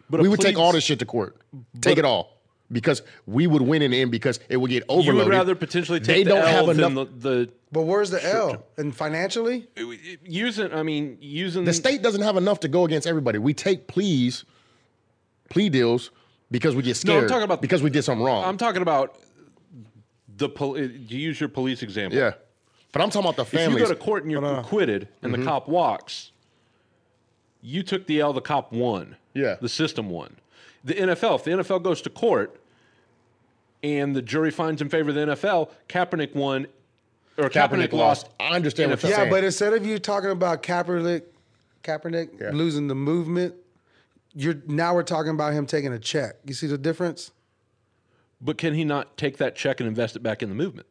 Speaker 1: But a
Speaker 2: we would take
Speaker 1: plead's-
Speaker 2: all this shit to court. Take it all. Because we would win in the end because it would get overloaded.
Speaker 1: you would rather potentially take the L than the,
Speaker 3: But where's the L? And financially,
Speaker 1: the using. I mean, using
Speaker 2: the state doesn't have enough to go against everybody. We take pleas, plea deals because we get
Speaker 1: No, I'm
Speaker 2: scared.
Speaker 1: talking about-
Speaker 2: because we did something wrong.
Speaker 1: I'm talking about the police. You use your police example.
Speaker 2: yeah, but I'm talking about the
Speaker 1: If you
Speaker 2: families.
Speaker 1: go to court and you're acquitted and
Speaker 3: Mm-hmm.
Speaker 1: the cop walks, you took the L. The cop won.
Speaker 2: Yeah.
Speaker 1: The system won. The NFL. If the NFL goes to court and the jury finds in favor of the NFL, Kaepernick won, or Kaepernick, lost.
Speaker 2: I understand what
Speaker 1: NFL.
Speaker 2: you're
Speaker 3: yeah.
Speaker 2: saying.
Speaker 3: But instead of you talking about Kaepernick, Kaepernick
Speaker 2: Yeah.
Speaker 3: losing the movement, you're now we're talking about him taking a check. You see the difference?
Speaker 1: But can he not take that check and invest it back in the movement?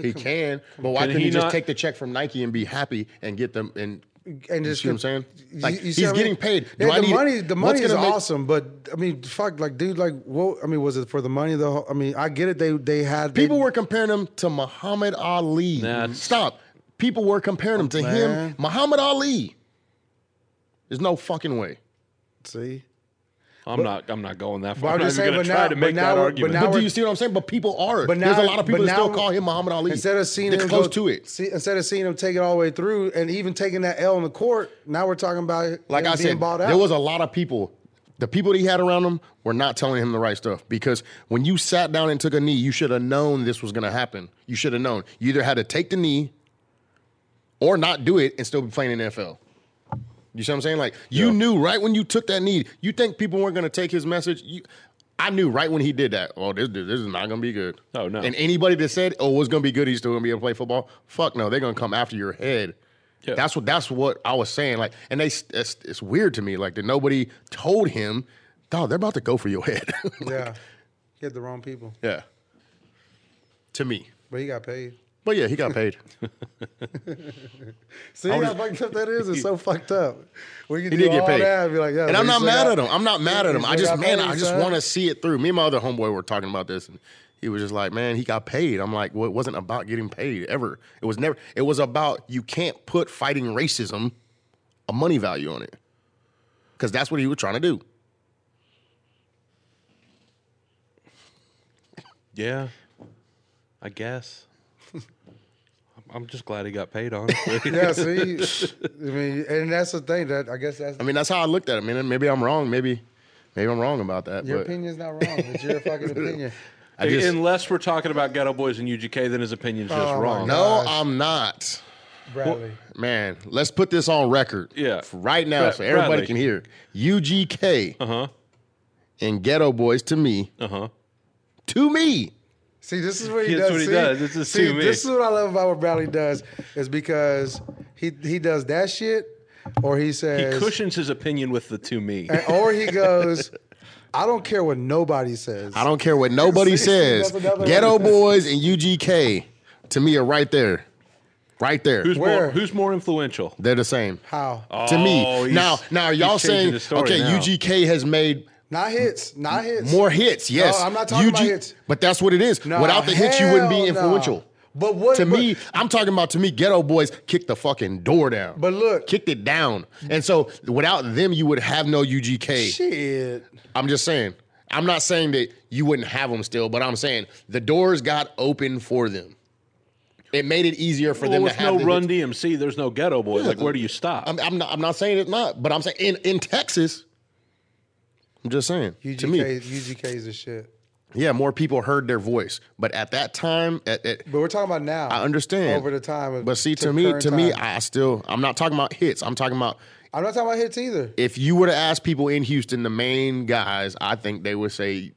Speaker 2: he can. But why
Speaker 1: Can
Speaker 2: couldn't
Speaker 1: he
Speaker 2: he just
Speaker 1: not-
Speaker 2: take the check from Nike and be happy and get them and
Speaker 3: And
Speaker 2: you
Speaker 3: just
Speaker 2: see what I'm saying?
Speaker 3: You-
Speaker 2: Like
Speaker 3: you
Speaker 2: he's
Speaker 3: see what I mean?
Speaker 2: getting paid.
Speaker 3: Yeah,
Speaker 2: Do I
Speaker 3: the
Speaker 2: need-
Speaker 3: money, the
Speaker 2: what's
Speaker 3: money is
Speaker 2: gonna make-
Speaker 3: awesome, but I mean, fuck, like, dude, like, what? I mean, was it for the money? The whole, I mean, I get it. They they had they-
Speaker 2: People were comparing him to Muhammad Ali.
Speaker 1: That's-
Speaker 2: Stop. People were comparing him to
Speaker 3: Man.
Speaker 2: him, Muhammad Ali. There's no fucking way.
Speaker 3: see.
Speaker 1: I'm not. I'm not going that
Speaker 3: I'm
Speaker 1: far. I'm,
Speaker 3: just
Speaker 1: not
Speaker 3: saying,
Speaker 1: even going
Speaker 3: but
Speaker 1: to try
Speaker 3: now-
Speaker 1: to
Speaker 3: but
Speaker 1: make
Speaker 3: now
Speaker 1: that
Speaker 3: we're- but
Speaker 1: argument.
Speaker 3: now
Speaker 2: But do
Speaker 3: we're-
Speaker 2: you see what I'm saying? But people are.
Speaker 3: But
Speaker 2: There's a
Speaker 3: now-
Speaker 2: lot of people
Speaker 3: but
Speaker 2: that still
Speaker 3: now-
Speaker 2: call him Muhammad Ali.
Speaker 3: Instead of seeing
Speaker 2: That's
Speaker 3: him
Speaker 2: close
Speaker 3: go,
Speaker 2: to it.
Speaker 3: see- instead of seeing him take it all the way through, and even taking that L in the court, now we're talking about
Speaker 2: Like
Speaker 3: him
Speaker 2: I
Speaker 3: being
Speaker 2: said,
Speaker 3: bought out.
Speaker 2: there was a lot of people. The people that he had around him were not telling him the right stuff because when you sat down and took a knee, you should have known this was going to happen. You should have known. You either had to take the knee or not do it and still be playing in the NFL. You see what I'm saying? Like you knew right when you took that knee. You think people weren't going to take his message? You, I knew right when he did that. Oh, this dude, this is not going to be good.
Speaker 1: Oh, no.
Speaker 2: And anybody that said, "Oh, it's going to be good, he's still going to be able to play football." Fuck no, they're going to come after your head.
Speaker 1: Yeah.
Speaker 2: That's what that's what I was saying. Like, and they it's, it's weird to me. Like that nobody told him, dog, they're about to go for your head. <laughs>
Speaker 3: yeah, he had the wrong people,
Speaker 2: yeah. To me,
Speaker 3: but he got paid.
Speaker 2: but yeah, he got paid.
Speaker 3: See how fucked up that is? It's so fucked up. We can
Speaker 2: He
Speaker 3: do
Speaker 2: did get
Speaker 3: all
Speaker 2: paid.
Speaker 3: that and be like, yeah,
Speaker 2: and
Speaker 3: but
Speaker 2: I'm
Speaker 3: he
Speaker 2: not
Speaker 3: still
Speaker 2: mad
Speaker 3: got-
Speaker 2: at him. I'm not mad at
Speaker 3: he
Speaker 2: him. I
Speaker 3: still
Speaker 2: just,
Speaker 3: got
Speaker 2: man,
Speaker 3: paid,
Speaker 2: I just
Speaker 3: son.
Speaker 2: want to see it through. Me and my other homeboy were talking about this, and he was just like, man, he got paid. I'm like, well, it wasn't about getting paid ever. It was never. It was about you can't put fighting racism a money value on it because that's what he was trying to do.
Speaker 1: yeah, I guess. <laughs> I'm just glad he got paid. <laughs> Honestly,
Speaker 2: <laughs>
Speaker 3: Yeah, see, I mean, and that's the thing that I guess that's
Speaker 2: I mean, that's how I looked at it. Man, maybe I'm wrong. Maybe, maybe I'm wrong about that.
Speaker 3: your
Speaker 2: but
Speaker 3: opinion's not wrong. It's
Speaker 2: <laughs>
Speaker 3: your fucking opinion.
Speaker 2: I just,
Speaker 1: Unless we're talking about Ghetto Boys and UGK, then his opinion's just
Speaker 3: Oh, my
Speaker 1: wrong.
Speaker 3: God.
Speaker 2: no,
Speaker 3: Gosh.
Speaker 2: I'm not.
Speaker 3: Bradley.
Speaker 2: Man, let's put this on record.
Speaker 1: Yeah.
Speaker 2: For right now,
Speaker 1: Brad-
Speaker 2: so
Speaker 1: Bradley.
Speaker 2: everybody can hear. UGK
Speaker 1: Uh-huh.
Speaker 2: and Ghetto Boys to me,
Speaker 1: Uh huh.
Speaker 2: to me.
Speaker 3: See, this is what he
Speaker 1: Here's
Speaker 3: does.
Speaker 1: what he
Speaker 3: see,
Speaker 1: does. This is
Speaker 3: see,
Speaker 1: to me.
Speaker 3: this is what I love about what Bradley does is because he he does that shit, or he
Speaker 1: He
Speaker 3: says,
Speaker 1: cushions his opinion with the to me.
Speaker 2: Uh,
Speaker 3: or he goes, I don't care what nobody says.
Speaker 2: I don't care what nobody
Speaker 3: See,
Speaker 2: says.
Speaker 3: that's another
Speaker 2: Ghetto
Speaker 3: one.
Speaker 2: Boys and UGK to me are right there, right there.
Speaker 1: Who's
Speaker 3: Where?
Speaker 1: more? Who's more influential?
Speaker 2: They're the same
Speaker 3: how
Speaker 2: to
Speaker 1: Oh,
Speaker 2: me.
Speaker 1: he's-
Speaker 2: Now, now are y'all
Speaker 1: he's changing
Speaker 2: saying
Speaker 1: the story
Speaker 2: okay?
Speaker 1: now.
Speaker 2: UGK has made
Speaker 3: not hits, not hits.
Speaker 2: more hits. Yes,
Speaker 3: I'm not talking about hits.
Speaker 2: But that's what it is.
Speaker 3: No,
Speaker 2: Without the hits, you wouldn't be
Speaker 3: hell no.
Speaker 2: influential.
Speaker 3: But what
Speaker 2: to
Speaker 3: but-
Speaker 2: me, I'm talking about to me, ghetto boys kicked the fucking door down.
Speaker 3: But look-
Speaker 2: kicked it down. And so without them, you would have no UGK.
Speaker 3: shit.
Speaker 2: I'm just saying. I'm not saying that you wouldn't have them still, but I'm saying the doors got open for them. It made it easier for
Speaker 1: Well,
Speaker 2: them to
Speaker 1: with
Speaker 2: have
Speaker 1: no
Speaker 2: the-
Speaker 1: Run DMC, there's no Ghetto Boys. like, where do you stop?
Speaker 2: I'm, I'm not. I'm not saying it's not, but I'm saying in, in Texas. I'm just saying. To
Speaker 3: UGK,
Speaker 2: me,
Speaker 3: UGK is the shit.
Speaker 2: yeah, more people heard their voice, but at that time, at, at
Speaker 3: But we're talking about now.
Speaker 2: I understand
Speaker 3: over the time. Of,
Speaker 2: But see, to,
Speaker 3: to
Speaker 2: me, to
Speaker 3: current
Speaker 2: me,
Speaker 3: time.
Speaker 2: I still I'm not talking about hits. I'm talking about
Speaker 3: I'm not talking about hits either.
Speaker 2: if you were to ask people in Houston, the main guys, I think they would say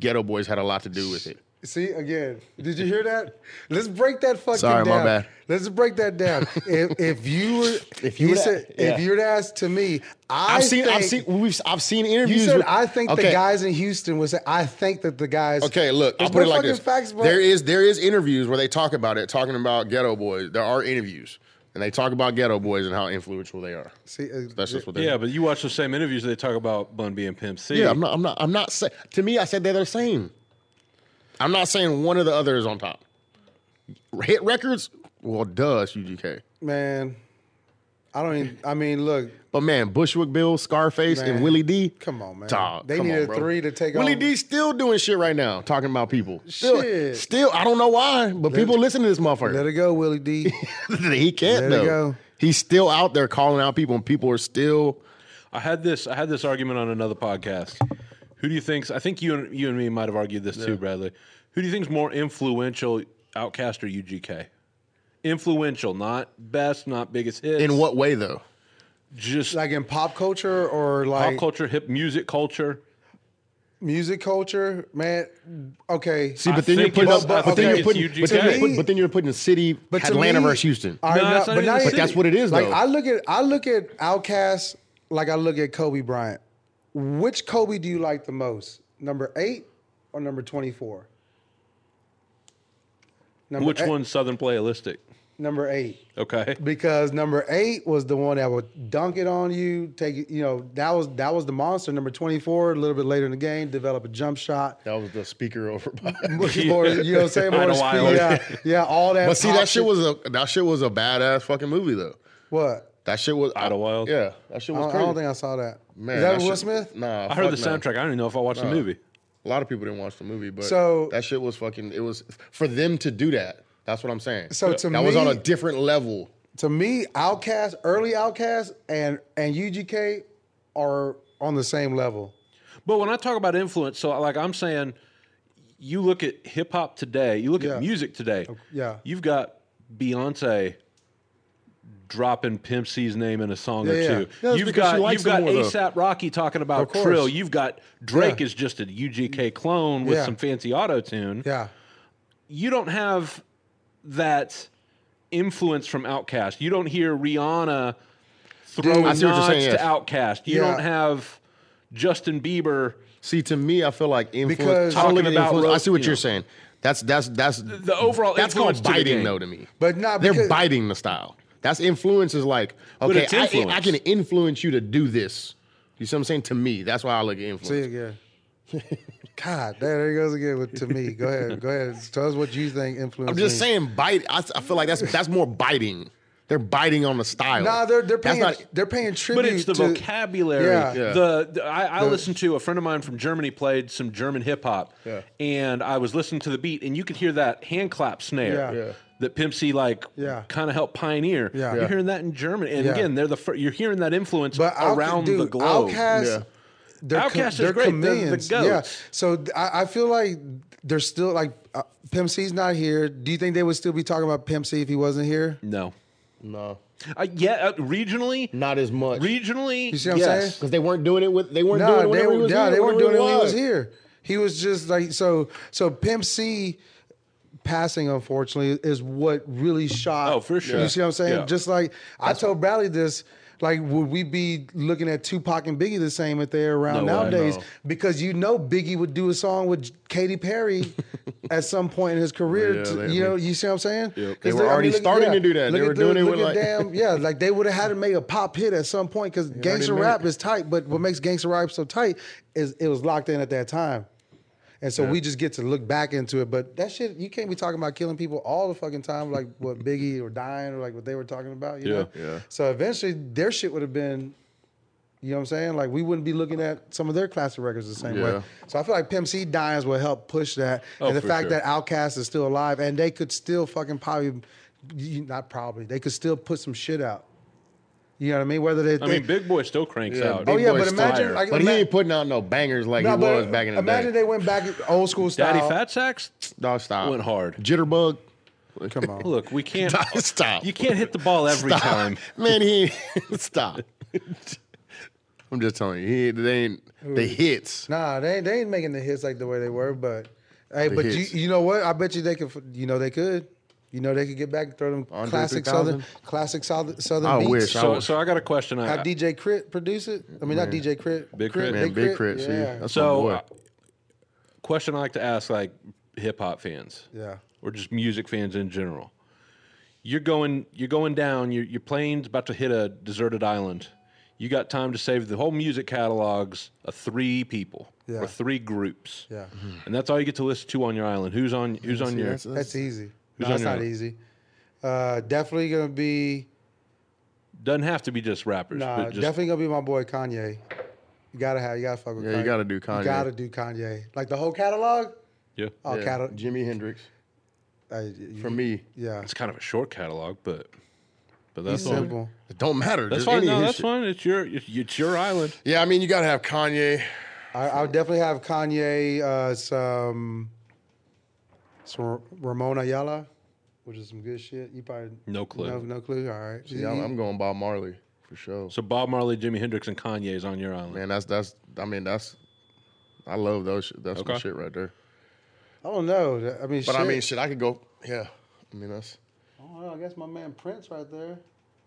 Speaker 2: Ghetto Boys had a lot to do with it.
Speaker 3: See again? Did you hear that? Let's break that fucking
Speaker 2: Sorry, my
Speaker 3: down.
Speaker 2: bad.
Speaker 3: Let's break that down. if, if you were,
Speaker 2: <laughs> If you
Speaker 3: he
Speaker 2: were to-
Speaker 3: said,
Speaker 2: yeah.
Speaker 3: if you were to ask to me, I
Speaker 2: I've seen,
Speaker 3: think,
Speaker 2: I've seen, we've, I've seen
Speaker 3: You
Speaker 2: interviews.
Speaker 3: said
Speaker 2: with-
Speaker 3: I think the
Speaker 2: Okay,
Speaker 3: guys in Houston would say I think that the guys.
Speaker 2: Okay, look, I'll
Speaker 3: There's
Speaker 2: put it
Speaker 3: no
Speaker 2: like
Speaker 3: fucking
Speaker 2: this:
Speaker 3: Facts, but
Speaker 2: there is there is interviews where they talk about it, talking about Ghetto Boys. There are interviews, and they talk about Ghetto Boys and how influential they are.
Speaker 3: See, uh,
Speaker 2: That's just what they.
Speaker 1: yeah, but you watch the same interviews. They talk about Bun B and Pimp C.
Speaker 2: yeah. I'm not. I'm not. I'm not. Say, to me, I said they're the same. I'm not saying one or the other is on top. Hit records. Well, does UGK?
Speaker 3: man. I don't. Even, I mean, look,
Speaker 2: But man, Bushwick Bill, Scarface,
Speaker 3: Man.
Speaker 2: and Willie D.
Speaker 3: Come on, man.
Speaker 2: Dog,
Speaker 3: They
Speaker 2: come
Speaker 3: needed
Speaker 2: on, bro.
Speaker 3: three to take
Speaker 2: Willie
Speaker 3: over.
Speaker 2: D. Still doing shit right now, talking about people. Still,
Speaker 3: Shit.
Speaker 2: still, I don't know why, but people listen to this
Speaker 3: let
Speaker 2: motherfucker.
Speaker 3: it go, Willie D.
Speaker 2: <laughs> he can't
Speaker 3: let it
Speaker 2: though.
Speaker 3: go.
Speaker 2: He's still out there calling out people, and people are still.
Speaker 1: I had this. I had this argument on another podcast. Who do you think's? I think you and you and me might have argued this too, Bradley. Who do you think's more influential, Outcast or UGK? Influential, not best, not biggest hits.
Speaker 2: In what way though?
Speaker 1: Just
Speaker 3: like in pop culture or
Speaker 1: pop
Speaker 3: like
Speaker 1: culture, hip music culture.
Speaker 3: music culture, man. Okay,
Speaker 2: See,
Speaker 1: I
Speaker 2: but then you're
Speaker 1: think
Speaker 2: putting,
Speaker 1: it's-
Speaker 2: up,
Speaker 3: but-
Speaker 2: but then
Speaker 3: okay,
Speaker 2: you're putting,
Speaker 1: it's
Speaker 2: but then you're
Speaker 1: UGK.
Speaker 2: putting, but then you're putting the city,
Speaker 3: But to
Speaker 2: Atlanta
Speaker 3: me-
Speaker 2: versus Houston.
Speaker 3: All
Speaker 1: No,
Speaker 3: right, now-
Speaker 1: it's not
Speaker 3: but
Speaker 1: even
Speaker 3: now
Speaker 1: the
Speaker 3: you-
Speaker 1: But that's
Speaker 2: what it is,
Speaker 3: Like
Speaker 2: though.
Speaker 3: I look at I look at Outkast like I look at Kobe Bryant. Which Kobe do you like the most? Number eight or number twenty four? Number
Speaker 1: Which
Speaker 3: eight,
Speaker 1: one's Southern playalistic?
Speaker 3: Number eight.
Speaker 1: Okay.
Speaker 3: Because number eight was the one that would dunk it on you, take it, you know, that was that was the monster. Number twenty four, a little bit later in the game, develop a jump shot. <laughs>
Speaker 2: That was the speaker over.
Speaker 1: <laughs>
Speaker 3: More, you know what
Speaker 2: <laughs>
Speaker 3: I'm saying? More
Speaker 1: Idle
Speaker 3: speed,
Speaker 1: Wild.
Speaker 3: yeah, yeah, all that.
Speaker 2: but see, that
Speaker 3: pop
Speaker 2: shit was a that shit was a badass fucking movie though.
Speaker 3: what?
Speaker 2: That shit was
Speaker 1: Idle Wild?
Speaker 2: Yeah, that shit
Speaker 3: I
Speaker 2: was
Speaker 3: don't, I
Speaker 2: crazy.
Speaker 3: don't think I saw that.
Speaker 2: Man,
Speaker 3: Is that, Will
Speaker 2: shit-
Speaker 3: Smith?
Speaker 2: Nah,
Speaker 1: I heard the
Speaker 2: fuck
Speaker 1: soundtrack.
Speaker 2: no.
Speaker 1: I don't even know if I watched the movie.
Speaker 2: A lot of people didn't watch the movie, but
Speaker 3: So-
Speaker 2: that shit was fucking. It was for them to do that. That's what I'm saying.
Speaker 3: So to
Speaker 2: that was on
Speaker 3: me-
Speaker 2: a different level.
Speaker 3: To me, Outcast, early Outcast, and and UGK are on the same level.
Speaker 1: But when I talk about influence, so like I'm saying, you look at hip hop today, you look
Speaker 3: Yeah.
Speaker 1: at music today.
Speaker 3: yeah.
Speaker 1: You've got Beyonce dropping Pimp C's name in a song or
Speaker 3: Yeah, yeah.
Speaker 1: two.
Speaker 2: Yeah, it's
Speaker 1: you've
Speaker 2: because she
Speaker 1: got
Speaker 2: likes
Speaker 1: you've got
Speaker 2: him more, though.
Speaker 1: ASAP Rocky talking about
Speaker 3: Of course.
Speaker 1: Trill. You've got Drake
Speaker 3: Yeah.
Speaker 1: is just a UGK clone with
Speaker 3: Yeah.
Speaker 1: some fancy auto tune.
Speaker 3: Yeah.
Speaker 1: You don't have that influence from Outkast. You don't hear Rihanna throwing
Speaker 2: I
Speaker 1: nods
Speaker 2: see what you're saying, yes.
Speaker 1: to Outkast. You
Speaker 3: Yeah.
Speaker 1: don't have Justin Bieber
Speaker 2: See, to me, I feel like
Speaker 3: Because-
Speaker 2: influence. Talking
Speaker 1: Talking about
Speaker 2: about influence, I see what
Speaker 1: roast,
Speaker 2: you are
Speaker 1: you know.
Speaker 2: saying. That's that's that's the
Speaker 1: overall
Speaker 2: That's
Speaker 1: influence
Speaker 2: called
Speaker 1: to the
Speaker 2: biting,
Speaker 1: game.
Speaker 2: though, to me.
Speaker 3: But not
Speaker 2: they're
Speaker 3: because-
Speaker 2: biting the style. That's influence is like okay,
Speaker 1: it's
Speaker 2: I,
Speaker 1: influence.
Speaker 2: I can influence you to do this. You see what I'm saying? To me, that's why I look at
Speaker 3: See you
Speaker 2: influence.
Speaker 3: again. <laughs> God, there, there he goes again with to me. Go ahead. Go ahead. Tell us what you think influenced
Speaker 2: I'm just
Speaker 3: me.
Speaker 2: saying, bite. I, I feel like that's that's more biting. They're biting on the style.
Speaker 3: Nah, they're they're
Speaker 2: That's
Speaker 3: paying
Speaker 2: not-
Speaker 3: they're paying tribute.
Speaker 1: But it's the
Speaker 3: to,
Speaker 1: vocabulary.
Speaker 3: Yeah.
Speaker 2: Yeah.
Speaker 1: The, the- I, I listened to a friend of mine from Germany played some German hip hop,
Speaker 2: Yeah.
Speaker 1: and I was listening to the beat, and you could hear that hand clap snare.
Speaker 3: Yeah. Yeah.
Speaker 1: That Pimp C like
Speaker 3: Yeah.
Speaker 1: kind of helped pioneer.
Speaker 3: Yeah. Yeah.
Speaker 1: You're hearing that in German, and
Speaker 3: Yeah.
Speaker 1: again, they're the fir- you're hearing that influence
Speaker 3: But Outka-
Speaker 1: around the
Speaker 3: dude,
Speaker 1: globe.
Speaker 3: Outkast,
Speaker 2: Yeah.
Speaker 3: they're, co-
Speaker 1: Outkast is
Speaker 3: they're
Speaker 1: great. They're the
Speaker 3: comedians. yeah.
Speaker 1: goats.
Speaker 3: So th- I, I feel like they're still like uh, Pimp C's not here. Do you think they would still be talking about Pimp C if he wasn't here?
Speaker 1: no,
Speaker 2: no,
Speaker 1: uh, yeah, uh, regionally,
Speaker 2: not as much.
Speaker 1: regionally,
Speaker 3: You see what I'm
Speaker 1: yes.
Speaker 3: saying?
Speaker 2: Because they weren't doing it with they weren't
Speaker 3: No,
Speaker 2: doing it
Speaker 3: they
Speaker 2: whenever he
Speaker 3: were.
Speaker 2: was
Speaker 3: Yeah,
Speaker 2: here,
Speaker 3: they were
Speaker 2: whenever
Speaker 3: doing it when he was here. He was just like so. So Pimp C passing, unfortunately, is what really shot.
Speaker 1: Oh, for sure.
Speaker 3: You see what I'm saying?
Speaker 1: Yeah.
Speaker 3: Just like I told Bradley this. Like, would we be looking at Tupac and Biggie the same if they're around
Speaker 1: No way.
Speaker 3: nowadays?
Speaker 1: No.
Speaker 3: Because you know Biggie would do a song with
Speaker 2: <laughs>
Speaker 3: Katy Perry at some point in his career.
Speaker 2: Yeah,
Speaker 3: to-
Speaker 2: they-
Speaker 3: you know, you see what I'm saying? 'Cause
Speaker 2: They were
Speaker 3: look-
Speaker 2: already
Speaker 3: look at-
Speaker 2: starting to do that.
Speaker 3: look
Speaker 2: They
Speaker 3: at
Speaker 2: were
Speaker 3: the-
Speaker 2: doing it
Speaker 3: look
Speaker 2: with,
Speaker 3: at
Speaker 2: like-
Speaker 3: damn- yeah, like they would have had to make a pop hit at some point because
Speaker 2: already
Speaker 3: gangster
Speaker 2: made
Speaker 3: rap
Speaker 2: it.
Speaker 3: is tight, but what makes gangster rap so tight is it was locked in at that time. And so we just get to look back into it. But that shit, you can't be talking about killing people all the fucking time, like what Biggie or dying or like what they were talking about, you know?
Speaker 1: Yeah.
Speaker 2: Yeah.
Speaker 3: So eventually their shit would have been, you know what I'm saying? Like we wouldn't be looking at some of their classic records the same
Speaker 2: Yeah.
Speaker 3: way. So I feel like Pimp C Dines will help push that.
Speaker 1: Oh,
Speaker 3: and the
Speaker 1: for
Speaker 3: fact
Speaker 1: sure.
Speaker 3: that Outkast is still alive and they could still fucking probably, you- not probably, they could still put some shit out. You know what I mean? Whether they
Speaker 1: I mean, Big Boy still cranks
Speaker 2: Yeah,
Speaker 1: out.
Speaker 2: Big
Speaker 3: Oh, yeah,
Speaker 2: Boy
Speaker 3: but
Speaker 2: is
Speaker 3: imagine,
Speaker 1: fire.
Speaker 3: like,
Speaker 2: But he
Speaker 3: ima-
Speaker 2: ain't putting out no bangers like he
Speaker 3: No, but
Speaker 2: was back in the
Speaker 3: imagine
Speaker 2: day.
Speaker 3: they went back old school style.
Speaker 1: <laughs> Daddy Fat Sacks
Speaker 2: no, stop.
Speaker 1: went hard.
Speaker 2: Jitterbug.
Speaker 3: Come on.
Speaker 2: <laughs>
Speaker 1: Look, we
Speaker 3: <laughs>
Speaker 1: can't
Speaker 2: Stop.
Speaker 1: You can't hit the ball every
Speaker 2: Stop.
Speaker 1: time.
Speaker 2: <laughs> Man, he <laughs>
Speaker 1: <laughs>
Speaker 2: stop. I'm just telling you, he they ain't the hits.
Speaker 3: Nah, they they ain't making the hits like the way they were, but hey, but
Speaker 2: hits.
Speaker 3: you you know what? I bet you they could. You know they could. You know they could get back and throw them
Speaker 2: Andre
Speaker 3: classic
Speaker 2: 3000?
Speaker 3: southern classic southern southern
Speaker 2: I
Speaker 3: beats.
Speaker 2: wish.
Speaker 1: So, so I got a question. I,
Speaker 3: How DJ Crit produce it? I mean, not DJ Crit.
Speaker 1: Big Crit.
Speaker 2: Man, Big Crit, see,
Speaker 3: Yeah.
Speaker 2: that's my
Speaker 1: so
Speaker 2: boy.
Speaker 1: uh, question I like to ask, like hip hop fans
Speaker 3: yeah.
Speaker 1: or just music fans in general. You're going, you're going down. Your your plane's about to hit a deserted island. You got time to save the whole music catalogs of three people
Speaker 3: Yeah.
Speaker 1: or three groups,
Speaker 3: Yeah.
Speaker 1: and that's all you get to listen to on your island. Who's on? Who's on
Speaker 2: See,
Speaker 1: your?
Speaker 2: that's- that's-
Speaker 3: That's easy.
Speaker 1: Who's
Speaker 3: No,
Speaker 1: on
Speaker 3: that's
Speaker 1: your
Speaker 3: not
Speaker 1: list?
Speaker 3: easy. Uh, definitely gonna be
Speaker 1: Doesn't have to be just rappers.
Speaker 3: Nah,
Speaker 1: but just,
Speaker 3: definitely gonna be my boy Kanye. You gotta have, you gotta fuck with.
Speaker 2: Yeah, you
Speaker 3: Kanye.
Speaker 2: gotta do Kanye.
Speaker 3: You gotta do Kanye. Like the whole catalog.
Speaker 1: Yeah.
Speaker 3: Oh,
Speaker 2: Yeah,
Speaker 3: catalog.
Speaker 2: Jimi Hendrix for
Speaker 3: Mm-hmm.
Speaker 2: me.
Speaker 3: Yeah.
Speaker 1: It's kind of a short catalog, but but that's all.
Speaker 3: Simple.
Speaker 2: It don't matter.
Speaker 1: That's
Speaker 2: just
Speaker 1: fine.
Speaker 2: any of
Speaker 1: No,
Speaker 2: his
Speaker 1: that's
Speaker 2: shit.
Speaker 1: fine. It's your it's, it's your island.
Speaker 2: Yeah, I mean you gotta have Kanye.
Speaker 3: I, I would definitely have Kanye, uh, some, some Ramon Ayala, which is some good shit. You probably
Speaker 1: No clue.
Speaker 3: No, no clue. All right.
Speaker 2: Yeah, I'm, I'm going Bob Marley for sure.
Speaker 1: So Bob Marley, Jimi Hendrix, and Kanye is on your island.
Speaker 2: Man, that's that's. I mean that's. I love those. Shit. That's my
Speaker 1: Okay.
Speaker 2: shit right there.
Speaker 3: I don't know. I mean,
Speaker 2: But
Speaker 3: shit.
Speaker 2: I mean, shit, I could go. Yeah, I mean that's.
Speaker 3: I don't know. I guess my man Prince right there.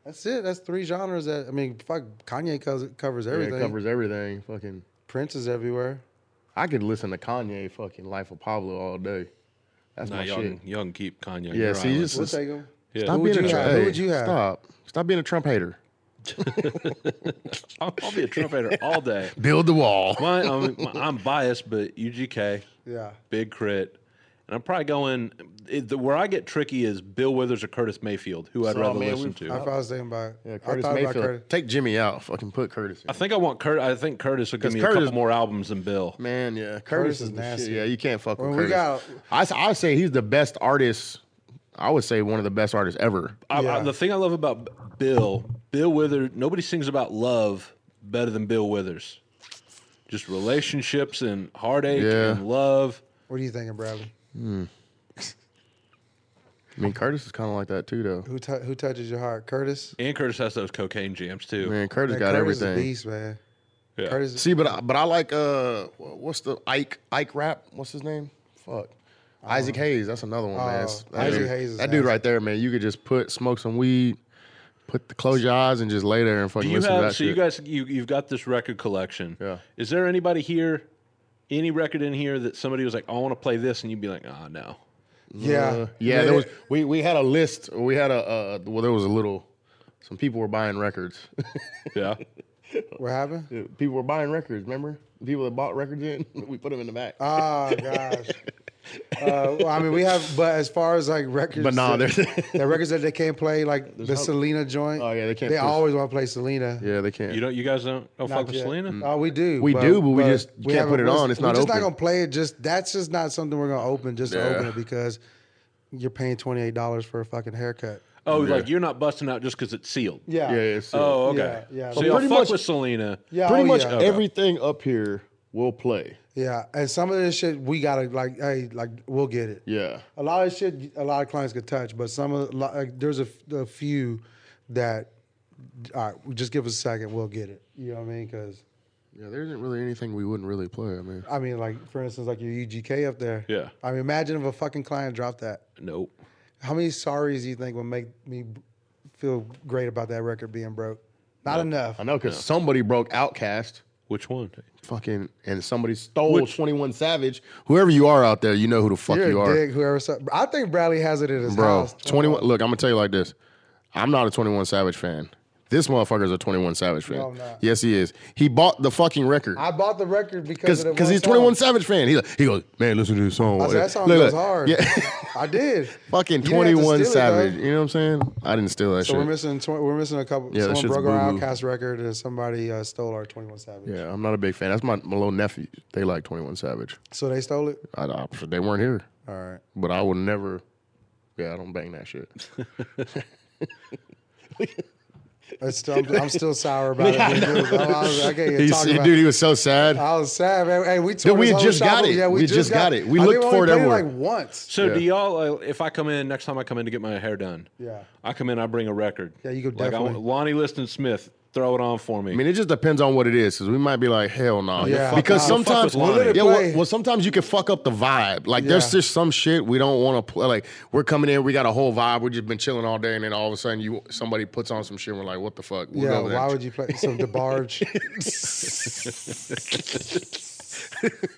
Speaker 3: That's it. That's three genres that I mean. Fuck, Kanye covers, covers
Speaker 2: Yeah,
Speaker 3: everything.
Speaker 2: it covers everything. Fucking.
Speaker 3: Prince is everywhere.
Speaker 2: I could listen to Kanye fucking Life of Pablo all day. That's
Speaker 1: Nah,
Speaker 2: my
Speaker 1: y'all
Speaker 2: shit.
Speaker 1: can, y'all can keep Kanye. on
Speaker 2: Yeah,
Speaker 1: your
Speaker 2: see,
Speaker 1: island.
Speaker 2: you just
Speaker 3: We'll take him.
Speaker 1: Yeah.
Speaker 2: stop
Speaker 3: Who would
Speaker 2: being a
Speaker 3: you
Speaker 2: Trump.
Speaker 3: have? Who
Speaker 2: hey,
Speaker 3: would you have?
Speaker 2: Stop. Stop being a Trump hater.
Speaker 1: I'll, I'll be a Trump hater all
Speaker 2: <laughs>
Speaker 1: day.
Speaker 2: Build the wall.
Speaker 1: My, um, my- I'm biased, but UGK,
Speaker 3: Yeah.
Speaker 1: big crit, and I'm probably going. It, the, where I get tricky is Bill Withers or Curtis Mayfield, who I'd
Speaker 2: So,
Speaker 1: rather
Speaker 2: man,
Speaker 1: listen
Speaker 2: we-
Speaker 1: to.
Speaker 3: That's what I was thinking about.
Speaker 2: Yeah,
Speaker 3: I
Speaker 2: Curtis
Speaker 3: thought about
Speaker 2: Mayfield.
Speaker 3: Curtis.
Speaker 2: Take Jimmy out. Fucking put Curtis. In.
Speaker 1: I think I want Kurt. I think Curtis will give
Speaker 2: 'Cause
Speaker 1: me a
Speaker 2: Curtis-
Speaker 1: couple more albums than Bill.
Speaker 2: Man, yeah, Curtis, Curtis
Speaker 3: is
Speaker 2: is, the shit.
Speaker 3: nasty.
Speaker 2: Yeah, you can't fuck
Speaker 3: Well,
Speaker 2: with
Speaker 3: we
Speaker 2: Curtis.
Speaker 3: got-
Speaker 2: I s- I say he's the best artist. I would say one of the best artists ever.
Speaker 1: I, I,
Speaker 3: Yeah.
Speaker 1: the thing I love about B- Bill, Bill Withers, nobody sings about love better than Bill Withers. Just relationships and heartache
Speaker 2: Yeah.
Speaker 1: and love.
Speaker 3: What are you thinking, Bradley?
Speaker 2: I mean, Curtis is kind of like that too, though.
Speaker 3: Who tou who touches your heart, Curtis?
Speaker 1: And Curtis has those cocaine jams too.
Speaker 2: Man, Curtis
Speaker 3: Man,
Speaker 2: got
Speaker 3: Curtis Is a
Speaker 2: everything.
Speaker 3: beast, man.
Speaker 1: Yeah.
Speaker 3: Curtis.
Speaker 2: See, but I, but I like uh, wha- what's the Ike Ike rap? What's his name? Fuck, Isaac Hayes. That's another one, man.
Speaker 3: Oh,
Speaker 2: That's- that
Speaker 3: Isaac
Speaker 2: dude-
Speaker 3: Hayes is
Speaker 2: That dude
Speaker 3: nasty.
Speaker 2: right there, man. You could just put smoke some weed, put the close your eyes and just lay there and
Speaker 1: Do
Speaker 2: fucking
Speaker 1: you
Speaker 2: listen to that
Speaker 1: have so
Speaker 2: shit.
Speaker 1: you guys you you've got this record collection.
Speaker 2: Yeah.
Speaker 1: Is there anybody here, any record in here that somebody was like, I want to play this, and you'd be like, Ah, no.
Speaker 3: yeah.
Speaker 2: Uh, yeah. There was we we had a list. We had a uh, well, there was a little. Some people were buying records.
Speaker 1: <laughs> Yeah.
Speaker 3: What happened?
Speaker 2: <laughs> people were buying records. Remember the people that bought records in? <laughs> we put them in the back.
Speaker 3: Oh gosh. Uh, well, I mean, we have, but as far as like records,
Speaker 2: But nah,
Speaker 3: that,
Speaker 2: there's-
Speaker 3: the records that they can't play, like the
Speaker 2: no-
Speaker 3: Selena joint.
Speaker 2: Oh, yeah, they can't
Speaker 3: They
Speaker 2: push-
Speaker 3: always want to play Selena.
Speaker 2: <laughs> yeah, they can't.
Speaker 1: You don't. You guys don't. Oh,
Speaker 3: Not
Speaker 1: fuck with
Speaker 3: yet.
Speaker 1: Selena.
Speaker 3: Oh, we do.
Speaker 2: We do, but we just can't
Speaker 3: haven't-
Speaker 2: put it on. It's
Speaker 3: we're
Speaker 2: not
Speaker 3: just not
Speaker 2: open.
Speaker 3: gonna play it. Just that's just not something we're gonna open just to
Speaker 2: Yeah.
Speaker 3: open it because you're paying twenty eight dollars for a fucking haircut.
Speaker 1: Oh, like you're not busting out just because it's sealed.
Speaker 3: Yeah.
Speaker 2: yeah, uh, yeah, so-
Speaker 1: Oh, okay.
Speaker 3: Yeah, yeah.
Speaker 1: So
Speaker 3: But
Speaker 1: y'all
Speaker 2: pretty
Speaker 1: fuck
Speaker 2: much-
Speaker 1: with Selena.
Speaker 3: Yeah.
Speaker 2: Pretty
Speaker 3: oh,
Speaker 2: much
Speaker 3: yeah.
Speaker 2: everything up here will play.
Speaker 3: Yeah, and some of this shit we gotta like, hey, like we'll get it.
Speaker 2: Yeah.
Speaker 3: A lot of shit, a lot of clients could touch, but some of the- like, there's a, f- a few that, all right, just give us a second, we'll get it. You know what I mean? Because
Speaker 2: Yeah, there isn't really anything we wouldn't really play. I mean,
Speaker 3: I mean, like for instance, like your UGK up there.
Speaker 1: Yeah.
Speaker 3: I mean, imagine if a fucking client dropped that.
Speaker 1: Nope.
Speaker 3: How many sorries do you think would make me b- feel great about that record being broke? Not enough.
Speaker 2: I know because somebody broke Outcast,
Speaker 1: Which one?
Speaker 2: fucking, and somebody stole Twenty One Savage. Whoever you are out there, you know who the fuck
Speaker 3: You're
Speaker 2: you
Speaker 3: a
Speaker 2: are,
Speaker 3: dick, whoever. saw- I think Bradley has it in his
Speaker 2: bro.
Speaker 3: house.
Speaker 2: Twenty One. Look, I'm gonna tell you like this. I'm not a Twenty One Savage fan. This motherfucker's a Twenty One Savage fan.
Speaker 3: I'm not.
Speaker 2: yes, he is. He bought the fucking record.
Speaker 3: I bought the record because
Speaker 2: Cause,
Speaker 3: of the
Speaker 2: 'cause
Speaker 3: one
Speaker 2: he's
Speaker 3: song.
Speaker 2: Twenty One Savage fan. He like, he goes, man, listen to this song.
Speaker 3: I said, that song
Speaker 2: Look,
Speaker 3: goes
Speaker 2: look.
Speaker 3: hard.
Speaker 2: Yeah, <laughs>
Speaker 3: <laughs> I did.
Speaker 2: fucking
Speaker 3: You didn't have to
Speaker 2: Twenty One
Speaker 3: steal it, though.
Speaker 2: Savage. you know what I'm saying? I didn't steal that
Speaker 3: So
Speaker 2: shit.
Speaker 3: we're missing tw- we're missing a couple.
Speaker 2: Yeah, that
Speaker 3: someone
Speaker 2: shit's
Speaker 3: broke our
Speaker 2: boo-boo.
Speaker 3: Outcast record and somebody uh, stole our Twenty One Savage.
Speaker 2: yeah, I'm not a big fan. That's my, my little nephew. They like Twenty One Savage.
Speaker 3: So they stole it.
Speaker 2: I, I, they weren't here,
Speaker 3: All right.
Speaker 2: but I would never. Yeah, I don't bang that
Speaker 3: <laughs>
Speaker 2: shit.
Speaker 3: It's still, I'm, I'm
Speaker 2: <laughs>
Speaker 3: still sour about it. I, was- I can't even
Speaker 2: He's-
Speaker 3: talk about
Speaker 2: dude, he was so sad.
Speaker 3: I was sad, man. Hey, we tore
Speaker 2: we
Speaker 3: this
Speaker 2: had
Speaker 3: whole
Speaker 2: just
Speaker 3: shop
Speaker 2: got
Speaker 3: up.
Speaker 2: it.
Speaker 3: Yeah, we, just got,
Speaker 2: it. We
Speaker 3: I think
Speaker 2: looked
Speaker 3: only
Speaker 2: for it
Speaker 3: played
Speaker 2: everywhere.
Speaker 3: like once.
Speaker 1: So do
Speaker 2: Yeah.
Speaker 1: y'all? uh, If I come in next time, I come in to get my hair done.
Speaker 3: Yeah.
Speaker 1: I come in, I bring a record.
Speaker 3: Yeah, you could
Speaker 1: like I want
Speaker 3: definitely-
Speaker 1: Lonnie Liston Smith. Throw it on for me.
Speaker 2: I mean, it just depends on what it is, because we might be like, hell no,
Speaker 3: Yeah.
Speaker 2: because
Speaker 3: You'll
Speaker 1: fuck with
Speaker 2: sometimes,
Speaker 1: Lonnie.
Speaker 2: yeah, well,
Speaker 3: Play.
Speaker 2: well, sometimes you can fuck up the vibe. Like, there's
Speaker 3: Yeah.
Speaker 2: just some shit we don't want to play. Like, we're coming in, we got a whole vibe. We just been chilling all day, and then all of a sudden, you somebody puts on some shit. and We're like, what the fuck? We'll
Speaker 3: Yeah,
Speaker 2: go with that.
Speaker 3: why would you play
Speaker 2: <laughs>
Speaker 3: some DeBarge?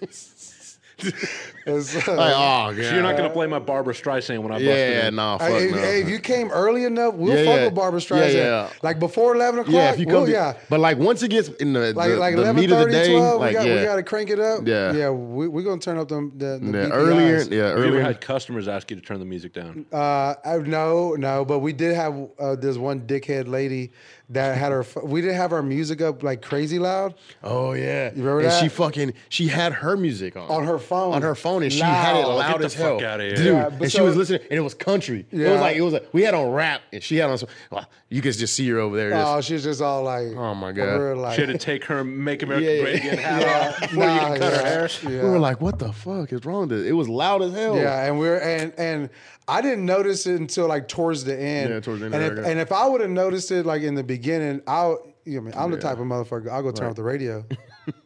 Speaker 3: It's, uh,
Speaker 2: Like, oh, God.
Speaker 1: So you're not going to play my Barbara Streisand when I bust it
Speaker 2: Yeah,
Speaker 1: in.
Speaker 2: no, fuck
Speaker 3: Hey, if,
Speaker 2: no.
Speaker 3: hey, if you came early enough, we'll
Speaker 2: Yeah,
Speaker 3: fuck
Speaker 2: yeah.
Speaker 3: with Barbara
Speaker 2: Yeah,
Speaker 3: Streisand.
Speaker 2: yeah.
Speaker 3: Like before eleven o'clock.
Speaker 2: yeah, if you come,
Speaker 3: we'll-
Speaker 2: to-
Speaker 3: yeah.
Speaker 2: but like once it gets in the,
Speaker 3: Like
Speaker 2: the,
Speaker 3: like
Speaker 2: the
Speaker 3: eleven
Speaker 2: meat of the
Speaker 3: thirty,
Speaker 2: day,
Speaker 3: twelve.
Speaker 2: like
Speaker 3: we got
Speaker 2: yeah,
Speaker 3: we got to crank it up.
Speaker 2: Yeah.
Speaker 3: yeah. We we gonna turn up them the, the,
Speaker 2: yeah,
Speaker 3: BPIs.
Speaker 2: earlier, yeah,
Speaker 1: Have you
Speaker 2: earlier.
Speaker 1: ever had customers ask you to turn the music down?
Speaker 3: Uh, I, no, no, but we did have uh, this one dickhead lady that had her. fu- We didn't have our music up like crazy loud
Speaker 2: Oh yeah, you
Speaker 3: remember
Speaker 2: and
Speaker 3: that?
Speaker 2: She fucking she had her music on
Speaker 3: on her phone.
Speaker 2: on her phone, and she had it
Speaker 3: Loud.
Speaker 2: loud
Speaker 1: Get the
Speaker 2: as hell,
Speaker 1: fuck outta here.
Speaker 2: dude.
Speaker 3: Yeah, but
Speaker 2: and she
Speaker 3: so-
Speaker 2: was listening, and it was country. It was
Speaker 3: Yeah.
Speaker 2: like it was like we had on rap, and she had on. Some, well, you could just see her over there.
Speaker 3: Oh,
Speaker 2: Just,
Speaker 3: she's just all like,
Speaker 2: oh my
Speaker 3: for
Speaker 2: god,
Speaker 3: real, like,
Speaker 1: She had to
Speaker 3: <laughs>
Speaker 1: take her Make America
Speaker 2: Yeah, yeah.
Speaker 1: Great Again hat
Speaker 3: yeah,
Speaker 1: off before you
Speaker 3: nah,
Speaker 1: could cut her
Speaker 3: yeah,
Speaker 1: hair.
Speaker 3: yeah.
Speaker 2: we were like, what the fuck is wrong with this? It was loud as hell.
Speaker 3: Yeah, and we're and and I didn't notice it until like towards the end.
Speaker 2: Yeah, towards the end
Speaker 3: And
Speaker 2: of
Speaker 3: if,
Speaker 2: it, yeah.
Speaker 3: and if I would have noticed it like in the beginning, I'll you know, I mean, I'm the type of motherfucker I'll go turn off
Speaker 2: <laughs>
Speaker 3: the radio.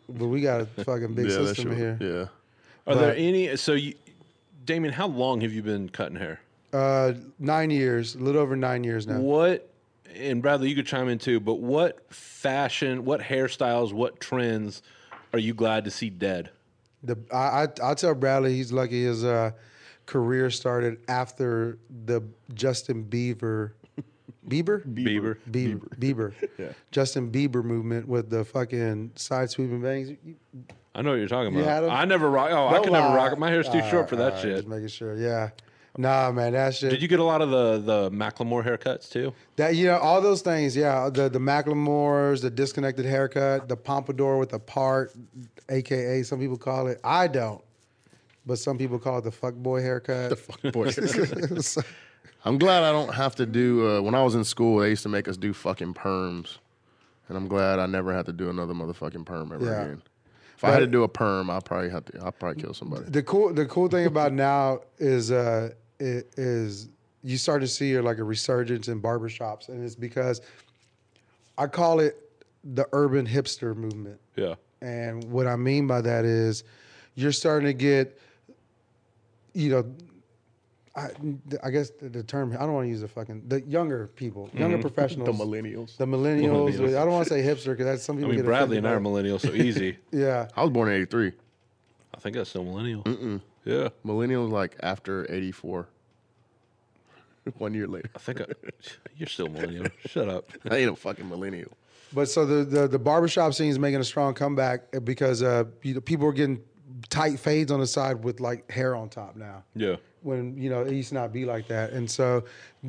Speaker 3: but we got a fucking big
Speaker 2: yeah, that
Speaker 3: system
Speaker 2: shit
Speaker 3: here.
Speaker 2: was- Yeah.
Speaker 1: Are there any? So, you, Damien, how long have you been cutting hair?
Speaker 3: Uh, nine years, a little over nine years now.
Speaker 1: What? And Bradley, you could chime in too. But what fashion, what hairstyles, what trends are you glad to see dead?
Speaker 3: The I I, I tell Bradley he's lucky his uh, career started after the Justin Bieber. Bieber?
Speaker 1: <laughs> Bieber.
Speaker 3: Bieber.
Speaker 1: <laughs>
Speaker 3: Bieber. Justin Bieber movement with the fucking side sweeping bangs. You-
Speaker 1: I know what you're talking
Speaker 3: You had
Speaker 1: about.
Speaker 3: 'em? Uh,
Speaker 1: I never rock. Oh, I
Speaker 3: Don't
Speaker 1: could never
Speaker 3: lie.
Speaker 1: rock it. My hair's too
Speaker 3: All
Speaker 1: short for
Speaker 3: right,
Speaker 1: that
Speaker 3: all right,
Speaker 1: shit.
Speaker 3: Just making sure, yeah. Nah, man, that shit.
Speaker 1: Did you get a lot of the the Macklemore haircuts too?
Speaker 3: that you know all those things, yeah. The the Macklemores, the disconnected haircut, the pompadour with the part, aka some people call it. I don't, but some people call it the fuck boy haircut. The fuck.
Speaker 2: Boy,
Speaker 1: <laughs>
Speaker 3: <laughs>
Speaker 2: I'm glad I don't have to do. Uh, when I was in school, they used to make us do fucking perms, and I'm glad I never had to do another motherfucking perm ever
Speaker 3: Yeah.
Speaker 2: again. If I had to do a perm, I probably have to. I would probably kill somebody.
Speaker 3: The cool the cool thing about now is uh i- is you start to see uh, like a resurgence in barbershops, and it's because I call it the urban hipster movement.
Speaker 1: Yeah.
Speaker 3: And what I mean by that is you're starting to get, you know, I, I guess the, the term, I don't want to use the fucking, the younger people,
Speaker 1: Mm-hmm.
Speaker 3: younger professionals.
Speaker 2: millennials.
Speaker 3: The millennials. I don't want to say hipster because that's some
Speaker 1: I
Speaker 3: people
Speaker 1: mean,
Speaker 3: get
Speaker 1: Bradley and I are
Speaker 3: offended
Speaker 1: millennials, so
Speaker 3: <laughs>
Speaker 1: easy.
Speaker 3: by it. Yeah.
Speaker 2: I was born in '83.
Speaker 1: I think that's still millennial. Yeah.
Speaker 2: Millennials like after '84. <laughs> One year later, <laughs>
Speaker 1: I think I, <laughs> you're still millennial. Shut up.
Speaker 2: I ain't a fucking millennial.
Speaker 3: But so the, the, the barbershop scene is making a strong comeback because uh, you know, people are getting tight fades on the side with like hair on top now.
Speaker 1: Yeah.
Speaker 3: when you know it used to not be like that and so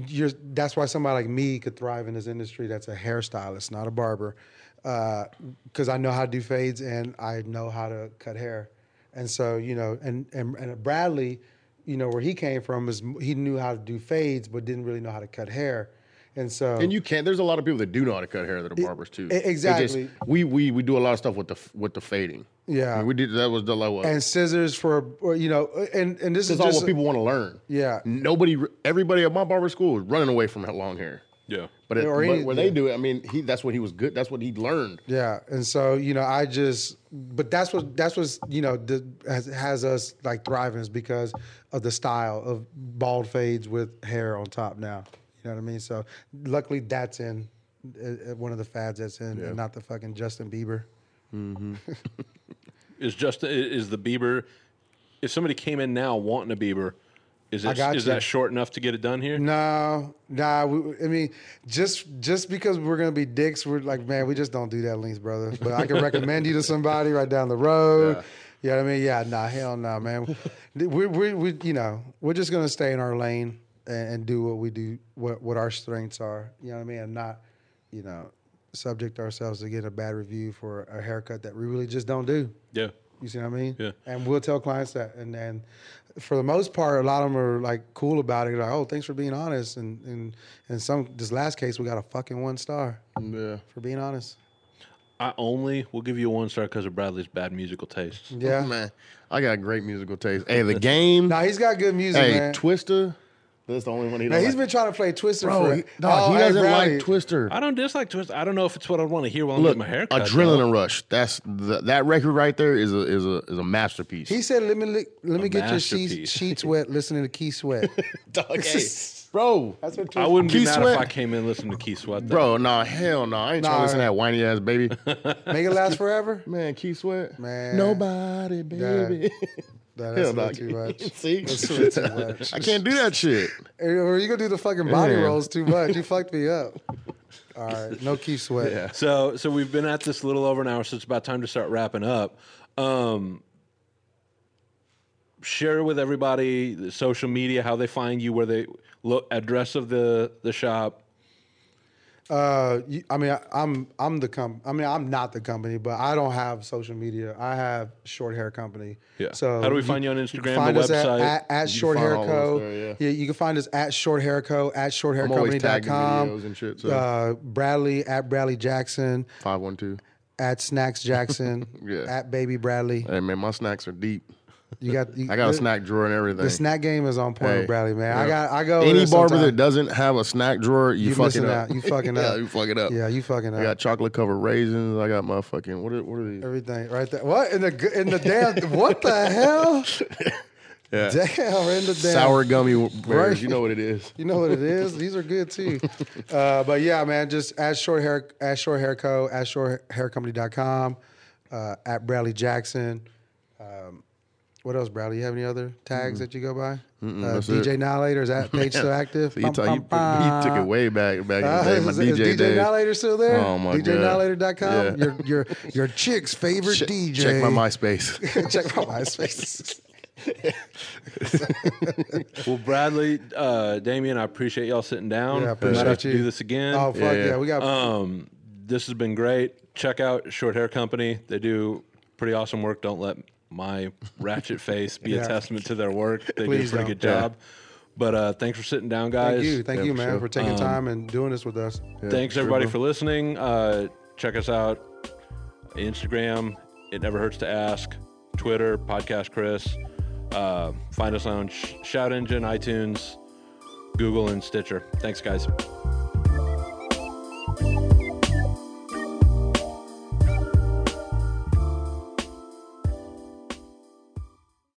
Speaker 3: you're that's why somebody like me could thrive in this industry that's a hairstylist not a barber because i know how to do fades and i know how to cut hair and so you know and and, and bradley you know where he came from is he knew how to do fades but didn't really know how to cut hair and so
Speaker 2: And you can't. There's a lot of people that do know how to cut hair that are barbers too.
Speaker 3: e-
Speaker 2: It just-
Speaker 3: exactly.
Speaker 2: we we we do a lot of stuff with the with the fading.
Speaker 3: Yeah.
Speaker 2: I mean, we did that was the like what
Speaker 3: and scissors for or, you know and and this
Speaker 2: That's
Speaker 3: is
Speaker 2: all
Speaker 3: just
Speaker 2: what people want to learn.
Speaker 3: Yeah.
Speaker 2: Nobody, everybody at my barber school was running away from long hair.
Speaker 1: Yeah.
Speaker 2: But, it,
Speaker 3: Or
Speaker 2: but
Speaker 3: any-
Speaker 2: where they do it, I mean, he that's what he was good. That's what he learned.
Speaker 3: Yeah, and so you know, I just, but that's what that's what's you know the, has has us like thriving is because of the style of bald fades with hair on top now. You know what I mean? So luckily, that's in uh, uh, one of the fads that's in, and not the fucking Justin Bieber.
Speaker 1: Is just is the Bieber? If somebody came in now wanting a Bieber, is it
Speaker 3: got
Speaker 1: is
Speaker 3: you.
Speaker 1: that short enough to get it done here?
Speaker 3: No, nah. We, I mean, just just because we're gonna be dicks, we're like, man, we just don't do that, links, brother. But I can recommend you to somebody right down the road. You know what I mean? Yeah, nah, hell no, man. we, we we you know we're just gonna stay in our lane and, and do what we do, what what our strengths are. You know what I mean? And not, you know, subject ourselves to getting a bad review for a haircut that we really just don't do.
Speaker 1: Yeah.
Speaker 3: You see what I mean?
Speaker 1: Yeah.
Speaker 3: And we'll tell clients that. And then for the most part, a lot of them are like cool about it. Like, oh, thanks for being honest. And and and some this last case we got a fucking one star
Speaker 2: Yeah.
Speaker 3: for being honest.
Speaker 1: I only will give you a one star because of Bradley's bad musical taste.
Speaker 3: Yeah.
Speaker 2: Oh, Man, I got great musical taste. Hey, the game.
Speaker 3: Now he's got good music,
Speaker 2: hey,
Speaker 3: man.
Speaker 2: Twister. That's the only one he
Speaker 3: now
Speaker 2: doesn't
Speaker 3: he's
Speaker 2: like.
Speaker 3: been trying to play Twister
Speaker 2: Bro,
Speaker 3: for Oh,
Speaker 2: he, dog, he
Speaker 3: hey,
Speaker 2: doesn't
Speaker 3: Bradley,
Speaker 2: like Twister.
Speaker 1: I don't dislike Twist. I don't know if it's what I want to hear while I'm
Speaker 2: Look,
Speaker 1: getting my hair cut.
Speaker 2: Adrenaline
Speaker 1: though.
Speaker 2: Rush. That's the, that record right there is a is a is a masterpiece.
Speaker 3: He said, "Let me li- let me get your sheets,
Speaker 1: masterpiece.
Speaker 3: sheets wet, listening to Key Sweat."
Speaker 2: Dog,
Speaker 3: <laughs>
Speaker 2: hey, bro.
Speaker 3: That's what
Speaker 1: I wouldn't be
Speaker 2: Keith
Speaker 1: mad
Speaker 2: Sweat.
Speaker 1: if I came in listening to Keith Sweat. Though.
Speaker 2: Bro, nah, hell no. I ain't trying to
Speaker 3: Nah.
Speaker 2: listen to that whiny ass
Speaker 3: <laughs>
Speaker 2: baby. <laughs>
Speaker 3: make it last forever.
Speaker 2: Man, Keith Sweat.
Speaker 3: Man.
Speaker 2: Nobody, baby. <laughs>
Speaker 3: That-
Speaker 2: Yeah,
Speaker 3: That's a little
Speaker 2: like, <laughs>
Speaker 3: too much.
Speaker 2: see,
Speaker 3: That's a little too much.
Speaker 2: I can't do that shit.
Speaker 3: Hey, Or you gonna do the fucking body
Speaker 2: Yeah.
Speaker 3: rolls too much. You fucked me up. All right, no key sweat.
Speaker 2: Yeah.
Speaker 1: So so we've been at this a little over an hour, so it's about time to start wrapping up. Um, share with everybody the social media, how they find you, where they look, address of the the shop.
Speaker 3: Uh, you- I mean, I, I'm I'm the com. I mean, I'm not the company, but I don't have social media. I have short hair company.
Speaker 1: Yeah.
Speaker 3: So
Speaker 1: How do we find you on
Speaker 3: can
Speaker 1: Instagram,
Speaker 3: Find
Speaker 1: the
Speaker 3: us at,
Speaker 1: website?
Speaker 3: at, at
Speaker 2: You can
Speaker 3: Short
Speaker 2: find
Speaker 3: Hair
Speaker 2: all of us
Speaker 3: Co.
Speaker 2: there, yeah.
Speaker 3: yeah, you can find us at Short Hair Co.
Speaker 2: <laughs>
Speaker 3: At
Speaker 2: I'm always tagging
Speaker 3: shorthaircompany.com.
Speaker 2: videos and shit, so-
Speaker 3: Uh, Bradley at Bradley Jackson
Speaker 2: Five one two.
Speaker 3: at Snacks Jackson
Speaker 2: <laughs> Yeah.
Speaker 3: at Baby Bradley.
Speaker 2: Hey man, my snacks are deep.
Speaker 3: You got. You,
Speaker 2: I got a
Speaker 3: the-
Speaker 2: snack drawer and everything.
Speaker 3: The snack game is on point,
Speaker 2: Hey,
Speaker 3: with Bradley. Man, I
Speaker 2: yeah.
Speaker 3: got. I go over
Speaker 2: Any
Speaker 3: there
Speaker 2: barber
Speaker 3: sometime.
Speaker 2: that doesn't have a snack drawer, you,
Speaker 3: You
Speaker 2: fucking
Speaker 3: missing
Speaker 2: up. <laughs>
Speaker 3: out. You fucking
Speaker 2: yeah,
Speaker 3: up.
Speaker 2: you fucking up.
Speaker 3: Yeah, you fucking up.
Speaker 2: I got chocolate covered raisins. I got my fucking what are, what are these?
Speaker 3: Everything right there. What in the g- in the damn? what
Speaker 2: <laughs>
Speaker 3: the hell?
Speaker 2: Yeah.
Speaker 3: <laughs> Damn, in the damn.
Speaker 2: Sour gummy
Speaker 3: Right.
Speaker 2: bears. You know what it
Speaker 3: <laughs>
Speaker 2: is.
Speaker 3: You know what it is. These are
Speaker 2: <laughs>
Speaker 3: good too. Uh, but yeah, man, just at short hair, at short hair co, at short hair company.com, uh, at Bradley Jackson. Um, what else, Bradley? You have any other tags that you go by? Uh,
Speaker 2: that's
Speaker 3: DJ Nihilator is
Speaker 2: <laughs>
Speaker 3: that page still active?
Speaker 2: So you,
Speaker 3: Bum,
Speaker 2: ta-
Speaker 3: bum,
Speaker 2: you, put- you took it
Speaker 3: bum.
Speaker 2: way back back
Speaker 3: Uh,
Speaker 2: in the day. My
Speaker 3: is,
Speaker 2: DJ,
Speaker 3: is DJ
Speaker 2: days.
Speaker 3: Nihilator still there?
Speaker 2: Oh, my God.
Speaker 3: DJNihilator.com.
Speaker 2: Yeah.
Speaker 3: Your your your chick's favorite
Speaker 2: Check-
Speaker 3: DJ.
Speaker 2: Check my MySpace.
Speaker 3: <laughs> check my
Speaker 2: <laughs>
Speaker 3: MySpace.
Speaker 1: Well, Bradley, uh, Damien, I appreciate y'all sitting down.
Speaker 3: Yeah, I
Speaker 1: we might have
Speaker 3: appreciate
Speaker 1: to
Speaker 3: you.
Speaker 1: do this again.
Speaker 3: Oh fuck
Speaker 2: Yeah, Uh,
Speaker 3: yeah,
Speaker 2: yeah.
Speaker 3: we got
Speaker 1: Um, this has been great. Check out Short Hair Company. They do pretty awesome work. Don't let my ratchet face be a
Speaker 3: <laughs> Yeah.
Speaker 1: testament to their work. They
Speaker 3: Please
Speaker 1: do a
Speaker 3: don't.
Speaker 1: pretty good
Speaker 2: Yeah.
Speaker 1: job. But uh, thanks for sitting down, guys.
Speaker 3: thank you, thank
Speaker 2: Yeah,
Speaker 3: you,
Speaker 2: for
Speaker 3: man,
Speaker 2: sure. Um,
Speaker 3: for taking time and doing this with us.
Speaker 1: Thanks everybody for listening. Uh, check us out Instagram. It never hurts to ask. Twitter podcast Chris. Uh, find us on Sh- Shout Engine, iTunes, Google, and Stitcher. Thanks, guys.
Speaker 2: for